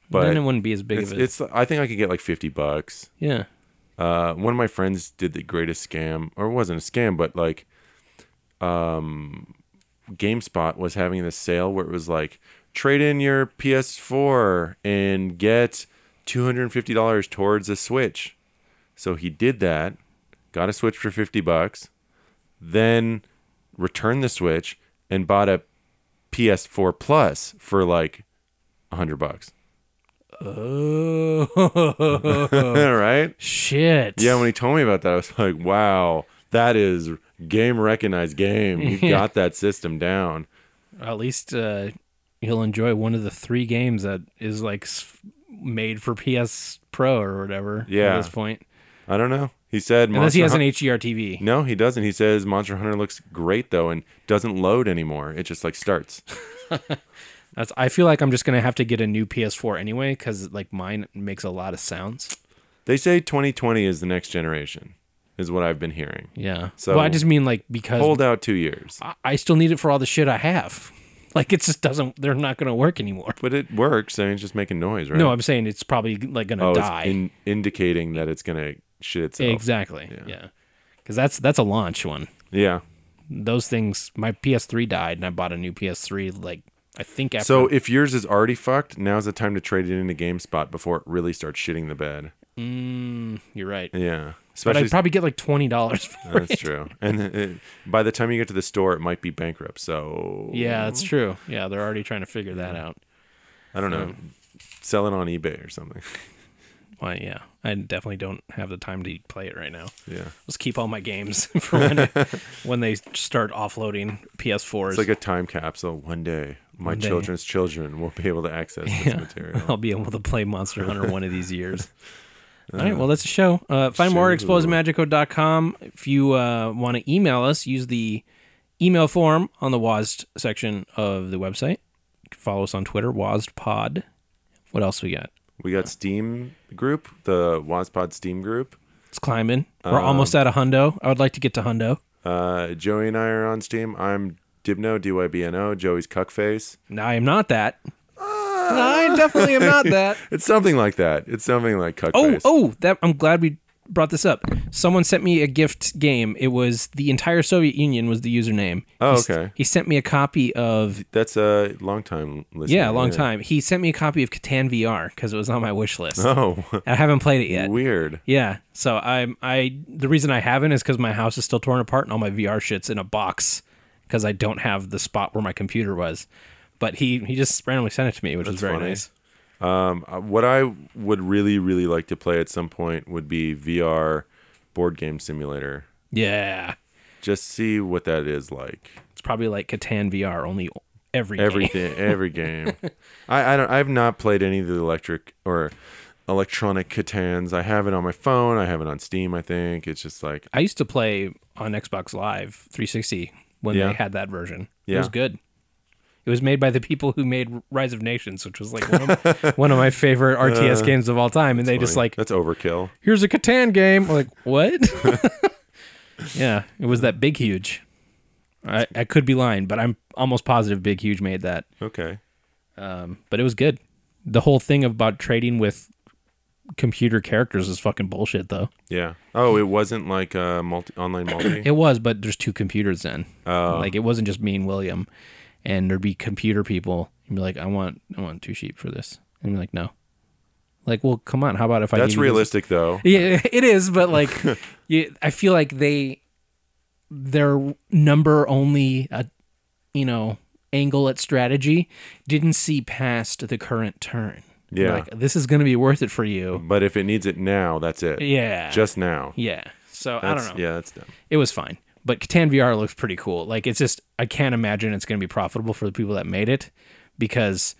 But
then it wouldn't be as big
it's,
of a
it's I think I could get like fifty bucks.
yeah.
Uh, one of my friends did the greatest scam, or it wasn't a scam, but like, um, GameSpot was having this sale where it was like, trade in your PS4 and get two hundred and fifty dollars towards a Switch. So he did that, got a Switch for fifty bucks, then returned the Switch and bought a PS4 Plus for like hundred bucks.
Oh
right?
shit!
Yeah, when he told me about that, I was like, wow, that is game recognized game. You
Yeah.
got that system down.
at least uh, he'll enjoy one of the three games that is like s- made for PS Pro or whatever.
Yeah.
at this point,
I don't know. He said,
unless he e- has
Monster
an
Hun-
HDR TV.
No, he doesn't. He says Monster Hunter looks great though and doesn't load anymore. It just like starts.
That's. I feel like I'm just gonna have to get a new PS4 anyway because like mine makes a lot of sounds.
They say 2020 is the next generation, is what I've been hearing.
Yeah.
So-
So I just mean like because
Hold out two years,
I, I still need it for all the shit I have. Like it just doesn't. They're not gonna work anymore.
but it works. I mean, it's just making noise, right?
No, I'm saying it's probably like gonna
oh,
die.
it's in- indicating that it's gonna shit itself.
Exactly. Yeah. Because that's that's a launch one.
yeah.
Those things. My PS3 died, and I bought a new PS3. Like I think after.
So if yours is already fucked, now's the time to trade it into GameSpot before it really starts shitting the bed.
Mm, you're right.
Yeah,
But
especially
I'd probably get like twenty dollars for
that's
it.
true. And then it, by the time you get to the store, it might be bankrupt. So
Yeah, that's true. Yeah, they're already trying to figure that out.
I don't know. Sell it on eBay or something.
Well, yeah, I definitely don't have the time to play it right now.
Yeah,
Let's keep all my games for when, when they start offloading PS4s.
it's like a time capsule. One day, my
One day.
children's children will be able to access this material.
I'll be able to play Monster Hunter one of these years. All right, well, that's a show. Uh, find more at
show.
explosivemagico.com. If you uh, want to email us, use the email form on the WASD section of the website. You can Follow us on Twitter, WASDPod. What else we got?
We got Steam group, the Waspod Steam group.
It's climbing. We're
Um,
almost at a hundo. I would like to get to hundo.
Uh, Joey and I are on Steam. I'm Dibno, D Y B N O. Joey's Cuckface.
No, I am not that.
Ah.
no, I definitely am not that.
It's something like that. It's something like
Oh,
Cuckface.
oh, that I'm glad we brought this up. Someone sent me a gift game. It was the entire Soviet Union was the username.
Oh,
He s-
okay.
He sent me a copy of
That's a long time listener.
yeah, a long time. He sent me a copy of Catan VR because it was on my wish list.
Oh,
I haven't played it yet.
weird.
yeah, so I'm I the reason I haven't is because my house is still torn apart and all my VR shits in a box because I don't have the spot where my computer was. But he he just randomly sent it to me, which was very
funny.
nice.
Um, uh, what I would really, really like to play at some point would be VR board game simulator.
Yeah,
Just see what that is like.
it's probably like Catan VR only every game.
Everything, every game. I, I don't. I've not played any of the electric or electronic Catans. I have it on my phone. I have it on Steam. I think it's just like
I used to play on Xbox Live 360 when
Yeah.
they had that version. It
Yeah.
was good. It was made by the people who made Rise of Nations, which was like one of, one of my favorite RTS games of all time. And they just like,
Uh, that's overkill.
here's a Catan game. I'm like, what? yeah, it was that Big Huge. I, I could be lying, but I'm almost positive Big Huge made that.
Okay.
Um, but it was good. The whole thing about trading with computer characters is fucking bullshit, though.
Yeah. Oh, it wasn't like a multi online multi.
It was, but there's two computers then.
Oh.
Like it wasn't just me and William, and there'd be computer people. You'd be like, I want, I want two sheep for this, and be like, no. Like, well, come on. How about if I?
That's
give you
realistic though.
This? Yeah, it is, but like, you, I feel like they, their number only, uh, you know, angle at strategy didn't see past the current turn.
Yeah.
like this is gonna be worth it for you.
But if it needs it now, that's it.
Yeah,
Mm. Just now.
yeah. So I
That's,
don't know
Yeah, that's dumb.
it was fine. But Catan VR looks pretty cool. Like it's just I can't imagine it's going to be profitable for the people that made it because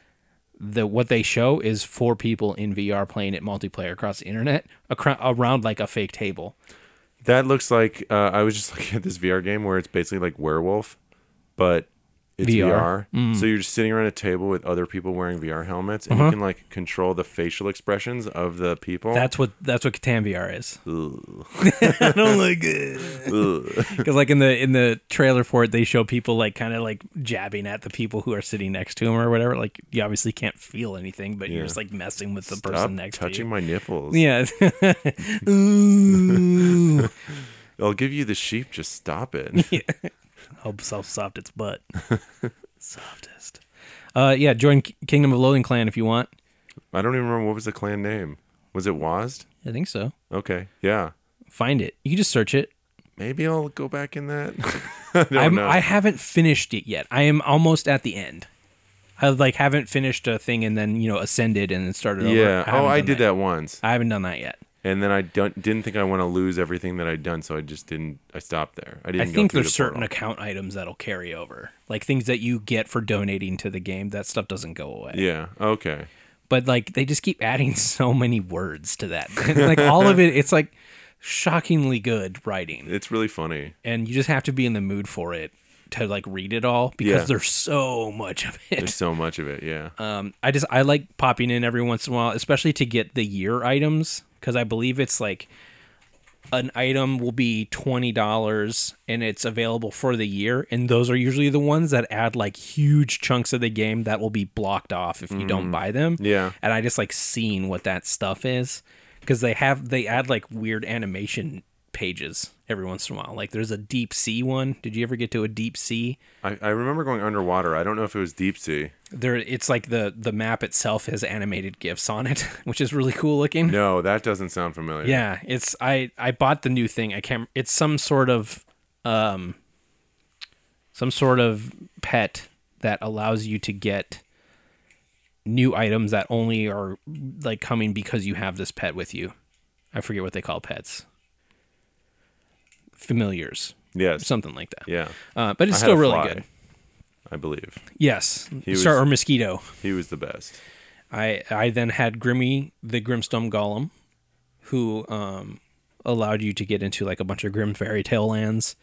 the what they show is four people in VR playing it multiplayer across the internet acro- around like a fake table.
That looks like uh, I was just looking at this VR game where it's basically like werewolf, but it's
VR.
VR. So you're just sitting around a table with other people wearing VR helmets, and you can like control the facial expressions of the people.
Uh-huh. That's what that's what Catan VR is. I don't like it because, like in the in the trailer for it, they show people like kind of like jabbing at the people who are sitting next to him or whatever. Like you obviously can't feel anything, but you're
Yeah.
just like messing with the
Stop
person next
touching
to
my nipples.
you. Yeah. Ooh.
I'll give you the sheep. Just stop it.
Hope self soft its butt. Softest. Uh, yeah. Join K- Kingdom of Loathing clan if you want.
I don't even remember what was the clan name. Was it Wazd?
I think so.
Okay, yeah.
Find it. You can just search it.
Maybe I'll go back in that. I don't
I'm,
know.
I haven't finished it yet. I am almost at the end. I like haven't finished a thing and then you know ascended and then started over.
yeah. oh,
haven't
I
done
did that. once,
I haven't done that yet.
and then I don't, didn't think I want to lose everything that I'd done, so I just didn't. I stopped there. I
I
didn't.
think
go through
there's
the
certain
portal.
account items that'll carry over, like things that you get for donating to the game. That stuff doesn't go away.
Yeah. Okay.
But like they just keep adding so many words to that. like all of it, it's like shockingly good writing,
It's really funny.
and you just have to be in the mood for it to like read it all because
Yeah.
there's so much of it.
There's so much of it. Yeah.
Um, I just I like popping in every once in a while, especially to get the year items because I believe it's like an item will be twenty dollars and it's available for the year, and those are usually the ones that add like huge chunks of the game that will be blocked off if you don't buy them.
Mm. Yeah.
and I just like seeing what that stuff is because they have they add like weird animation pages every once in a while. Like there's a deep sea one. Did you ever get to a deep sea?
I, I remember going underwater. I don't know if it was deep sea.
there it's like the the map itself has animated gifs on it which is really cool looking
No, that doesn't sound familiar.
yeah it's i i bought the new thing i can't it's some sort of um some sort of pet that allows you to get new items that only are like coming because you have this pet with you i forget what they call pets familiars
Yes.
something like that
Yeah.
uh, but it's
I had
still
a
really
fly,
good
I believe
yes
He
star
was-
or mosquito
he was the best.
I I then had Grimmy the Grimstone Golem, who um, allowed you to get into like a bunch of Grim fairy tale lands,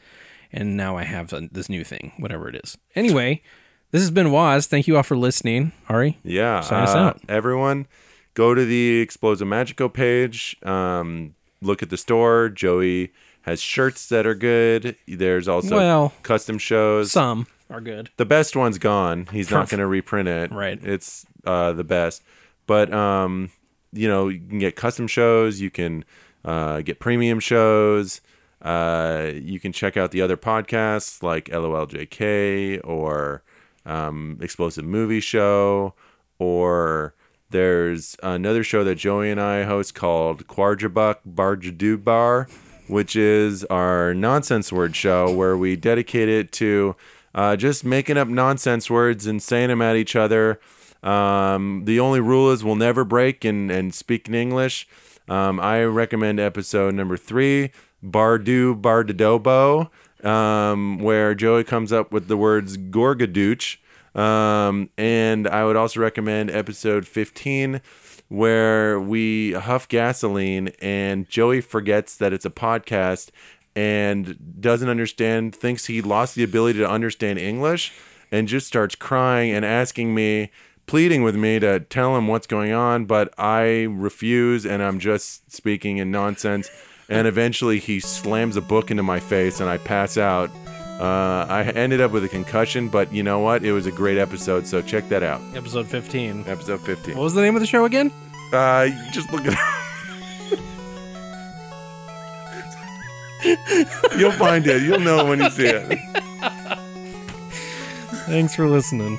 and now I have uh this new thing, whatever it is. Anyway, this has been Waz. Thank you all for listening, Ari.
Yeah. uh,
Sign us out.
Everyone, go to the Explosive Magico page. Um, look at the store. Joey has shirts that are good. There's also
Well,
custom shows.
Some are good.
the best one's gone. He's not going to reprint it.
Right.
It's uh, the best. But um, you know, you can get custom shows. You can uh, get premium shows. Uh, you can check out the other podcasts like LOLJK or um, Explosive Movie Show or there's another show that Joey and I host called Quarjabuck Barjadubar, which is our nonsense word show where we dedicate it to uh, just making up nonsense words and saying them at each other. Um, the only rule is we'll never break and, and speak in English. Um, I recommend episode number three, Bardu Bardadobo, um, where Joey comes up with the words Gorgadooch. Um, and I would also recommend episode 15, where we huff gasoline and Joey forgets that it's a podcast and doesn't understand, thinks he lost the ability to understand English, and just starts crying and asking me, pleading with me to tell him what's going on. But I refuse and I'm just speaking in nonsense. And eventually he slams a book into my face and I pass out. Uh, I ended up with a concussion, but you know what? It was a great episode, so check that out.
Episode fifteen.
Episode
What
15.
was the name of the show again?
Uh, you just look it up. You'll find it. You'll know when you see it.
Thanks for listening.